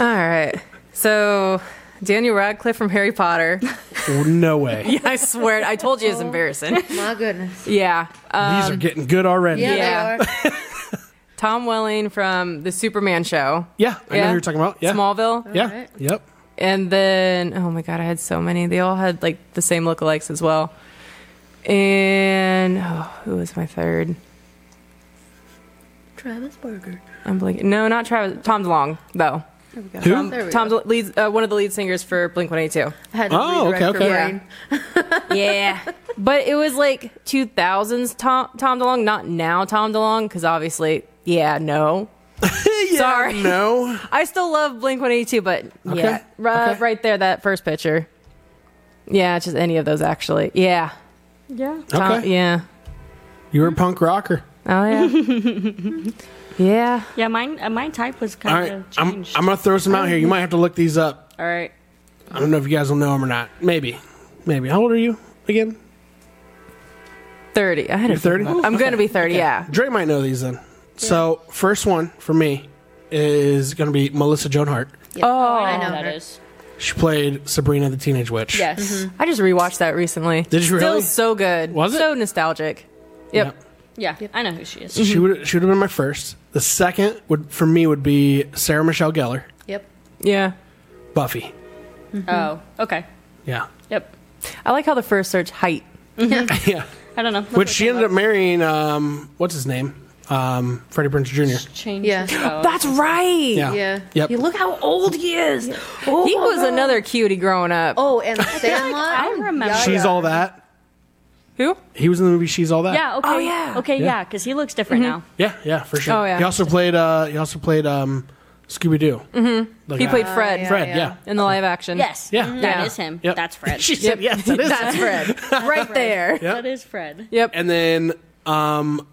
S2: All right. So Daniel Radcliffe from
S1: <laughs>
S2: Harry Potter.
S1: Oh, No way.
S2: yeah, I swear. it. I told you it was
S1: <laughs>
S2: embarrassing.
S4: My goodness.
S2: <laughs> Yeah. Uh,
S1: These are getting good already.
S4: Yeah,
S1: Yeah,
S2: Yeah.
S4: they are.
S2: Tom Welling from the Superman show.
S1: I know who you're talking about. Yeah.
S2: Smallville.
S1: Yeah.
S4: Alright.
S1: Yep.
S2: And then, oh my God, I had so many. They all had like the same lookalikes as well. And oh, who was my third?
S4: Travis Barker.
S2: I'm blinking. No, not Travis. Tom DeLong, though.
S4: There we go.
S1: Who?
S4: There we
S2: Tom's
S4: go.
S2: leads, uh, one of the lead singers for Blink 182.
S4: I had to
S1: Oh,
S4: redirect
S1: okay,
S4: her
S1: okay.
S4: brain.
S2: Yeah. <laughs> but it was like 2000s Tom, Tom DeLong, not now Tom DeLong, because obviously, yeah, no.
S1: <laughs> Yeah,
S2: Sorry.
S1: No.
S2: <laughs> I still love Blink 182, but yeah.
S1: Okay,
S2: ri-
S1: okay.
S2: Right, there, that first picture. Yeah, just any of those, actually. Yeah.
S3: Yeah.
S2: Tom,
S1: Okay.
S2: Yeah.
S1: You were a punk rocker.
S2: Oh, yeah. <laughs> yeah.
S3: Yeah. Mine. Uh, my type was
S1: All
S3: kind
S1: right.
S3: of
S1: I'm,
S3: changed.
S1: I'm going to throw some out here. You might have to look these up.
S3: All right.
S1: I don't know if you guys will know them or not. Maybe. Maybe. How old are you again?
S2: 30. I had a
S1: You're 30?
S2: I'm going to be 30, yeah.
S1: Dre might know these then. So, first one for me is going to be Melissa Joan Hart.
S2: Oh,
S3: I know
S4: know
S3: who that
S4: her.
S3: is. Mm-hmm.
S1: She played Sabrina the Teenage Witch.
S3: Yes.
S2: I just rewatched that recently.
S1: Did you really?
S2: Still so good.
S1: Was it?
S2: So nostalgic. Yep.
S1: Yep.
S3: Yeah. I know who she is.
S1: She would she would have been my first. The second would for me would be Sarah Michelle Gellar,
S4: Yep.
S2: Yeah.
S1: Buffy.
S3: Oh. Okay.
S1: Yeah,
S3: Yep.
S2: I like how the first search height.
S1: <laughs> yeah.
S3: I don't know.
S1: Which she ended up marrying. Um, what's his name? um, Freddie Prince Jr.
S3: Change <laughs>
S4: Yeah.
S3: the spell.
S2: That's right.
S1: Yeah.
S4: Yeah.
S1: Yep.
S3: You look how old he is. Oh,
S2: He
S3: my
S2: was
S3: God.
S2: another cutie growing up.
S4: Oh, and Sandlot.
S3: I
S4: I'm-
S3: remember.
S4: yeah,
S1: She's
S4: yeah.
S1: all that.
S2: Who?
S1: He was in the movie She's All That.
S3: Yeah. Okay.
S2: Oh, yeah.
S3: Okay.
S1: Yeah.
S3: Yeah. Because he looks different now.
S1: Yeah, yeah, for sure.
S2: Oh, yeah.
S1: He also played. Uh, he also played um, Scooby Doo. Mm-hmm.
S2: He played Fred.
S4: yeah.
S1: Fred. Yeah.
S2: in the live action.
S3: Yes. Mm-hmm.
S1: Yeah.
S3: that is
S2: Yeah.
S3: him.
S1: Yep.
S3: <laughs> That's Fred.
S1: she said yes. That is.
S2: That's Fred. Right there.
S1: Yep.
S3: That is Fred.
S2: Yep.
S1: <laughs> And then um,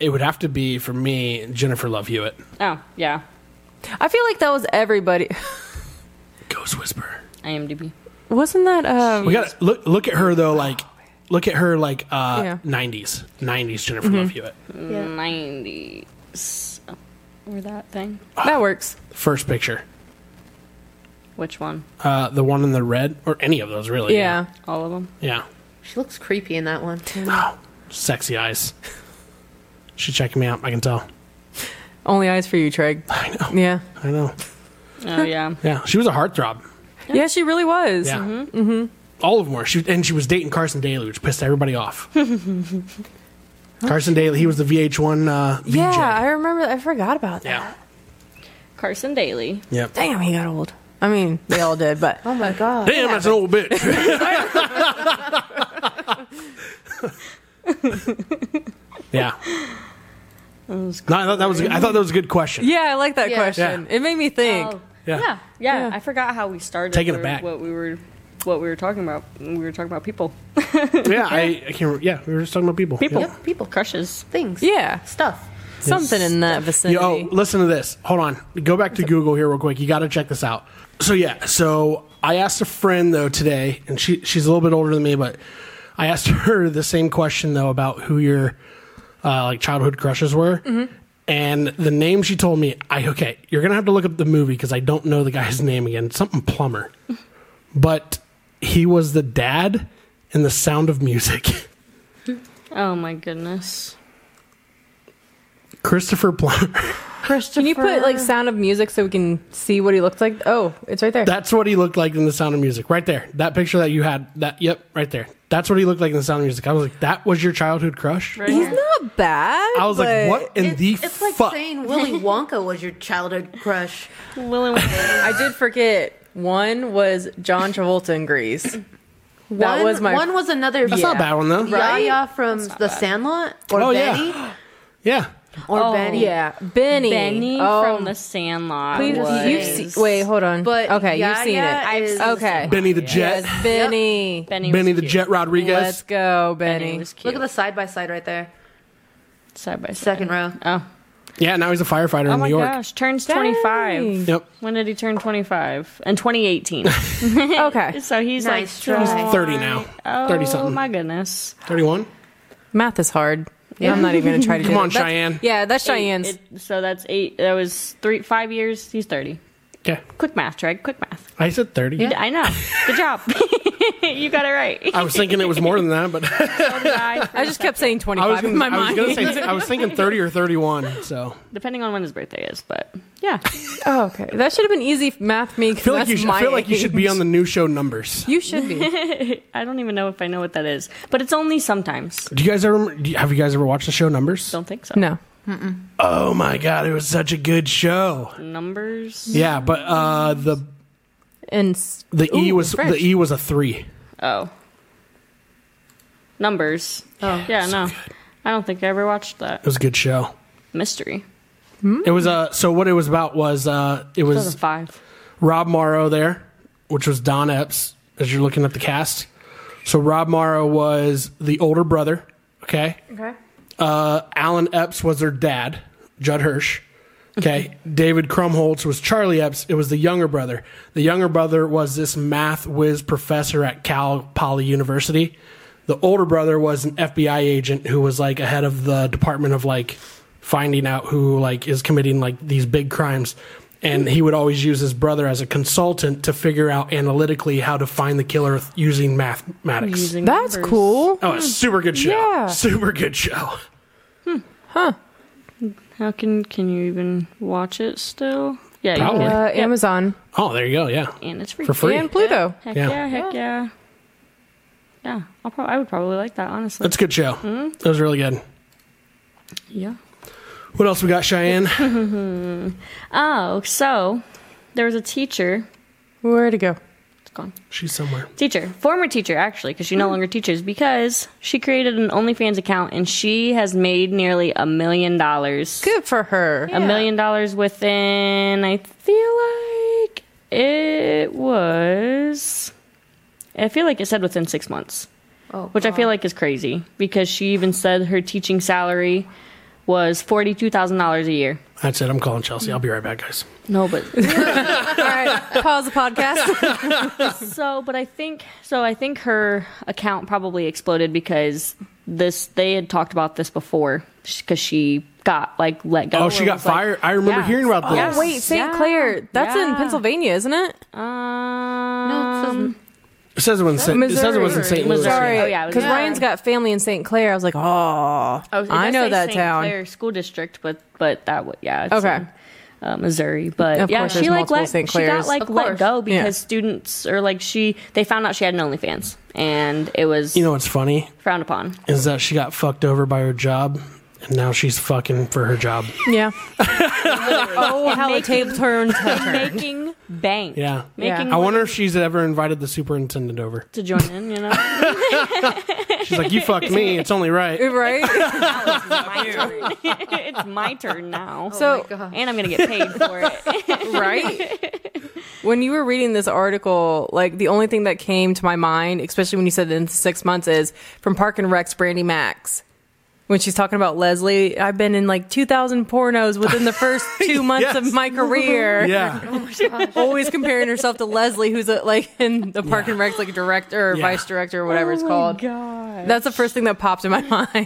S1: it would have to be for me Jennifer Love Hewitt.
S3: Oh yeah.
S2: I feel like that was everybody. <sighs>
S1: Ghost Whisperer.
S3: IMDb.
S2: Wasn't that um
S1: We got look look at her though. Like look at her like uh,
S2: Yeah. Mm-hmm.
S1: nineties nineties Jennifer Love Hewitt.
S4: Mm.
S3: Nineties. Or that thing.
S2: that works.
S1: First picture.
S3: Which one?
S1: Uh, the one in the red or any of those really.
S2: Yeah.
S3: All of them.
S1: Yeah.
S4: She looks creepy in that one.
S1: Oh, sexy eyes. She's checking me out. I can tell. <laughs>
S2: Only eyes for you, Treg.
S1: I know.
S2: Yeah.
S1: I know.
S3: Oh yeah.
S1: Yeah. She was a heartthrob.
S2: Yeah, she really was.
S1: Yeah. Mm-hmm. All of them were. She, and she was dating Carson Daly, which pissed everybody
S2: <laughs>
S1: off. Carson Daly, he was the VH1 uh, VJ.
S2: Yeah, I remember. I forgot about that.
S1: Yeah.
S3: Carson Daly.
S1: Yep.
S2: Damn, he got old. I mean, they all did, but
S4: Oh my god.
S1: Damn, that's an old bitch. yeah. No, I thought that was. I thought that was a good question.
S2: <laughs> yeah, I like that
S4: Yeah.
S2: question.
S1: Yeah.
S2: It made me think.
S3: Oh,
S1: Yeah.
S3: yeah. yeah. Yeah.
S2: Yeah.
S3: I forgot how we started.
S1: Taken
S3: or
S1: aback.
S3: What we were. What we were talking about. We were talking about people.
S1: Yeah, I, I can't. Remember. Yeah, we were just talking about people.
S3: People.
S1: Yeah.
S4: Yep, people,
S3: Crushes.
S4: things,
S2: Yeah,
S4: stuff.
S2: something in that vicinity.
S1: Yo, listen to this. Hold on. Go back to Google here real quick. You got to check this out. So yeah, so I asked a friend though today, and she she's a little bit older than me, but I asked <laughs> her the same question though about who your uh, like childhood crushes were, and the name she told me. I okay, you're gonna have to look up the movie because I don't know the guy's <laughs> name again. Something Plumber, but he was the dad in The Sound of Music. <laughs>
S3: Oh my goodness.
S1: Christopher Plummer.
S2: Can you put like sound of music so we can see what he looked like? Oh, it's right there.
S1: That's what he looked like in The Sound of Music, right there. That picture that you had, that yep, right there. That's what he looked like in The Sound of Music. I was like, that was your childhood crush.
S3: Right
S2: He's
S3: here.
S2: not bad.
S1: I was
S2: but-
S1: like, what in
S4: It-
S1: the
S4: it's like
S1: fuck?
S4: saying Willy Wonka was your childhood crush.
S3: Willy Wonka.
S2: I did forget. One was John Travolta in Grease. that
S4: one,
S2: was my
S4: one was another.
S1: That's not a bad one though.
S2: right?
S4: Yaya from The Sandlot or
S1: Oh, yeah.
S4: Benny
S1: Yeah,
S4: or
S3: Oh.
S4: Benny.
S2: Yeah, Benny.
S3: Benny
S2: Oh,
S3: from The Sandlot.
S2: please,
S3: was-
S2: you've se- wait, hold on.
S4: But
S2: okay, you've
S4: Yaya
S2: seen it.
S4: is-
S2: okay,
S1: Benny the Jet,
S2: Yes, Benny.
S3: Benny,
S1: Benny
S3: was
S1: the
S3: cute.
S1: Jet
S2: Let's
S1: Rodriguez.
S2: go,
S3: Benny
S2: Benny. <laughs>
S3: was cute.
S4: Look at the side by side right there,
S3: side by side.
S4: second row.
S3: Oh,
S1: Yeah, now he's a firefighter
S3: oh
S1: in New
S3: my
S1: York.
S3: gosh! Turns twenty five.
S1: Yep,
S3: When did he turn 25? In 2018.
S2: Okay,
S3: so he's
S4: Nice
S3: like
S4: try.
S1: he's thirty now, thirty
S3: Oh
S1: something,
S3: my goodness.
S1: thirty-one.
S2: math is hard. I'm not even
S1: <laughs>
S2: gonna try to do
S1: Come on,
S2: that. That's-
S1: Cheyenne.
S2: Yeah, that's Cheyenne's.
S3: It- it- so that's eight. That was three, five years. He's 30.
S1: Okay,
S3: Quick math, Treg. Quick math.
S1: I said thirty.
S3: I know. Good job. <laughs> you got it right.
S1: I was thinking it was more than that, but <laughs>
S2: I just kept saying
S1: I was
S2: 25
S1: gonna,
S2: in my
S1: I was
S2: mind.
S1: gonna say I was thinking thirty or thirty-one. So
S3: <laughs> Depending on when his birthday is, but yeah.
S2: <laughs> oh, okay, that should have been easy math. Me,
S1: I feel like you should, I feel like you should be on the new show numbers.
S2: You should <laughs> be.
S3: I don't even know if I know what that is, but it's only sometimes.
S1: Do you guys ever? do you- Have you guys ever watched the show Numbers?
S3: Don't think so.
S2: No.
S1: Oh my god, it was such a good show.
S3: Numbers.
S1: Yeah, but uh, the
S2: And
S1: the E was the E was a three.
S3: Oh. Numbers. Oh. Yeah, no. I don't think I ever watched that.
S1: It was a good show.
S3: Mystery.
S1: It was uh so what it was about was uh it was
S3: 2005.
S1: Rob Morrow there, which was Don Epps, as you're looking at the cast. So Rob Morrow was the older brother, okay?
S2: Okay.
S1: Uh Alan Epps was their dad, Judd Hirsch. Okay. David Krumholtz was Charlie Epps. It was the younger brother. The younger brother was this math whiz professor at Cal Poly University. The older brother was an FBI agent who was like ahead of the department of like finding out who like is committing like these big crimes. And he would always use his brother as a consultant to figure out analytically how to find the killer using mathematics.
S3: Using
S2: That's
S3: numbers.
S2: cool.
S1: oh, it's a super good show.
S2: Yeah.
S1: Super good show.
S3: How can can you even watch it still? Yeah,
S1: Probably.
S3: you
S2: Uh,
S3: can. Yep.
S2: Amazon
S1: Oh, there you go. Yeah.
S3: And it's free.
S1: For free.
S2: and Pluto.
S3: Heck
S1: Yeah.
S3: yeah, heck yeah. Yeah, I'll pro- I would probably like that, honestly.
S1: That's a good show. That was really good.
S3: yeah.
S1: What else we got,
S3: <laughs>
S1: Cheyenne?
S3: Oh, so there was a teacher.
S2: Where'd it go?
S3: It's gone.
S1: She's somewhere.
S3: Teacher, former teacher, actually, because she no longer teaches, because she created an OnlyFans account and she has made nearly a million dollars.
S2: Good for her.
S3: A million dollars within, I feel like it was. I feel like it said within six months,
S4: Oh,
S3: which I feel like is crazy because she even said her teaching salary was $42,000 a year.
S1: That's it. I'm calling Chelsea. I'll be right back, guys.
S3: No, but
S2: All right, pause the <laughs> podcast.
S3: <laughs> so but i think so i think her account probably exploded because this they had talked about this before because she got like let go
S1: Oh, she
S3: and
S1: got
S3: was like-
S1: fired? I remember hearing about
S3: Yes. Oh,
S1: this.
S2: Wait, St. Clair, that's in
S3: Yeah.
S2: Pennsylvania, isn't it?
S3: um,
S4: no,
S1: It says it was in St. It says it was in St. Louis.
S2: Sorry,
S3: Oh, yeah, it was-
S2: because
S3: yeah.
S2: Ryan's got family in St. Clair. I was like, oh,
S3: I, was- it
S2: I
S3: does
S2: know
S3: say
S2: that
S3: St.
S2: town.
S3: Clair school district but but that would yeah it's
S2: Okay.
S3: in, uh, missouri but
S2: Of
S3: yeah
S2: course,
S3: she
S2: there's
S3: like
S2: multiple
S3: let, she
S2: St.
S3: got
S2: Clairs.
S3: like
S4: Of
S3: let
S4: course.
S3: go because
S2: Yeah.
S3: students or like she they found out she had an onlyfans and it was
S1: You know what's funny
S3: frowned upon
S1: is that she got fucked over by her job, and now she's fucking for her job.
S2: Yeah. <laughs> oh, how the tape
S3: <laughs>
S2: turned.
S3: making bank
S1: Yeah.
S3: making
S2: Yeah.
S1: I
S3: money
S1: wonder if she's ever invited the superintendent over.
S3: <laughs> to join in you know
S1: She's
S3: <laughs>
S1: like, "You fucked me. It's only right."
S2: <laughs> Right?
S3: my turn. <laughs> it's my turn now.
S2: So,
S4: my God.
S3: and I'm gonna get paid for it.
S2: right? When you were reading this article, like the only thing that came to my mind, especially when you said in six months, is from Park and Rec's Brandy Max. When she's talking about Leslie, I've been in like 2,000 pornos within the first two months of
S1: Yes.
S2: my
S1: <laughs>
S2: career.
S1: Yeah.
S2: Always comparing herself to Leslie, who's a, like in the Park and Rec's like director or
S1: Yeah.
S2: vice director or whatever it's called. That's the first thing that popped in my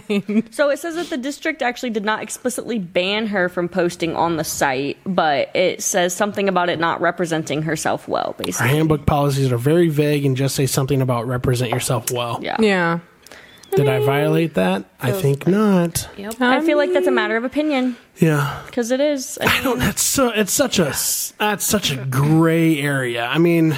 S2: <laughs> mind.
S3: So it says that the district actually did not explicitly ban her from posting on the site, but it says something about it not representing herself well,
S1: Our
S3: basically.
S1: handbook policies are very vague and just say something about represent yourself well.
S3: Yeah.
S2: yeah.
S1: Did I violate that? I think not.
S4: Yep.
S3: I feel like that's a matter of opinion
S1: Yeah.
S3: because it is. I mean,
S1: Well, that's so. It's such a. s- That's such a gray area. I mean,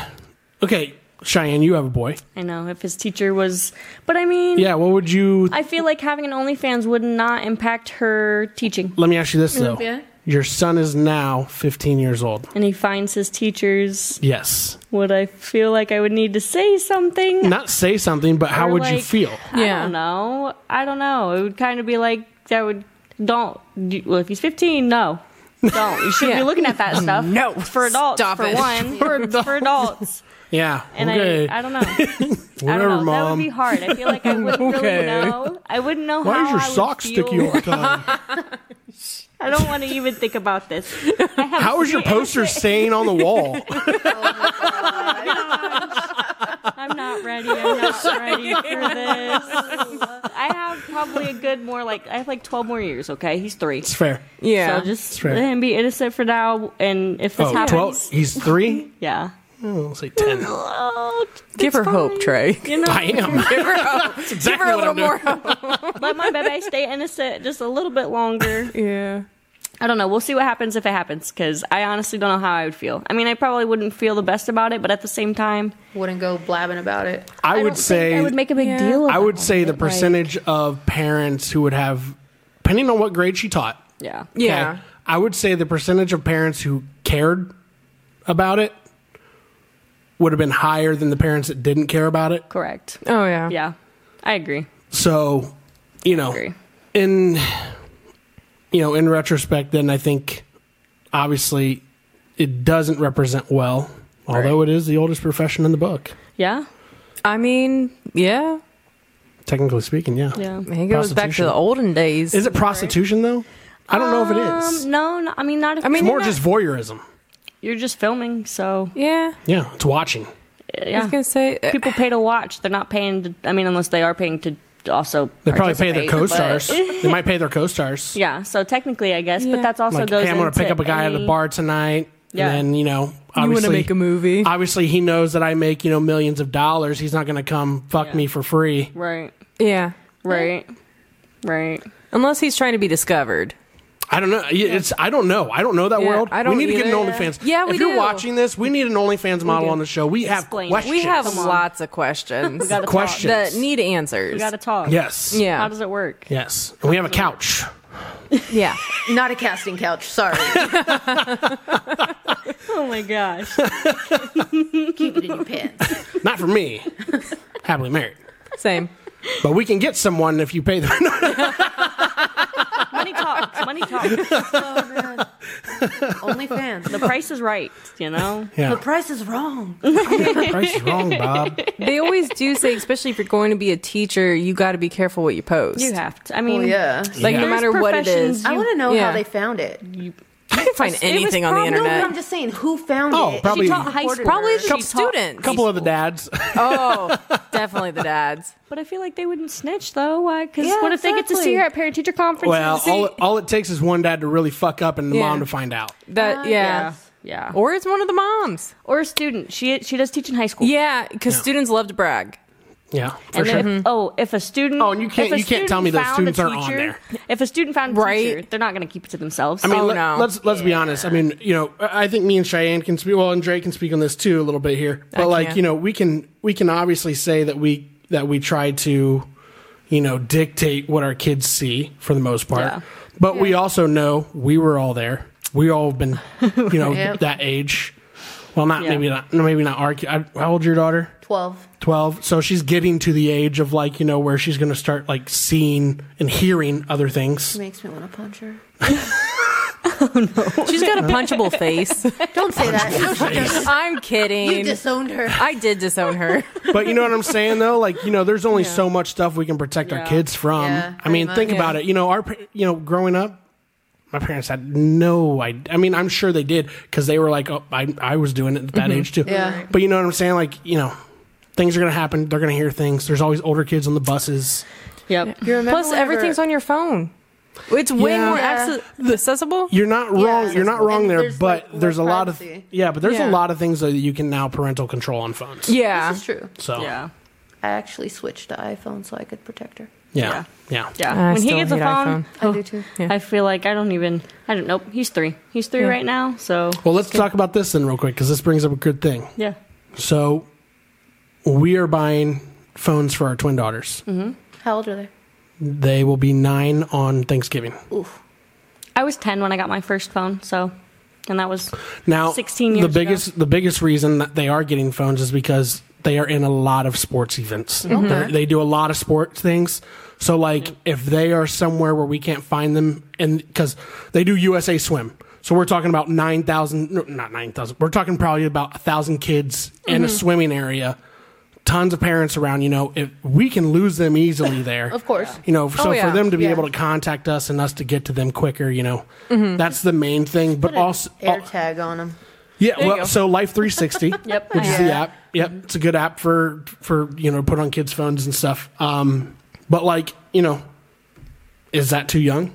S1: okay, Cheyenne, you have a boy.
S3: I know if his teacher was, but I mean,
S1: Yeah. What would you?
S3: I feel like having an OnlyFans would not impact her teaching,
S1: let me ask you this though.
S4: Yeah.
S1: Your son is now 15 years old.
S3: and he finds his teachers.
S1: Yes.
S3: Would I feel like I would need to say something?
S1: Not say something, but how
S3: Or,
S1: would you
S3: like,
S1: feel?
S2: Yeah.
S3: I don't know. I don't know. It would kind of be like that would don't. do- Well, if he's 15, no. Don't. You shouldn't
S2: Yeah.
S3: be looking at that stuff.
S2: No.
S3: For adults,
S2: Stop
S3: for
S2: it. <laughs>
S3: one. For adults.
S1: Yeah.
S3: And
S1: okay.
S3: I, I don't know.
S1: <laughs>
S3: I don't
S1: Whatever,
S3: know. That
S1: mom.
S3: would be hard. I feel like
S1: <laughs>
S3: I wouldn't
S2: Okay.
S3: really know. I wouldn't know
S1: Why
S3: how
S1: is your
S3: I would
S1: sock
S3: feel. <laughs>
S1: sticky all the time?
S3: I don't want to even think about this.
S1: How is your poster staying on the
S3: <laughs>
S1: wall?
S3: I'm not ready. I'm not
S1: <laughs>
S3: ready for this. I have probably a good more like I have like 12 more years. Okay, he's three.
S1: It's fair.
S2: Yeah.
S3: So just
S1: right.
S3: let him be innocent for now. And if this
S1: Oh,
S3: happens,
S1: 12 He's three?
S3: yeah.
S1: Oh, I'll say <laughs> 10.
S3: Oh,
S2: Give her hope, Trey.
S3: you know,
S1: I am.
S2: Give <laughs> her hope. Give
S3: <laughs>
S1: exactly
S2: her a
S1: what I'm
S2: little more
S1: doing.
S2: hope.
S3: let my
S2: <laughs>
S3: bebe stay innocent just a little bit longer.
S2: Yeah.
S3: I don't know. We'll see what happens if it happens because I honestly don't know how I would feel. I mean, I probably wouldn't feel the best about it, but at the same time,
S4: Wouldn't go blabbing about it.
S1: I would
S3: don't
S1: say
S3: think I would make a big
S2: Yeah.
S3: deal. About
S1: I would say
S3: it,
S1: the
S3: like-
S1: percentage of parents who would have depending on what grade she taught.
S3: yeah,
S1: okay,
S2: Yeah.
S1: I would say the percentage of parents who cared about it would have been higher than the parents that didn't care about it.
S3: correct.
S2: Oh yeah.
S3: Yeah, I agree.
S1: So, you know,
S3: Agree.
S1: in you know, in retrospect then I think obviously it doesn't represent well, although it is the oldest profession in the book.
S3: Yeah,
S2: I mean, yeah.
S1: Technically speaking, yeah.
S3: yeah.
S2: I think it goes back to the
S1: Prostitution.
S2: olden days.
S1: Is it prostitution though? I don't know if it is.
S3: Um, no, no, I mean not. If
S2: I mean,
S1: It's more
S2: you're
S1: just voyeurism.
S3: you're just filming, so
S2: yeah.
S1: Yeah, it's watching.
S2: I
S3: yeah.
S2: was gonna say. uh,
S3: People pay to watch. They're not paying. To, I mean, unless they are paying to also.
S1: They probably pay their
S3: participate,
S1: co-stars.
S2: <laughs>
S3: but-
S1: they might pay their co-stars.
S3: Yeah, so technically, I guess,
S2: Yeah.
S3: but that's also
S1: like,
S3: goes.
S1: hey, I'm going to
S3: into
S1: pick up a guy at the
S3: any-
S1: bar tonight.
S3: Yeah.
S1: And then, you know,
S2: you want
S1: obviously,
S2: to make a movie?
S1: obviously he knows that I make, you know, millions of dollars. He's not going to come fuck
S3: Yeah.
S1: me for free.
S3: Right,
S2: yeah.
S3: right, right.
S2: Unless he's trying to be discovered.
S1: I don't know. Y- It's I don't know. I don't know that
S2: Yeah,
S1: world.
S2: I don't
S1: we need to get an
S2: either.
S1: OnlyFans.
S2: Yeah,
S1: if
S2: we
S1: you're
S2: do.
S1: watching this, we need an OnlyFans model
S3: do.
S1: on the show. We have
S3: Explain it.
S1: questions.
S2: We have
S3: Come on.
S2: lots of questions
S3: gotta talk.
S1: questions.
S2: that need
S3: We
S2: answers.
S3: gotta talk.
S1: yes.
S2: Yeah.
S3: <laughs> How does it work?
S1: Yes. And we have a couch.
S2: Yeah.
S4: Not a casting couch. Sorry.
S3: Oh my gosh.
S4: Keep it in your pants.
S1: Not for me. Happily married.
S2: Same.
S1: But we can get someone if you pay them.
S3: Money talks. Money talks.
S4: Oh, man. Only fans.
S3: The price is right, you know?
S4: The <laughs>
S1: yeah.
S4: price is wrong.
S1: <laughs> Price is wrong, Bob.
S2: They always do say, especially if you're going to be a teacher, you got to be careful what you post.
S3: You have to. I mean,
S4: Well, yeah.
S2: Like,
S1: Yeah.
S2: no matter what it
S3: There's
S2: is,
S3: professions
S4: I want to know
S2: Yeah.
S4: how they found it.
S2: you can find
S3: it was
S2: anything on the
S3: prob- no,
S4: No, but
S2: internet.
S4: I'm just saying, who found
S1: Oh,
S4: it?
S1: probably-
S3: she taught high school.
S2: Probably
S3: she
S2: the
S3: taught-
S1: A
S2: students.
S1: couple of the dads.
S2: Oh, definitely the dads.
S3: But I feel like they wouldn't snitch though. Why? Because
S4: Yeah,
S3: what if they get to see
S4: exactly.
S3: her at parent teacher conferences?
S1: Well,
S3: See-
S1: all, all it takes is one dad to really fuck up and the
S2: Yeah.
S1: mom to find out.
S2: That
S4: Uh,
S2: yeah.
S4: yes.
S3: yeah. Or,
S2: Or it's one of the moms.
S3: or a student. She she does teach in high school.
S2: Yeah, because
S1: Yeah.
S2: students love to brag.
S1: Yeah, for
S3: And
S1: sure.
S3: if, oh, if a student.
S1: Oh, and you can't-
S3: if a
S1: you can't tell
S3: student
S1: me those
S3: found a
S1: students aren't on
S3: teacher- If a student found a
S2: Right.
S3: teacher, they're not going to keep it to themselves.
S1: I mean,
S2: Oh,
S1: let,
S2: no.
S1: us let's be honest. I mean, you know, I I think me and Cheyenne can speak. Well, and Dre can speak on this too a little bit here. But like,
S2: can.
S1: you know, we can we can obviously say that we that we try to, you know, dictate what our kids see for the most part.
S3: Yeah.
S1: But we also know we were all there. We all have been, you know,
S4: Yep.
S1: that age. Well, not
S3: Yeah.
S1: maybe not maybe not our. ki- I- How old's your daughter?
S4: 12.
S1: 12 so she's getting to the age of like you know where she's going to start like seeing and hearing other things
S4: Makes me want to punch her.
S2: She's got a punchable
S1: <laughs>
S2: face.
S4: Don't say <laughs> that.
S2: I'm kidding.
S4: You disowned her.
S2: I did disown her.
S1: but you know what i'm saying though like you know there's only so much stuff we can protect our
S3: Yeah.
S1: kids from
S4: Yeah,
S1: i mean
S4: pretty
S1: think
S4: much.
S1: about it you know our pa- you know growing up my parents had no idea. I mean, I'm sure they did because they were like, oh, I, I was doing it at that age too.
S4: Mm-hmm. Yeah. Right.
S1: But you know what I'm saying? Like, you know, things are going to happen. They're going to hear things. There's always older kids on the buses.
S3: yep.
S4: You remember
S2: Plus,
S4: whenever-
S2: everything's on your phone. It's way
S1: Yeah.
S2: more
S4: Yeah.
S2: acce- accessible.
S1: You're not wrong. You're not
S4: accessible.
S1: wrong
S4: And
S1: there,
S4: there's,
S1: but
S4: like, more
S1: there's a lot of
S4: privacy.
S1: yeah, but there's
S2: Yeah.
S1: a lot of things though, that you can now parental control on phones.
S2: Yeah.
S4: This is true.
S1: So
S3: Yeah.
S4: I actually switched to iPhone so I could protect her.
S1: Yeah. Yeah.
S3: Yeah.
S2: I
S3: when he
S2: still
S3: gets a
S2: hate
S3: phone,
S2: Oh.
S4: I do too.
S2: Yeah.
S3: I feel like I don't even. I don't. Nope. He's three. He's three
S2: Yeah.
S3: right now. So
S1: Well, let's talk about this then, real quick, because this brings up a good thing.
S3: yeah.
S1: So, we are buying phones for our twin daughters.
S4: How old are they?
S1: They will be nine on Thanksgiving.
S4: Oof.
S3: I was ten when I got my first phone. So, and that was
S1: Now,
S3: 16
S1: the
S3: years
S1: biggest the biggest reason that they are getting phones is because they are in a lot of sports events. They're- They do a lot of sports things. So, like, if they are somewhere where we can't find them, and because they do USA Swim, so we're talking about nine thousand, no, not nine thousand. We're talking probably about a thousand kids in
S4: Mm-hmm.
S1: a swimming area. Tons of parents around. You know, if we can lose them
S4: <laughs>
S1: easily there,
S4: Of course. Oh,
S1: you know, so
S2: yeah.
S1: for them to be
S4: Yeah.
S1: able to contact us and us to get to them quicker, you know,
S4: Mm-hmm.
S1: that's the main thing. But also,
S2: Oh.
S1: uh,
S4: Air tag on them.
S1: yeah,
S2: you
S1: well,
S2: go.
S1: so Life 360,
S3: <laughs> Yep.
S1: which is the
S4: Yeah.
S1: app. Yep, it's a good app for for you know put on kids' phones and stuff. Um, but like you know, is that too young?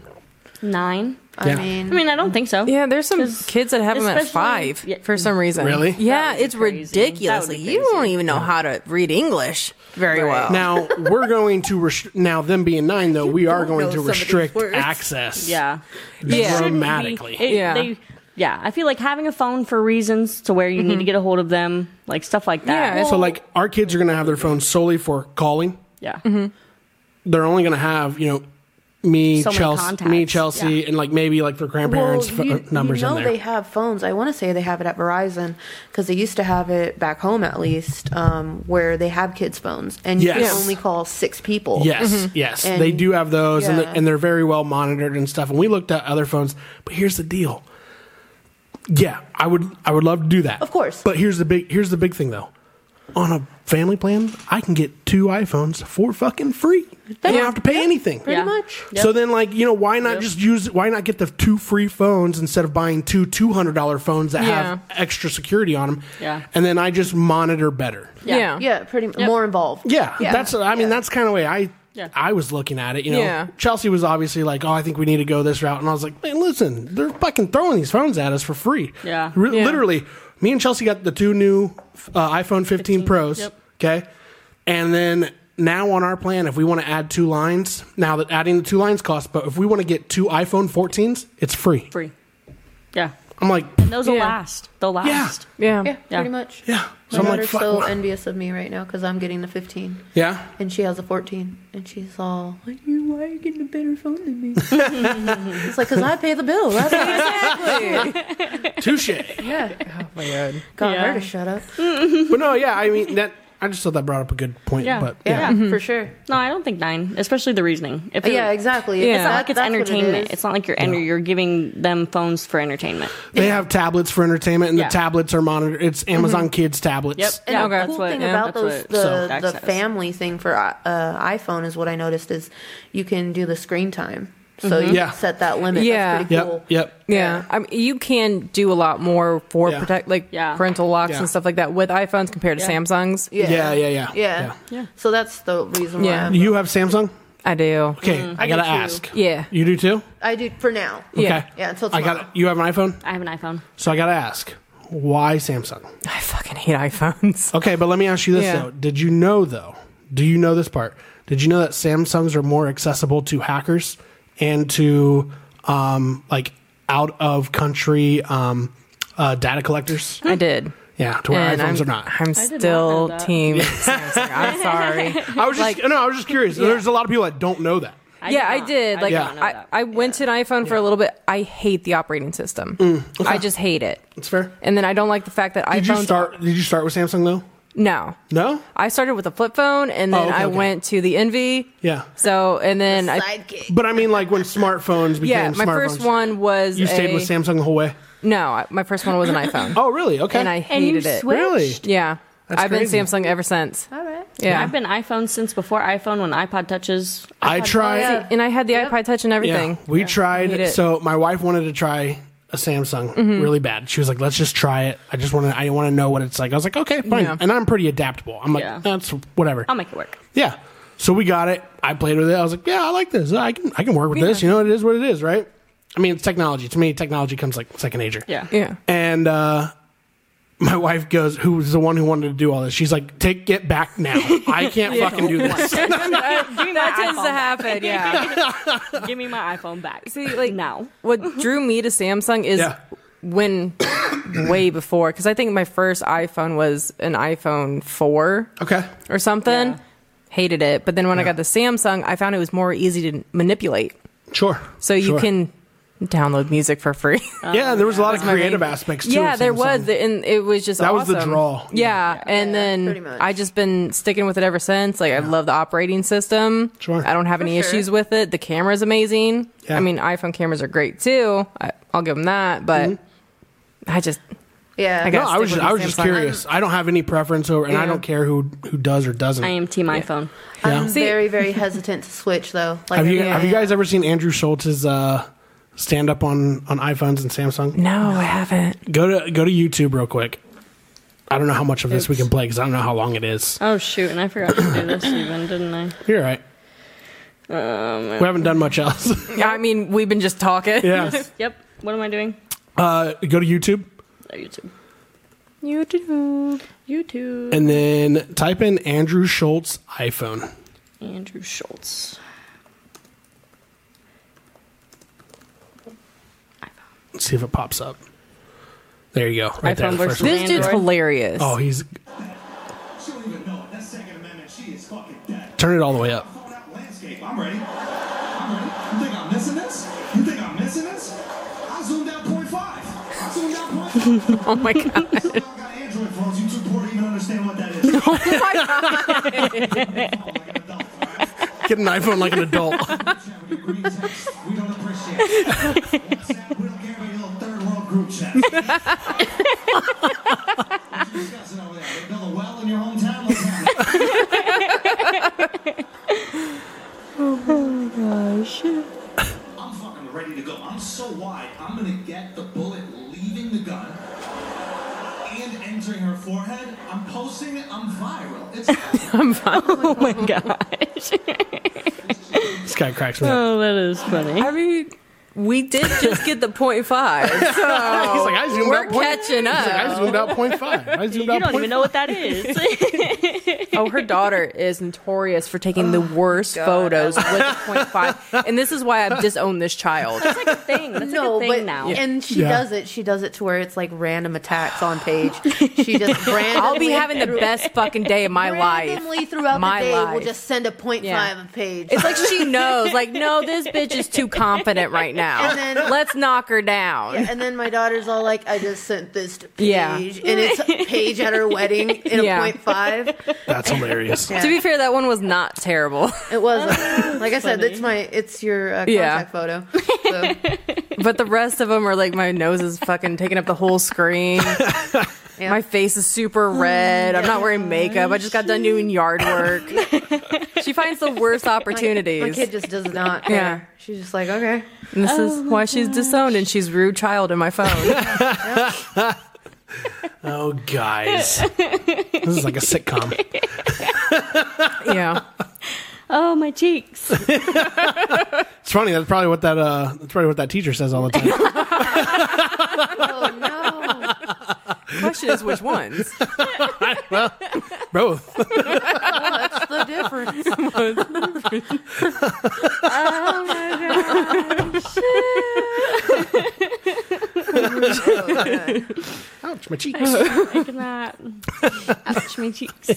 S3: nine.
S1: Yeah.
S4: I mean,
S3: I mean, I don't think so.
S2: Yeah, there's some
S3: 'Cause
S2: kids that have them at
S3: especially-
S2: five
S3: yeah.
S2: for some reason.
S1: Really?
S2: Yeah,
S3: That would be
S2: it's
S3: crazy.
S2: ridiculous.
S3: That would be
S2: Like, you
S3: crazy.
S2: don't even know how to read English very
S4: Oh.
S2: well.
S1: Now we're going to rest- now them being nine though we are
S4: don't
S1: going
S4: know
S1: to
S4: some of these
S1: restrict
S4: words.
S1: access.
S3: Yeah.
S2: Yeah.
S1: dramatically.
S3: It-
S2: Yeah.
S3: they- yeah. I feel like having a phone for reasons to where you need to get a hold of them, like stuff like that.
S2: Yeah, it's-
S1: So like our kids are going to have their phones solely for calling.
S3: yeah.
S2: mm-hmm.
S1: They're only going to have you know me,
S3: So many
S1: Chelsea,
S3: contacts.
S1: me, Chelsea,
S3: Yeah.
S1: and like maybe like their grandparents'
S4: well, you,
S1: pho- numbers
S4: you know
S1: in there.
S4: they have phones. I want to say they have it at Verizon because they used to have it back home at least, um, where they have kids' phones and you
S1: Yes.
S4: can only call six people.
S1: Yes, yes,
S4: Mm-hmm. And-
S1: they do have those, and,
S4: Yeah.
S1: they're, and they're very well monitored and stuff. And we looked at other phones, but here's the deal. Yeah, I would, I would love to do that,
S4: Of course.
S1: But here's the big, here's the big thing though. On a family plan, I can get two iPhones for fucking free. I don't have to pay anything.
S4: Pretty
S3: Yeah.
S4: much.
S3: Yep.
S1: So then, like you know, why not just use? Why not get the two free phones instead of buying two two hundred dollar phones that
S2: Yeah.
S1: have extra security on them?
S3: Yeah.
S1: and then I just monitor better.
S2: yeah.
S4: Yeah, pretty more involved.
S1: Yeah, that's. I mean,
S4: Yeah.
S1: that's kind of way I.
S3: Yeah.
S1: I was looking at it, you know.
S2: Yeah.
S1: Chelsea was obviously like, "Oh, I think we need to go this route," and I was like, "Man, listen, they're fucking throwing these phones at us for free."
S3: Yeah.
S1: Re-
S2: Yeah.
S1: literally. Me and Chelsea got the two new uh, iPhone 15, Pros.
S3: yep.
S1: Okay, and then now on our plan, if we want to add two lines, now that adding the two lines costs, but if we want to get two iPhone 14s, it's free.
S3: Free. Yeah.
S1: I'm like,
S3: And those will
S2: Yeah.
S3: last. They'll last.
S2: Yeah.
S4: Yeah,
S3: Yeah.
S4: pretty much.
S1: yeah. So
S4: My
S1: I'm like,
S4: daughter's
S1: fuck.
S4: so
S1: wha-
S4: envious of me right now because I'm getting the 15
S1: yeah.
S4: and she has a 14 and she's all, why you, why are you getting a better phone than
S1: <laughs>
S4: me? it's like, because I pay the bill. That's why.
S3: <laughs>
S2: Exactly.
S1: Touche.
S4: Yeah.
S2: oh my god.
S4: Got
S3: Yeah.
S4: her to shut up.
S1: but no, yeah. I mean that. I just thought that brought up a good point.
S3: Yeah.
S1: But yeah.
S4: Yeah, for sure.
S3: No, I don't think nine, especially the reasoning. If it-
S4: Yeah, exactly.
S2: Yeah.
S3: It's not like it's
S4: that's what it
S3: entertainment.
S4: is.
S3: it's not like you're enter- you're giving them phones for entertainment.
S1: They have tablets for entertainment, and
S3: Yeah.
S1: the tablets are monitored. It's Amazon Kids tablets.
S3: Yep.
S4: And
S3: Yeah,
S4: the
S3: that's
S4: cool
S3: what-
S4: thing
S3: yeah,
S4: about
S3: that's
S4: those
S3: what- so,
S4: the, the
S3: access.
S4: family thing for uh, iPhone is what I noticed is you can do the screen time, so you
S1: Yeah.
S4: can set that limit.
S2: Yeah.
S4: That's pretty
S1: Yep.
S4: cool.
S1: Yep.
S2: Yeah, I mean, you can do a lot more for
S1: Yeah.
S2: protect like
S3: Yeah.
S2: parental locks
S1: Yeah.
S2: and stuff like that with iPhones compared to
S3: Yeah.
S2: Samsungs.
S4: Yeah.
S1: Yeah, yeah, yeah,
S4: Yeah.
S1: yeah.
S3: Yeah.
S4: So that's the reason why
S2: Yeah.
S4: I'm-
S1: You have Samsung?
S2: I do.
S1: Okay, I gotta
S4: do too.
S1: ask.
S2: Yeah.
S1: You do too?
S4: I do for now.
S1: Okay.
S2: Yeah.
S4: Yeah, until
S1: I
S4: tomorrow.
S1: got. You have an iPhone,
S3: I have an iPhone.
S1: so I gotta ask. Why Samsung?
S2: I fucking hate iPhones.
S1: Okay, but let me ask you this
S2: Yeah.
S1: though. Did you know though? Do you know this part? Did you know that Samsungs are more accessible to hackers and to um, like out of country um, uh, data collectors?
S2: I did.
S1: Yeah, to where
S2: And
S1: iPhones
S2: I'm,
S1: are not.
S2: I'm
S3: know
S2: still
S3: that.
S2: team Samsung. I'm sorry.
S1: I was just no, I was just curious. There's a lot of people that don't know that.
S3: I
S2: yeah,
S3: did
S2: I
S3: not.
S2: did. Like,
S1: did
S3: not know
S2: I,
S3: that.
S2: I went to an iPhone for a little bit. I hate the operating system. I just hate it.
S1: That's fair.
S2: And then I don't like the fact that
S1: Mm. Did
S2: iPhones.
S1: you start? Did you start with Samsung though?
S2: No.
S1: No.
S2: I started with a flip phone, and then
S1: Oh, okay,
S2: I
S1: okay.
S2: went to the Envy.
S1: Yeah.
S2: So, and then I
S4: Sidekick.
S1: But I mean, like when smartphones became
S2: yeah, my
S1: smartphones,
S2: first one was
S1: you stayed
S2: a-
S1: with Samsung the whole way.
S2: No, I- my first one was
S1: <coughs>
S2: an iPhone,
S1: Oh, really? Okay.
S2: and I
S3: And you
S2: hated it.
S3: switched.
S1: Really?
S2: Yeah,
S1: That's
S2: I've
S1: crazy.
S2: been Samsung ever since.
S4: All right.
S2: Yeah,
S3: I've been iPhone since before iPhone when iPod touches.
S1: I tried.
S4: yeah.
S2: and I had the iPod Touch and
S1: Yeah,
S2: everything.
S1: we
S2: hate
S1: tried.
S2: it. Mm-hmm.
S1: So my wife wanted to try a Samsung really bad. She was like, "Let's just try it. I just want to. I want to know what it's like." I was like, "Okay, fine."
S2: Yeah.
S1: And I'm pretty adaptable. I'm like,
S3: Yeah.
S1: "That's whatever."
S3: I'll make it work.
S1: yeah. So we got it. I played with it. I was like, "Yeah, I like this. I can. I can work with this. You know, it is what it is, right?" I mean, it's technology. To me, technology comes like second nature.
S3: Yeah.
S1: <laughs>
S2: Yeah,
S1: And uh, my wife goes, who was the one who wanted to do all this? She's like, "Take get back now. I can't fucking do
S2: <laughs>
S1: this."
S2: that tends to happen. Yeah.
S3: Give me my iPhone back.
S2: See, like
S3: now.
S2: what drew me to Samsung is
S1: Yeah.
S2: when <coughs> way before because I think my first iPhone was an iPhone four
S1: okay.
S2: or something.
S3: Yeah.
S2: Hated it, but then when I
S1: Yeah.
S2: got the Samsung, I found it was more easy to manipulate.
S1: Sure.
S2: So you
S1: Sure.
S2: can download music for free. <laughs>
S1: Yeah, there was a lot of
S2: my main-
S1: creative aspects. Too
S2: yeah,
S1: with
S2: there
S1: Samsung.
S2: was, and it was just
S1: That was the
S2: awesome.
S1: draw.
S2: Yeah, and
S4: Yeah, pretty
S2: then
S4: much.
S2: I just been sticking with it ever since. Like I love the operating system.
S1: Sure.
S2: I don't have any
S4: sure.
S2: issues with it. The camera's amazing.
S1: Yeah.
S2: I mean, iPhone cameras are great too. I, I'll give them that, but
S1: Mm-hmm.
S2: I just
S4: Yeah.
S2: I
S1: No,
S2: gotta
S1: I was
S2: stick
S1: just,
S2: with
S1: I was
S2: the
S1: just
S2: Samsung.
S1: curious. I don't have any preference over, and I
S2: Yeah.
S1: don't care who who does or doesn't.
S3: I am team iPhone.
S4: I'm
S2: See-
S4: very, very hesitant to switch though. Like,
S1: have you
S2: Yeah.
S1: Have you guys ever seen Andrew Schultz's uh, stand up on on iPhones and Samsung?
S2: no, I haven't.
S1: Go to go to YouTube real quick. I don't know how much of this we can play because I don't know how long it is.
S3: Oh shoot, and I forgot to do this even, didn't I?
S1: You're all right.
S3: Um,
S1: we haven't done much
S3: <laughs>
S1: else. <laughs>
S2: I mean, we've been just talking. <laughs>
S1: yeah.
S3: Yep. What am I doing?
S1: Uh, go to YouTube
S3: Oh, YouTube.
S2: YouTube.
S3: YouTube.
S1: and then type in Andrew Schultz iPhone.
S3: Andrew Schultz.
S1: Let's see if it pops up. There you go. Right
S3: iPhone
S1: there. the
S3: versus
S1: first one.
S2: This dude's
S3: Android.
S2: hilarious.
S1: Oh, he's
S5: She don't even know it. That's Second Amendment. She is fucking dead.
S1: turn it all the way up.
S5: Call that landscape. I'm ready. I'm ready. You think I'm missing this? You think I'm missing this? I zoomed out 0.5. I zoomed out 0.5.
S2: Oh my god. <laughs>
S5: Some of y'all got Android phones. You too poor to even understand what that is. Oh
S2: oh my god.
S5: Like an adult, all right?
S1: Get an iPhone like an adult.
S3: <laughs>
S5: Snapchat with your green text. We don't appreciate it. WhatsApp, we don't care about your little third world group chat. What you discussing over there? They build a well in your hometown? Let's have it. I'm fucking ready to go. I'm so wide. I'm gonna get the bullet leaving the gun and entering her forehead. I'm posting it. I'm viral. It's
S3: Oh my gosh.
S1: This guy cracks me up.
S3: Oh, that is funny.
S2: I mean, we did just get the point five.
S3: Oh,
S2: So
S1: He's like, I zoomed
S2: <laughs> we're
S1: out point.
S2: catching
S1: He's like,
S2: up.
S3: <laughs>
S1: I zoomed out point five. I zoomed
S3: You
S1: out
S3: <laughs> don't
S1: point
S3: even know what that is.
S2: Oh, her daughter is notorious for taking the worst
S4: God, I
S2: photos with a point five, and this is why I've disowned this child.
S3: That's like a thing. That's
S4: no,
S3: like a
S4: but
S3: thing now.
S4: and she
S1: Yeah.
S4: does it. She does it to where it's like random attacks on page. She just randomly.
S2: I'll be having the best fucking day of my life.
S4: randomly throughout
S2: My
S4: the day.
S2: life.
S4: We'll just send a point
S2: Yeah.
S4: five a page.
S2: It's like she knows, like, no, this bitch is too confident right now.
S4: And
S2: <laughs>
S4: then-
S2: Let's knock her down.
S4: Yeah, and then my daughter's all like, I just sent this to Paige.
S2: <laughs> Yeah.
S4: And it's Paige at her wedding in
S2: Yeah.
S4: a point five.
S1: That's
S3: <laughs>
S1: hilarious.
S2: To be fair, that one was not terrible, <laughs>
S4: It was like I said, it's my it's your uh, contact
S2: Oh, Yeah. <laughs>
S4: photo. So
S2: but the rest of them are like my nose is fucking taking up the whole screen.
S4: <laughs> yeah.
S2: My face is super red. I'm not wearing makeup. I just got done doing yard
S4: <laughs>
S2: work. She finds the worst opportunities.
S4: My kid just does not.
S2: Yeah.
S4: Yeah. She's just like, okay.
S2: And this
S3: Oh,
S2: is why she's disowned and she's rude child in my
S3: <laughs>
S2: phone.
S1: Oh, guys. this is like a sitcom.
S2: yeah.
S3: oh, my cheeks.
S1: It's funny. That's probably what that uh, that's probably what that teacher says all the time.
S4: Oh no.
S2: Question is which ones?
S1: Both.
S4: What's the difference?
S3: Oh, <laughs> my God.
S4: Oh, God.
S1: <laughs> Ouch, my cheeks.
S3: I cannot. Ouch, my cheeks.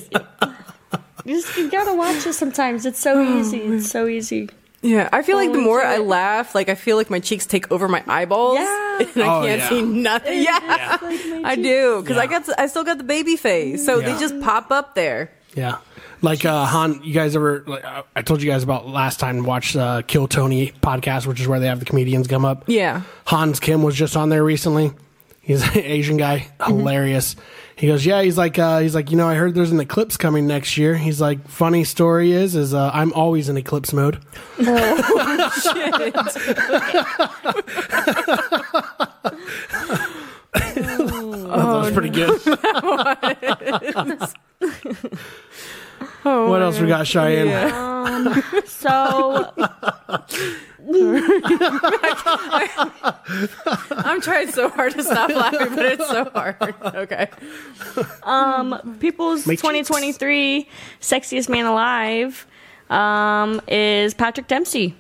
S3: You just you gotta watch it sometimes. It's so easy. It's so easy.
S2: Yeah. I feel like the
S3: Oh,
S2: more
S3: shit.
S2: I laugh, like I feel like my cheeks take over my eyeballs.
S3: Yeah.
S2: <laughs> And I
S1: Oh,
S2: can't
S1: yeah.
S2: see nothing. Yeah.
S3: It's like my
S2: I
S3: cheeks.
S2: do. Because I
S1: Yeah.
S2: got I still got the baby face. So
S1: Yeah.
S2: they just pop up there.
S1: Yeah. Like uh, Han, you guys ever? Like, uh, I told you guys about last time. Watch uh, Kill Tony podcast, which is where they have the comedians come up.
S2: Yeah.
S1: Hans Kim was just on there recently. He's an <laughs> Asian guy, hilarious. He goes, yeah. He's like, uh, he's like, you know, I heard there's an eclipse coming next year. He's like, funny story is, is uh, I'm always in eclipse mode. <laughs> that was pretty good. what else we got, Cheyenne?
S3: So
S2: I'm trying so hard to stop laughing, but it's so hard. Okay.
S3: um, People's
S1: My cheeks.
S3: 2023 Sexiest Man Alive um, is Patrick Dempsey.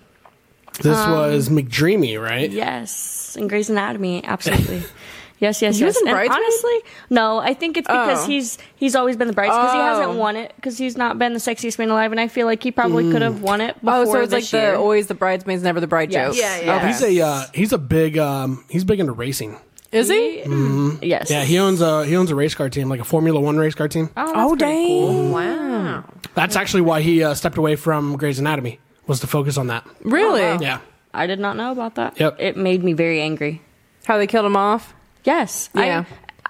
S1: This was McDreamy, right?
S3: Yes, and Grey's Anatomy, absolutely.
S2: <laughs>
S3: Yes, yes,
S2: He was
S3: yes.
S2: in
S3: And
S2: Bridesmaid?
S3: honestly, no. I think it's because
S2: Oh.
S3: he's he's always been the bridesmaid because he
S2: Oh.
S3: hasn't won it because he's not been the sexiest man alive, and I feel like he probably could have won it. Before
S2: Oh, so it's like
S3: this year.
S2: the always the bridesmaids, never the bride
S3: Yes.
S2: joke.
S4: Yeah, yeah.
S2: Okay.
S1: He's a uh, he's a big um, he's big into racing.
S2: Is he?
S3: Yes.
S1: Yeah, he owns a he owns a race car team, like a Formula One race car team.
S3: that's
S2: Oh,
S3: pretty
S2: dang.
S4: Wow.
S1: That's actually why he uh, stepped away from Grey's Anatomy was to focus on that.
S2: Really?
S3: Uh-huh.
S1: Yeah,
S3: I did not know about that.
S1: Yep.
S3: It made me very angry.
S2: How they killed him off?
S3: Yes.
S2: Yeah.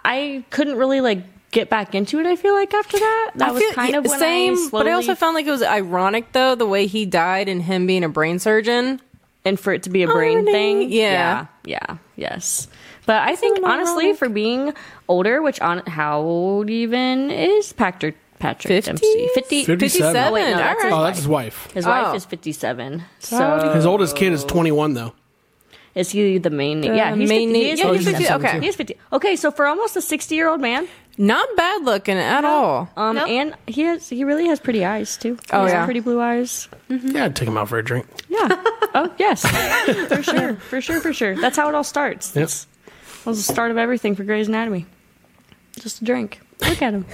S3: I I couldn't really like get back into it. I feel like after that, that was
S2: feel-
S3: kind
S2: yeah,
S3: of when
S2: same,
S3: I slowly,
S2: but I also found like it was ironic though the way he died and him being a brain surgeon.
S3: and for it to be a brain
S2: Irony.
S3: thing.
S2: Yeah.
S3: yeah. yeah, Yes. But I think honestly, for being older, which on how old even is Patrick Patrick
S2: 50?
S3: Dempsey? 50,
S1: 57.
S2: Fifty-seven.
S1: Oh, wait,
S3: no,
S2: all
S3: that's
S2: right.
S1: oh, that's his wife.
S3: His
S2: Oh.
S3: wife is fifty-seven. So
S1: His oldest kid is twenty one though.
S3: is he the main? yeah, he's
S2: main
S3: 50, he
S2: name-
S3: is
S2: yeah,
S1: he's
S3: 57.
S1: 50, okay.
S3: he is fifty. Okay, so for almost a sixty-year-old man,
S2: Not bad looking at all.
S3: um,
S4: Nope.
S3: and he has he really has pretty eyes too. He
S2: Oh,
S3: has
S2: yeah.
S3: pretty blue eyes.
S1: Yeah, I'd take him out for a drink.
S3: Yeah. <laughs> oh yes, for sure, for sure, for sure. That's how it all starts.
S1: Yep.
S3: That's that was the start of everything for Grey's Anatomy. Just a drink. Look at him.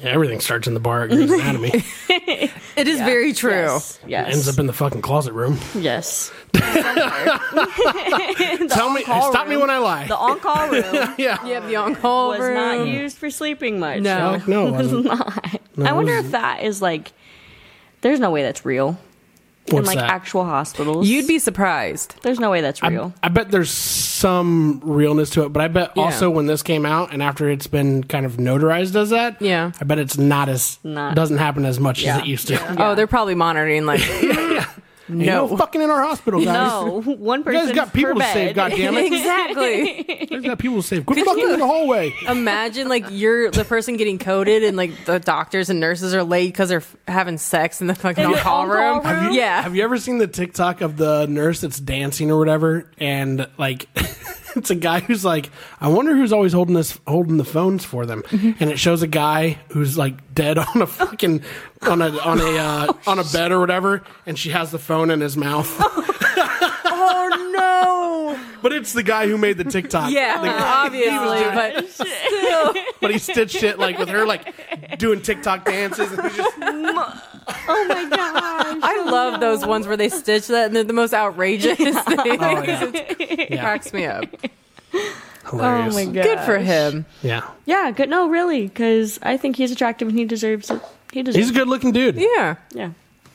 S1: Yeah, everything starts in the bar at Grey's
S3: <laughs>
S1: Anatomy,
S2: It is very true.
S3: Yes. Yes.
S1: ends up in the fucking closet
S3: <laughs>
S1: room.
S3: yes.
S1: Tell me,
S3: on-call
S1: stop me
S3: room.
S1: when I lie. <laughs>
S3: The on-call room
S1: yeah,
S2: Yep, the <laughs> on-call
S3: was
S2: room.
S3: not used for sleeping much.
S2: No.
S1: Fuck
S3: <laughs>
S1: no, it
S3: It was
S1: wasn't.
S3: not. I wonder if that is like. There's no way that's real in
S1: What's
S3: like
S1: that?
S3: actual hospitals.
S2: You'd be surprised.
S3: There's no way that's
S1: I, <laughs>
S3: real.
S1: I bet there's some realness to it, but I bet
S2: Yeah.
S1: also when this came out and after it's been kind of notarized as that,
S2: Yeah.
S1: I bet it's not as
S3: Not-
S1: doesn't happen as much as
S3: Yeah.
S1: it used to.
S2: Oh, they're probably
S1: <laughs>
S2: monitoring like <laughs>
S1: You know,
S2: no.
S1: fucking in our hospital, guys.
S3: no, <laughs> one
S1: You
S3: person.
S1: guys got people
S3: per
S1: to save,
S3: bed.
S1: goddammit. You
S2: <laughs> exactly.
S1: guys got people to save.
S3: <laughs>
S1: Quit fucking in the hallway.
S2: Imagine like you're the person getting coded and like the doctors and nurses are late because they're f- having sex in the fucking
S3: In the
S2: on-call
S3: on-call
S2: room.
S3: room? Have
S2: Yeah.
S1: Have you ever seen the TikTok of the nurse that's dancing or whatever and like <laughs> it's a guy who's like, I wonder who's always holding this holding the phones for them, and it shows a guy who's like dead <laughs> on a fucking on a on a uh, on a bed or whatever, and she has the phone in his mouth. <laughs>
S2: Oh
S1: but it's the guy who made the
S2: no!
S1: TikTok. <laughs>
S2: Yeah,
S1: The guy- he was
S2: obviously,
S1: doing-
S2: but still.
S1: but he stitched it like with her like doing TikTok dances and he's <laughs> just
S3: <laughs> Oh my gosh.
S2: I love those ones where they stitch that, and they're the most outrageous things.
S1: Oh, yeah.
S2: It
S1: Yeah.
S2: cracks me up.
S1: hilarious.
S2: Good for him.
S1: Yeah.
S3: Yeah, good. No, really, because I think he's attractive and he deserves it. He deserves
S1: He's a good looking dude.
S2: Yeah.
S3: it. Yeah.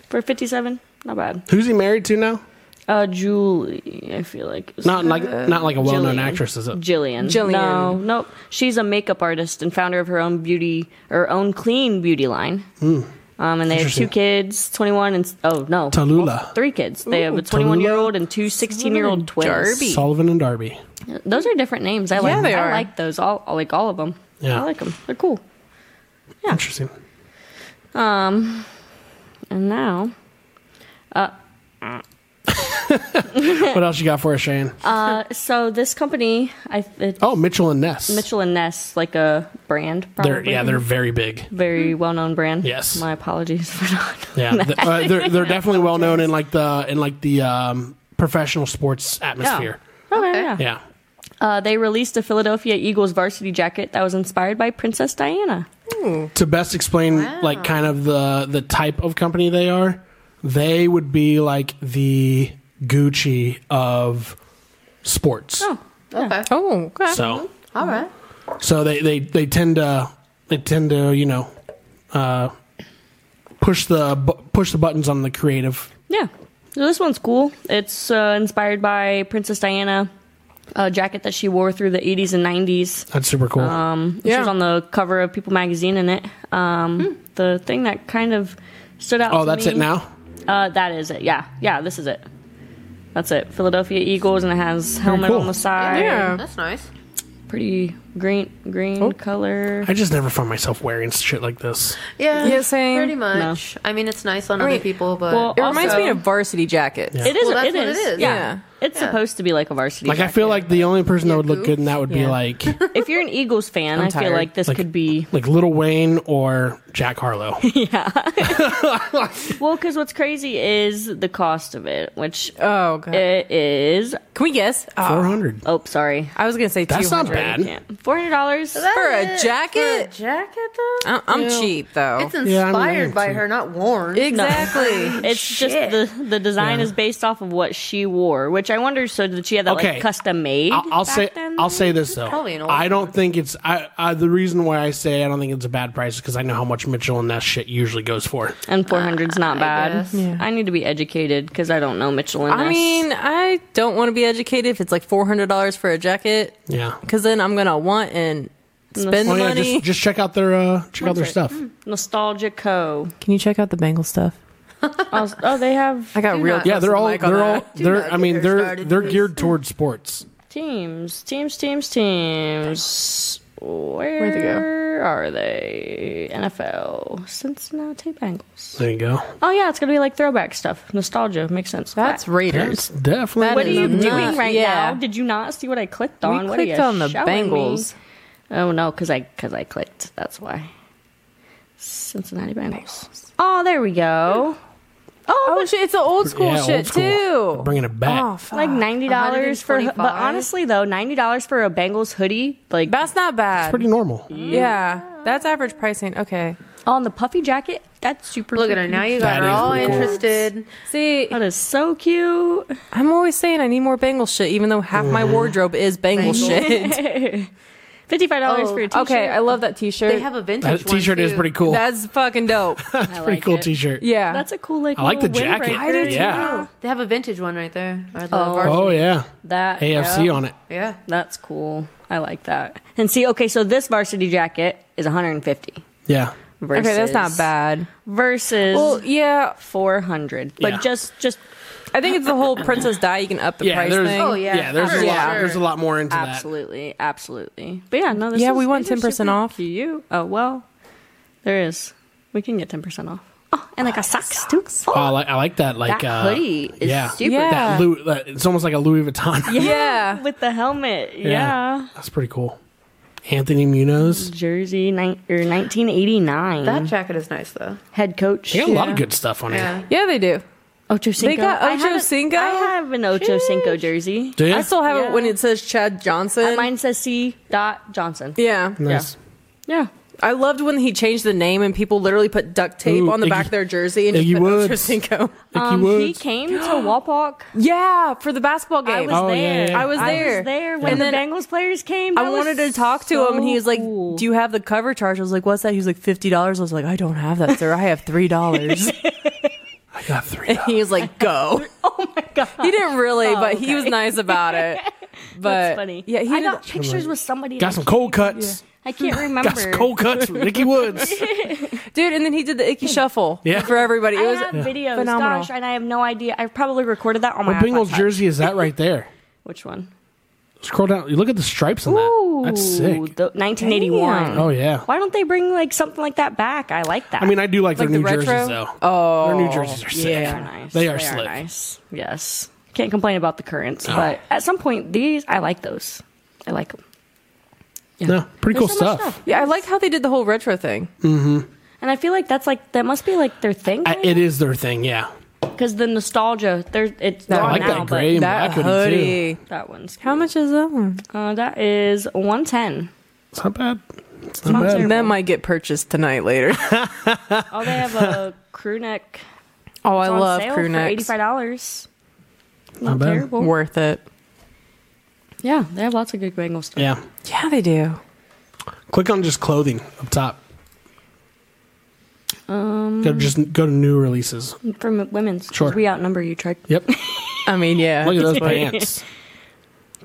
S3: For 57, not bad.
S1: Who's he married to now?
S3: Uh, Julie, I feel like. is-
S1: Not like not like a well known
S3: Uh, Jillian.
S1: actress, is it?
S3: Jillian.
S2: Jillian.
S3: No, nope. She's a makeup artist and founder of her own beauty, her own clean beauty line. Um, and they have
S1: Hmm. Interesting.
S3: two kids, 21 and, oh, no.
S1: Tallulah.
S3: Three kids. They have
S1: Ooh,
S3: a 21 year old
S1: Tallulah.
S3: and two 16 year old twins.
S2: Darby.
S1: Sullivan and Darby.
S3: Those are different names. I like.
S2: Yeah, they
S3: I
S2: are.
S3: like those. All I like all of them.
S1: Yeah.
S3: I like them. They're cool.
S1: Interesting.
S3: Um, and now
S1: What else you got for us, Shane?
S3: Uh, so this company, I it's
S1: oh, Mitchell and Ness.
S3: Mitchell and Ness, like a brand. Probably.
S1: They're yeah, they're very big.
S3: very well-known brand.
S1: Hmm. Yes.
S3: My apologies for not.
S1: Yeah,
S3: <laughs>
S1: th- uh, they're they're definitely well known in like the in like the um, professional sports atmosphere.
S3: Okay, yeah.
S1: Yeah.
S3: Uh, they released a Philadelphia Eagles varsity jacket that was inspired by Princess Diana.
S1: To best explain like kind of the the type of company they are, they would be like the Gucci of sports.
S3: Oh,
S4: Okay.
S2: Oh, okay.
S1: So
S4: All right.
S1: so they, they they tend to they tend to you know uh, push the bu- push the buttons on the creative.
S3: Yeah. So this one's cool. It's uh, inspired by Princess Diana, a jacket that she wore through the 80s and 90s.
S1: That's super cool.
S3: She
S2: Yeah.
S3: was on the cover of People magazine in it. Um, The thing that kind of stood out.
S1: Hmm. oh,
S3: to
S1: that's
S3: me-
S1: it now.
S3: Uh, that is it. Yeah, yeah. This is it. That's it. Philadelphia Eagles, and it has helmet
S1: cool.
S3: on the side.
S2: Yeah.
S4: That's nice.
S3: Pretty green, green color.
S1: I just never find myself wearing shit like this.
S4: Yeah.
S2: Yeah, same.
S4: Pretty much. I mean, it's nice on
S2: mean,
S4: other people, but
S3: well,
S2: It reminds
S3: Also-
S2: me of varsity jackets.
S3: It is.
S4: Well, that's
S3: it,
S4: what
S3: is.
S4: it is.
S3: Yeah.
S2: Yeah.
S3: It's supposed to be like a varsity.
S1: Like I feel like the only person that would look good in that would be
S3: Yeah.
S1: like <laughs>
S3: jacket. if you're an Eagles fan, I feel
S2: tired.
S3: like this
S1: Like-
S3: could be
S1: like Little Wayne or Jack
S3: <laughs>
S1: Harlow.
S3: well. Because what's crazy is the cost of it, which
S2: Oh, god.
S3: it is.
S2: Can we guess? Oh,
S1: Four hundred.
S3: Oh, sorry.
S2: I was gonna say
S1: That's
S2: 200.
S1: not bad.
S3: Yeah, four hundred dollars.
S2: For a
S4: That's it.
S2: jacket?
S4: For a jacket, though?
S2: I'm, I'm cheap though.
S4: It's
S1: Yeah, I'm
S4: inspired
S1: wearing
S4: by
S1: two.
S4: her, not
S2: <laughs>
S4: worn.
S2: exactly.
S3: It's just the the design is based off of what she wore, which I wonder. So did she have that
S1: Okay.
S3: like custom made?
S1: I'll, I'll
S3: back
S1: say
S3: then?
S1: I'll say this though.
S4: probably an old
S1: I don't think it's I, I the reason why I say I don't think it's a bad price is because I know how much Mitchell and Ness shit usually goes for.
S3: and four hundred's not bad.
S4: guess.
S3: I, need to be educated because I don't know Mitchell and
S2: I
S3: Ness.
S2: mean, I don't want to be educated if it's like four hundred dollars for a jacket,
S1: Yeah.
S2: because then I'm gonna want and spend
S1: Oh
S2: the
S1: yeah,
S2: money.
S1: just just check out their uh check out their stuff.
S3: Hmm. Nostalgia Co.
S2: Can you check out the Bengal stuff?
S3: Oh, oh, they have
S2: I got
S4: Do
S2: real.
S4: not-
S1: Yeah, they're all
S2: Mic on
S1: they're all
S2: that.
S4: Do
S1: they're
S4: not
S1: I mean
S4: get her
S1: they're
S4: started,
S1: they're
S4: please.
S1: geared towards sports.
S3: teams, teams, teams, teams. Where
S2: they go?
S3: are they? NFL, Cincinnati Bengals.
S1: There you go.
S3: Oh yeah, it's gonna be like throwback stuff. Nostalgia makes sense.
S2: That's
S1: That's
S2: Raiders.
S1: definitely
S2: That
S3: What are
S2: is
S3: you
S2: not-
S3: doing right
S2: yeah.
S3: now? Did you not see what I clicked
S2: We
S3: on? what are
S2: clicked
S3: you
S2: on the
S3: showing me?
S2: Bengals.
S3: Oh no, because I because I clicked. That's why. Cincinnati Bengals. Oh, there we go.
S2: Oh, shit, it's the old school
S1: Yeah, old
S2: shit
S1: school.
S2: too.
S1: Bringing it back.
S2: Oh, fuck.
S3: Like ninety dollars for, but
S4: 125?
S3: honestly though, ninety dollars for a Bengals hoodie, like
S2: that's not bad.
S1: Pretty normal.
S2: yeah, that's average pricing. Okay.
S3: on the puffy jacket. That's super.
S4: Look at her.
S3: freaking-
S4: Now you got
S1: That
S4: her
S1: is
S4: all
S1: pretty cool.
S4: interested.
S2: See,
S3: That is so cute.
S2: I'm always saying I need more Bengal shit, even though half my wardrobe is Bengal shit. <laughs>
S3: Fifty-five dollars
S4: Oh,
S3: for a t-shirt.
S2: okay, I love that T-shirt.
S4: They have a vintage
S1: That t-shirt
S4: one,
S1: is
S4: too.
S1: pretty cool.
S2: <laughs> That's fucking dope.
S3: I
S1: pretty
S3: like
S1: cool
S3: it.
S1: t-shirt.
S2: Yeah,
S3: That's a cool like.
S1: I like the
S3: little
S1: jacket.
S3: windbreaker.
S1: I do, Yeah.
S4: They have a vintage one right there. Or the
S3: Oh.
S4: varsity.
S1: Oh yeah.
S3: That
S1: AFC
S3: yeah.
S1: on it.
S4: Yeah.
S3: That's cool. I like that. And see, okay, so this varsity jacket is 150
S1: Yeah.
S3: versus
S2: okay. That's not bad.
S3: versus
S2: Well, yeah,
S3: 400. Like
S1: Yeah.
S3: just just
S2: I think it's the whole Princess Di. You can up the
S1: Yeah,
S2: price
S1: there's
S2: thing.
S4: Oh, yeah.
S1: yeah, there's a
S4: for
S1: lot
S4: sure.
S1: there's a lot more into that.
S3: absolutely, absolutely. But yeah, no, this
S2: Yeah,
S3: is-
S2: we want
S3: these are
S2: 10%
S3: super
S2: off.
S3: Cute. Oh well, there is. We can get 10% off. Oh, and like a socks too.
S1: Oh, I, like, I like that. Like
S3: That
S1: uh,
S3: hoodie is
S1: yeah,
S3: super.
S2: Yeah.
S1: That Louis, that- it's almost like a Louis Vuitton. <laughs>
S2: Yeah.
S3: <laughs> with the helmet. Yeah,
S1: that's pretty cool. Anthony Munoz.
S3: jersey ni- or 1989.
S4: That
S1: Mm-hmm.
S4: jacket is nice though.
S3: head coach.
S1: They got a lot of
S2: Yeah.
S1: good stuff on
S4: Yeah.
S1: here.
S2: Yeah, they do.
S3: Ocho Cinco.
S2: got
S3: I
S2: Ocho
S3: have an-
S2: Cinco?
S3: I have an Ocho Cinco jersey.
S1: Do you?
S2: I still have
S3: Yeah.
S2: it when it says Chad Johnson.
S3: Mine says C. Dot Johnson.
S2: yeah.
S1: nice.
S3: Yeah.
S2: I loved when he changed the name and people literally put duct tape
S1: Ooh,
S2: on the
S1: Iggy-
S2: back of their jersey and just
S1: Iggy
S2: put
S1: Woods.
S2: Ocho Cinco.
S1: Mickey
S3: Um, he
S1: Woods.
S2: <gasps>
S3: came to Walpock.
S2: Yeah, for the basketball game.
S3: I was
S1: Oh, yeah,
S3: there.
S1: yeah, yeah.
S2: I was
S3: I
S2: there.
S3: was there when
S2: And
S3: the
S2: then
S3: Bengals players came.
S2: I
S3: That was
S2: wanted to talk to him, and he
S3: so
S2: was like,
S3: cool.
S2: "Do you have the cover charge?" I was like, "What's that?" He was like, 50 dollars." I was like, "I don't have that, sir. I have three
S3: <laughs>
S2: dollars."
S1: I got
S2: <laughs>
S1: three.
S2: he was like, "Go."
S3: <laughs> Oh my god. Oh,
S2: He didn't really, but he was
S3: okay.
S2: nice about it. But
S3: <laughs> <laughs> That's funny.
S2: yeah, he
S3: I
S2: did-
S3: got pictures with somebody.
S1: Got some cold cuts.
S3: I can't remember.
S1: Got some cold cuts from Mickey Woods.
S2: dude, and then he did the icky shuffle
S1: Yeah.
S2: for everybody.
S3: Hmm. I
S2: It was
S3: have videos,
S2: phenomenal.
S3: gosh, and I have no idea. I probably recorded that on
S1: What
S3: my
S1: Bengals
S3: iPod.
S1: jersey is that right there?
S3: Which one?
S1: Scroll down. You look at the stripes on that. That's
S3: Ooh,
S1: sick.
S3: the- 1981.
S2: Damn.
S1: Oh yeah.
S3: Why don't they bring like something like that back? I like that.
S1: I mean, I do like,
S2: Like
S1: their
S2: the
S1: new
S2: retro?
S1: jerseys though.
S2: Oh,
S1: their new jerseys are sick.
S3: they are nice.
S1: They are slick.
S3: nice. Yes. Can't complain about the currents, but at some point, these I like those. I like them,
S1: No, pretty
S3: There's
S1: cool
S3: so much
S1: stuff.
S3: stuff.
S2: yeah, I liked how they did the whole retro thing.
S3: and I feel like that's like that must be like their thing
S1: I, it is their thing. Yeah,
S3: because the nostalgia. There's it's
S2: I
S3: gone
S1: like that
S3: now, but
S1: gray. Hey,
S2: that
S1: Black hoodie,
S2: hoodie.
S3: that one's
S2: How much is that one?
S3: Uh, that is 110.
S1: it's not bad. It's not
S3: not
S1: bad.
S3: terrible.
S2: That might get purchased tonight
S1: <laughs>
S2: later. <laughs>
S3: Oh, they have a <laughs> crew neck.
S2: oh, I
S3: It's on
S2: love
S3: sale
S2: crew
S3: for
S2: necks.
S3: eighty-five dollars.
S1: Not
S3: Not
S1: bad.
S3: terrible.
S2: Worth it.
S3: Yeah, they have lots of good Bengals stuff.
S1: Yeah.
S2: Yeah, they do.
S1: Click on just clothing up top. Um, go to just go to new releases.
S3: From women's, 'cause
S1: Sure.
S3: we outnumber you, Trey.
S1: Yep. <laughs> Look
S2: I mean, yeah.
S1: at those pants.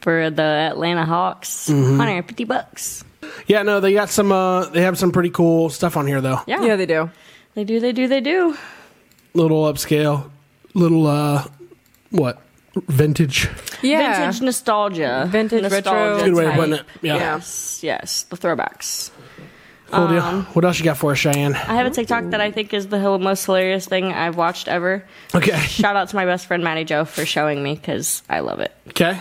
S3: For the Atlanta Hawks,
S1: Mm-hmm.
S3: and fifty bucks.
S1: Yeah, no, they got some. Uh, they have some pretty cool stuff on here though.
S3: Yeah,
S2: Yeah, they do.
S3: they do, they do, they do.
S1: Little upscale, little uh, what? Vintage.
S2: Yeah.
S3: Vintage nostalgia,
S2: Vintage
S3: nostalgia
S2: retro.
S1: Good way of putting it.
S3: type.
S1: Yeah.
S2: Yeah.
S3: Yes, yes, the throwbacks.
S1: Cool deal.
S2: Um,
S1: What else you got for us, Cheyenne?
S3: I have a TikTok that I think is the hill- most hilarious thing I've watched ever.
S1: Okay. <laughs>
S3: Shout out to my best friend Maddie Joe for showing me because I love it.
S1: Okay.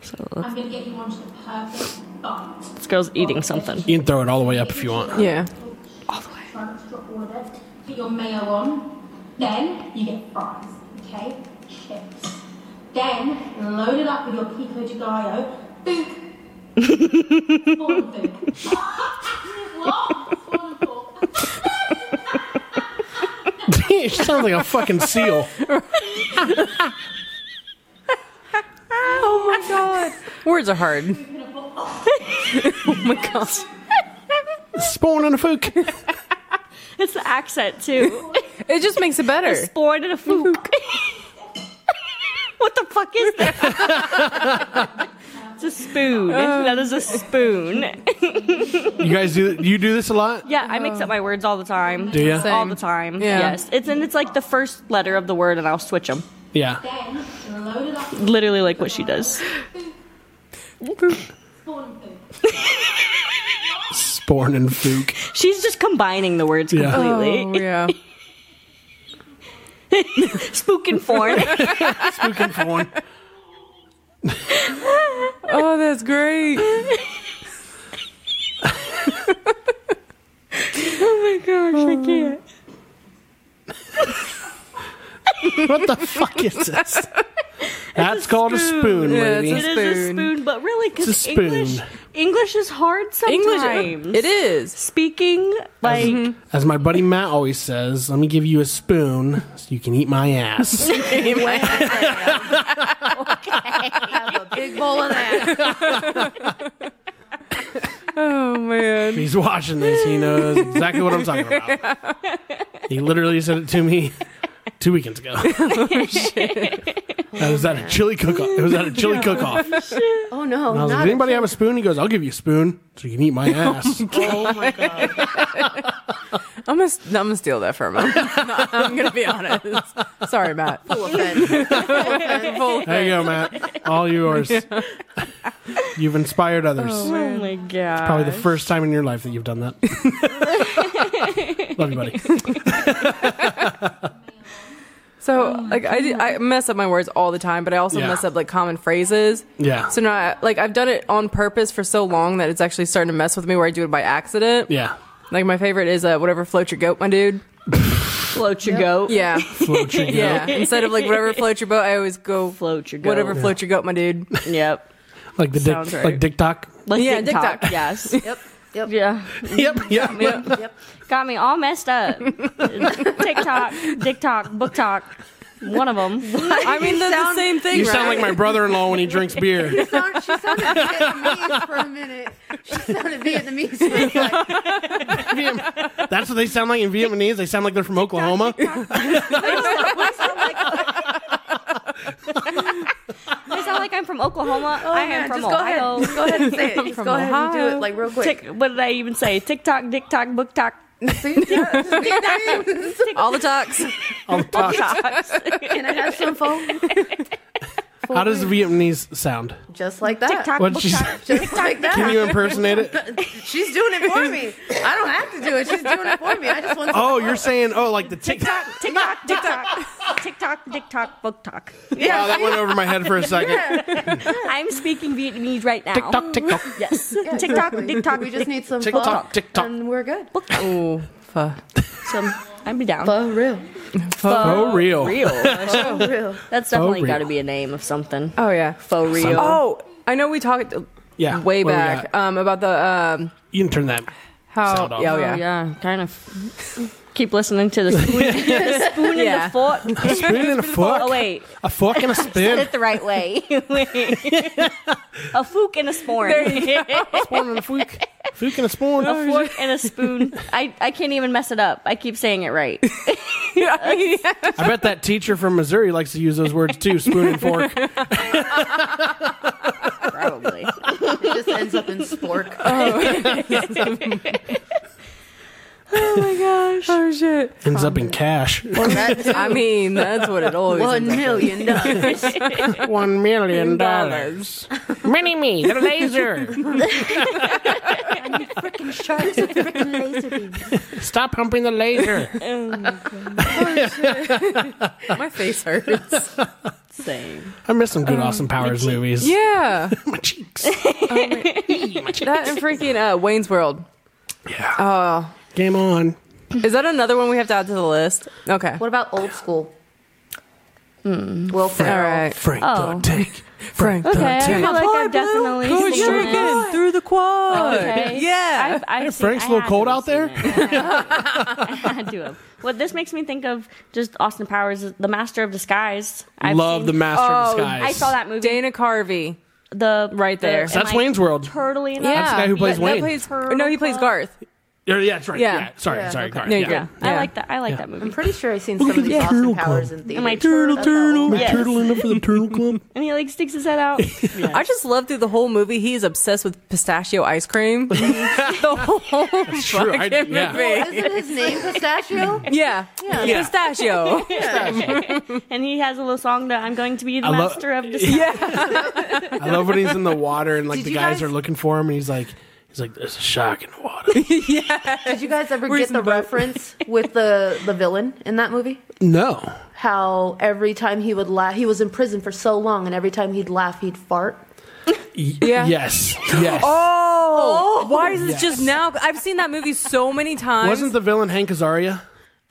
S3: So
S6: I'm gonna get you onto the perfect bite.
S3: this girl's eating something.
S1: You can throw it all the way up if you want.
S2: Yeah.
S6: Extra order. Put your mayo on. Then you get fries. Okay? Chips. Then load it up with your pico de gallo. Book. Full of book. What? <laughs> Full of book.
S1: <laughs> she sounds like a fucking seal.
S2: <laughs> Oh my god. Words are hard. <laughs> oh my god.
S1: Spawn and a fook.
S3: It's the accent too.
S2: It just makes it better. <laughs>
S3: Spawn and a fook. <laughs> what the fuck is that? it's a spoon.
S2: Uh.
S3: that is a spoon. <laughs>
S1: You guys do you do this a lot?
S3: yeah, I mix up my words all the time.
S1: Do ya?
S3: All
S2: Same.
S3: the time.
S2: Yeah.
S3: Yes. It's and it's like the first letter of the word, and I'll switch them.
S1: Yeah.
S6: Then load it up with
S3: Literally, like what she does.
S2: Oh,
S6: full of book.
S1: Spawn and fook.
S3: She's just combining the words
S1: Yeah.
S3: completely.
S2: Oh, yeah.
S3: <laughs> Spook
S2: <laughs>
S3: and form.
S1: Spooking for one.
S2: Oh, that's great.
S1: What the fuck is this? That's called a spoon,
S2: Yeah,
S1: lady.
S2: it's
S3: it is a
S2: Spoon.
S3: spoon, but really,
S1: It's a
S3: because
S1: spoon.
S3: English English is hard
S2: English. uh, oh, Mm-hmm.
S3: sometimes.
S2: It is.
S3: Speaking like
S1: As my buddy Matt always says, let me give you a spoon so you can eat my ass.
S4: Have a <laughs> big bowl of that.
S2: Oh man.
S1: He's watching this. He knows exactly what I'm talking about. He literally said it to me two weekends ago. I was at a chili cook-off. It was at a chili cook-off. And
S4: <laughs> Oh no!
S1: I was like,
S4: not
S1: "Does anybody
S4: a-
S1: have a spoon?" He goes, "I'll give you a spoon so you can eat my ass."
S2: I'm gonna, I'm gonna steal that from him. <laughs> No, I'm gonna be honest. Sorry, Matt.
S4: full
S1: <laughs>
S4: offense.
S1: There you go, Matt. All yours. <laughs> You've inspired others.
S3: Oh my god.
S1: Probably the first time in your life that you've done that. Love you, buddy.
S2: So like I, do- I mess up my words all the time, but I also
S1: Yeah.
S2: mess up like common phrases.
S1: Yeah.
S2: So now I, like I've done it on purpose for so long that it's actually starting to mess with me where I do it by accident.
S1: Yeah.
S2: Like my favorite is uh, whatever floats your goat, my dude.
S3: Float your goat.
S2: <laughs> Yeah.
S1: Float your goat.
S2: Yeah. Instead of like whatever floats your boat, I always go
S3: Float your goat.
S2: whatever floats your goat, my dude.
S3: Yep.
S1: Like the
S3: Sounds
S1: dick,
S3: right.
S1: like dick talk.
S3: Like
S2: Yeah,
S3: TikTok.
S2: TikTok.
S4: <laughs>
S3: Yes.
S4: Yep. Yep.
S3: yeah.
S1: Yep. <laughs> Yeah.
S4: Yep.
S3: Got me all messed
S4: <laughs>
S3: up. TikTok, dick talk, book talk. One of
S4: <laughs>
S3: them.
S2: I mean, that's the same thing,
S1: You
S2: right?
S1: sound like my brother-in-law when he drinks <laughs> beer.
S4: Sound- She sounded Vietnamese for a minute. She sounded Vietnamese. For a <laughs> minute.
S1: Vietnam- That's what they sound like in Vietnamese. They sound like they're from Oklahoma.
S4: oh,
S3: I sound like I'm from Oklahoma. I am
S4: Oh, Yeah,
S3: from
S4: just go
S3: Ohio.
S4: ahead. Just go ahead and say it.
S2: I'm
S4: Just
S2: from
S4: go ahead and do
S2: Ohio.
S4: it like real quick.
S3: Tick, what did I even say? TikTok, dick talk, book
S4: <laughs>
S3: talk.
S4: See? Yeah, just do that.
S2: all the talks.
S1: All the talk.
S4: Can I have some phone?
S1: How does the Vietnamese sound?
S4: Just like that.
S3: <laughs> TikTok,
S1: What'd
S3: book
S1: she
S3: talk.
S4: Just like that.
S1: Can you impersonate it?
S4: She's doing it for me. I don't have to do it. She's doing it for me. I just want.
S1: <laughs>
S4: To,
S1: Oh, you're saying oh, like the tick.
S3: TikTok, TikTok, dick
S4: <laughs>
S3: talk. TikTok, dick talk, book talk.
S1: Wow, that went over my head for a second.
S3: I'm speaking Vietnamese right now.
S1: Tick tock, tick tock,
S4: <laughs>
S3: Yes. TikTok,
S4: exactly.
S3: dick talk.
S4: We just
S3: dick-
S4: need some
S1: tick
S4: phone,
S1: tock, tick tock.
S4: and we're good.
S2: Oh, fuck.
S3: some. I'd be down.
S4: For real.
S1: Oh, real.
S4: For real.
S3: That's definitely
S1: real.
S3: got to be a name of something.
S2: Oh yeah.
S3: Faux real.
S2: Oh, I know we talked
S1: Yeah.
S2: way
S1: what do we
S2: back
S1: got?
S2: um, about the um,
S1: You can turn that.
S2: how
S1: Sound off.
S2: yeah,
S1: Oh,
S2: oh, yeah.
S3: Kind of. Keep listening <laughs> to the spoon, the <laughs> spoon
S2: Yeah.
S3: and the fork.
S1: Spoon and a fork.
S3: Oh wait,
S1: A fork <laughs> and a
S3: did
S1: spoon.
S3: it the right <laughs> way. a fook and a sporn. <laughs>
S1: Spoon and a fork. Fork and a spoon.
S3: a fork and a spoon. I, I can't even mess it up. I keep saying it right.
S1: I bet that teacher from Missouri likes to use those words too. Spoon and <laughs> fork.
S3: Probably.
S4: <laughs> It just ends up in spork.
S2: Oh shit.
S1: Ends up in cash.
S4: That's
S2: I mean, that's what it always
S4: one
S2: is.
S4: million <laughs> dollars.
S1: One million
S2: dollars.
S1: Mini me, the <laughs> laser.
S6: Freaking sharks with freaking laser beams.
S1: Stop humping the laser.
S2: My face hurts.
S3: Same.
S1: I miss some
S3: Um,
S1: good Awesome Powers movies.
S2: <laughs> yeah.
S1: My cheeks.
S2: That and freaking uh, Wayne's World.
S1: Yeah.
S3: Oh.
S1: Game on.
S2: Is that another one we have to add to the list? Okay.
S4: What about old school? Mm. Will
S2: All
S4: Ferrell.
S2: right.
S1: Frank
S3: Oh.
S1: the Tank.
S3: <laughs>
S1: Frank
S3: Okay, I
S1: the
S3: feel
S1: Tank.
S3: like I've definitely
S2: Go
S3: seen
S2: shuriken
S3: it.
S2: through the quad.
S3: Okay.
S2: Yeah.
S3: <laughs> I've, I've
S1: Hey,
S3: seen-
S1: Frank's
S3: I
S1: a little
S3: had
S1: cold
S3: to have
S1: out there?
S3: seen it. <laughs> I had to have. Well, this makes me think of just Austin Powers, The Master of Disguise. I've
S1: Love
S3: seen-
S1: the Master of
S2: Oh,
S1: Disguise.
S3: I saw that movie.
S2: Dana Carvey.
S3: the
S2: Right there.
S3: the-
S1: So that's
S3: am I
S1: Wayne's World.
S3: Totally.
S2: Yeah.
S3: enough?
S1: the guy who plays
S2: that
S1: Wayne.
S2: plays- no, he plays Garth.
S1: Yeah, yeah, that's right.
S2: Yeah.
S1: Yeah. Sorry,
S4: Yeah.
S1: sorry. Gar-
S2: No, you're
S1: yeah.
S2: good.
S3: I
S2: Yeah.
S3: like that. I like that
S4: I'm
S3: movie.
S4: pretty sure I've seen some of these
S1: Yeah.
S4: Austin
S1: Turtle
S4: Powers
S1: Club.
S4: in theaters.
S3: Am I
S1: Turtle,
S4: That's how-
S1: turtle,
S3: Yes.
S1: turtling up for the turtle <laughs> club.
S3: And he like sticks his head out.
S2: I just love through the whole movie. He's obsessed with pistachio ice cream. <laughs> the whole
S1: true. I- <laughs>
S2: fucking
S1: yeah.
S2: movie.
S4: Isn't his name Pistachio?
S2: Yeah.
S1: Yeah.
S2: Pistachio.
S3: <laughs> and he has a little song that I'm going to be the
S1: I love-
S3: master of disguise.
S1: I love when he's in the water and like
S4: Did
S1: the
S4: you
S1: guys,
S4: guys-
S1: are looking for him and he's like he's like there's a shark in the water.
S4: Did you guys ever
S2: Where's
S4: get the
S2: the boat?
S4: reference with the the villain in that movie?
S1: <laughs> no.
S4: How every time he would laugh, he was in prison for so long, and every time he'd laugh, he'd fart.
S1: Y-
S2: Yeah.
S1: Yes. Yes.
S2: <laughs> Oh, why is this
S1: Yes.
S2: just now? I've seen that movie so many times.
S1: Wasn't the villain Hank Azaria?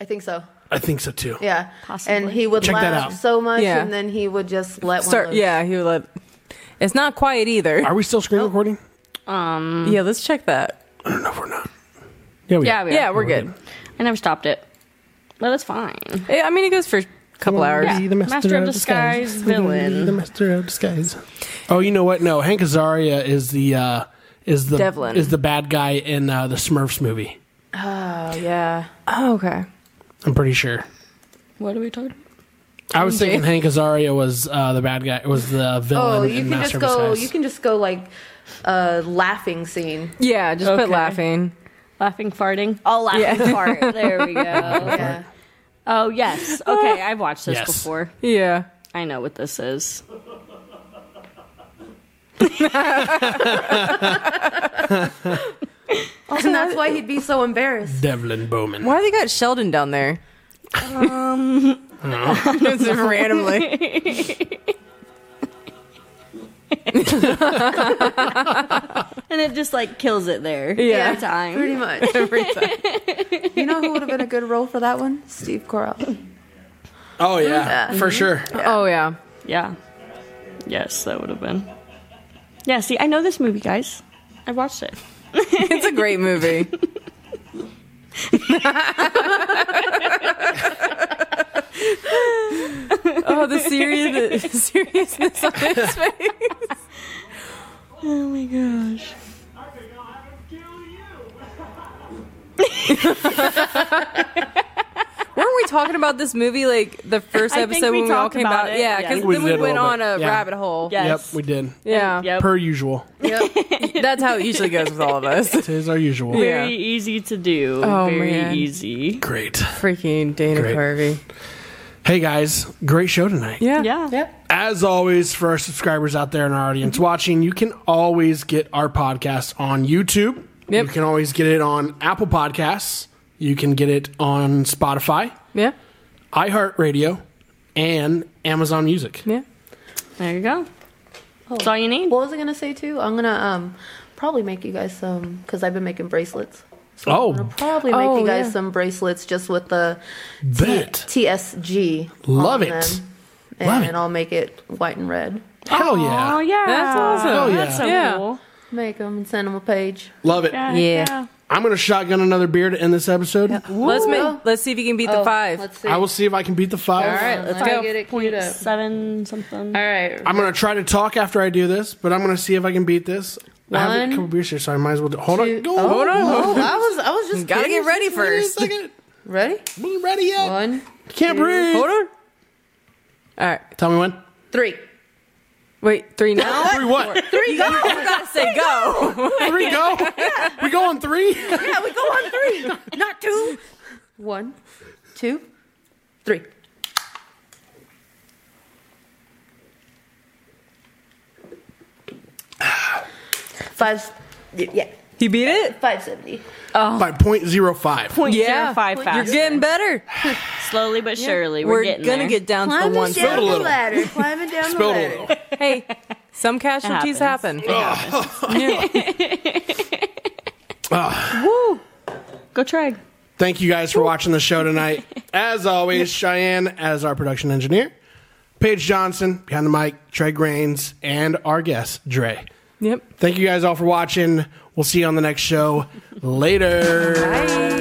S4: I think so.
S1: I think so too.
S4: Yeah,
S3: Possibly.
S4: and he would
S1: Check that
S4: laugh
S1: out.
S4: so much,
S2: Yeah.
S4: and then he would just let
S2: Start,
S4: one. loose.
S2: yeah, he would let. It's not quiet either.
S1: Are we still screen recording? Um,
S3: Um,
S2: Yeah, let's check that.
S1: I don't know if we're not. Yeah, we
S3: Yeah,
S1: are.
S3: we
S2: Yeah,
S3: yeah.
S2: we're good.
S3: I never stopped it, but it's fine.
S2: Eh, I mean, it goes for a couple hours.
S3: Yeah. Master of Disguise villain.
S1: The master of disguise. Oh, you know what? No, Hank Azaria is the uh, is the
S2: Devlin.
S1: is the bad guy in uh, the Smurfs movie.
S4: Oh, yeah.
S2: Oh, okay.
S1: I'm pretty sure.
S3: What are we talking?
S1: I was thinking Hank Azaria was uh, the bad guy. Was the villain?
S4: Oh, you
S1: in
S4: can
S1: Master
S4: just
S1: of
S4: go.
S1: Disguise.
S4: You can just go like uh, laughing scene.
S2: Yeah, just put
S3: Okay.
S2: laughing.
S3: Laughing, farting. Oh, laughing fart. There we go.
S4: Yeah.
S3: <laughs> oh yes. Okay, <laughs> I've watched this
S1: Yes.
S3: before.
S2: Yeah.
S3: I know what this is.
S4: and that's why he'd be so embarrassed.
S1: Devlin Bowman.
S2: Why they got Sheldon down there?
S1: <laughs>
S2: Um, <laughs> just randomly.
S3: and it just like kills it there.
S2: Yeah.
S3: every time.
S4: <laughs> Pretty much.
S2: Every time.
S4: You know who would have been a good role for that one? Steve Carell.
S1: Oh yeah, for sure.
S2: Oh <laughs> yeah.
S3: Yeah. Yes, that would have been. Yeah, see, I know this movie, guys. I watched it.
S2: It's a
S1: <laughs>
S2: great movie. oh, the serious, the seriousness on his face.
S3: Oh my gosh.
S5: I think I'll have him kill you.
S2: Weren't we talking about this movie like the first
S3: I think
S2: episode
S3: we
S2: when we all
S3: talked
S2: came
S3: about
S2: out?
S3: it,
S2: Yeah,
S3: yeah.
S2: because
S1: We
S2: then
S1: did
S2: we
S1: a
S2: went
S1: little
S2: on
S1: bit,
S2: a
S1: yeah.
S2: rabbit hole.
S3: Yes.
S1: Yep, we did.
S2: Yeah.
S3: Yep.
S1: Per usual.
S2: That's how it usually goes with all
S1: <laughs>
S2: of us.
S1: It is our usual.
S2: Yeah.
S3: Very easy to do.
S2: Oh,
S3: Very
S2: man.
S3: easy.
S1: Great.
S2: Freaking Dana
S1: Great.
S2: Carvey.
S1: Hey guys, great show tonight.
S2: Yeah.
S3: Yeah.
S1: As always, for our subscribers out there in our audience watching, you can always get our podcast on YouTube.
S2: Yep.
S1: You can always get it on Apple Podcasts. You can get it on Spotify,
S2: Yeah.
S1: iHeartRadio, and Amazon Music.
S2: Yeah.
S3: There you go. That's all you need.
S4: What was I gonna say too? I'm gonna um probably make you guys some because I've been making bracelets.
S1: Oh,
S4: Probably make
S2: Oh,
S4: you guys
S2: yeah.
S4: some bracelets just with the
S1: bet.
S4: TSG. on
S1: Love it.
S4: them. And
S1: Love it.
S4: I'll make it white and red.
S1: Hell
S3: Oh
S1: yeah.
S3: yeah.
S2: That's awesome.
S1: Hell yeah.
S3: That's so
S2: Yeah.
S3: cool.
S4: Make them and send them a page.
S1: Love it.
S3: Yeah.
S2: Yeah.
S1: I'm going to shotgun another beer to end this episode.
S2: Let's make, let's see if you can beat the
S4: Oh,
S2: five.
S4: Let's see.
S1: I will see if I can beat the five.
S4: All right, let's
S2: Let me
S4: go.
S2: get
S4: Get it queued up.
S3: Seven something.
S4: All right.
S1: I'm going to try to talk after I do this, but I'm going to see if I can beat this. I have a
S4: One,
S1: couple beers here, so I might as well do Hold
S4: Two-
S1: on. Go
S4: oh,
S1: Hold on.
S4: oh, I was I was just
S2: Gotta get
S4: kidding.
S2: ready
S1: Wait a
S2: first.
S1: second.
S4: Ready?
S1: We ain't ready yet.
S4: One,
S1: Can't breathe.
S2: Hold on. All right.
S1: Tell me when.
S4: three.
S2: Wait, three
S3: <laughs>
S2: now? <laughs>
S1: Three what?
S2: three go. You gotta say go.
S1: three go? We go on three?
S4: Yeah, we go on three, not two. One, two, three. Five. Yeah,
S2: He beat it?
S4: five seventy.
S1: By 0.05.
S3: Point
S2: Yeah.
S3: zero five
S2: You're
S3: fast.
S2: getting better.
S3: Slowly but surely, we're, getting
S2: gonna
S3: there.
S2: get down to the one.
S1: a little.
S4: ladder. Climbing
S1: <laughs>
S4: down
S1: Spilled a little.
S2: Hey, some casualties happen.
S3: happens. Go try.
S1: Thank you guys for watching the show tonight. As always, Cheyenne as our production engineer, Paige Johnson behind the mic, Trey Grains, and our guest, Dre.
S2: Yep.
S1: Thank you guys all for watching. We'll see you on the next show. Later.
S2: Bye.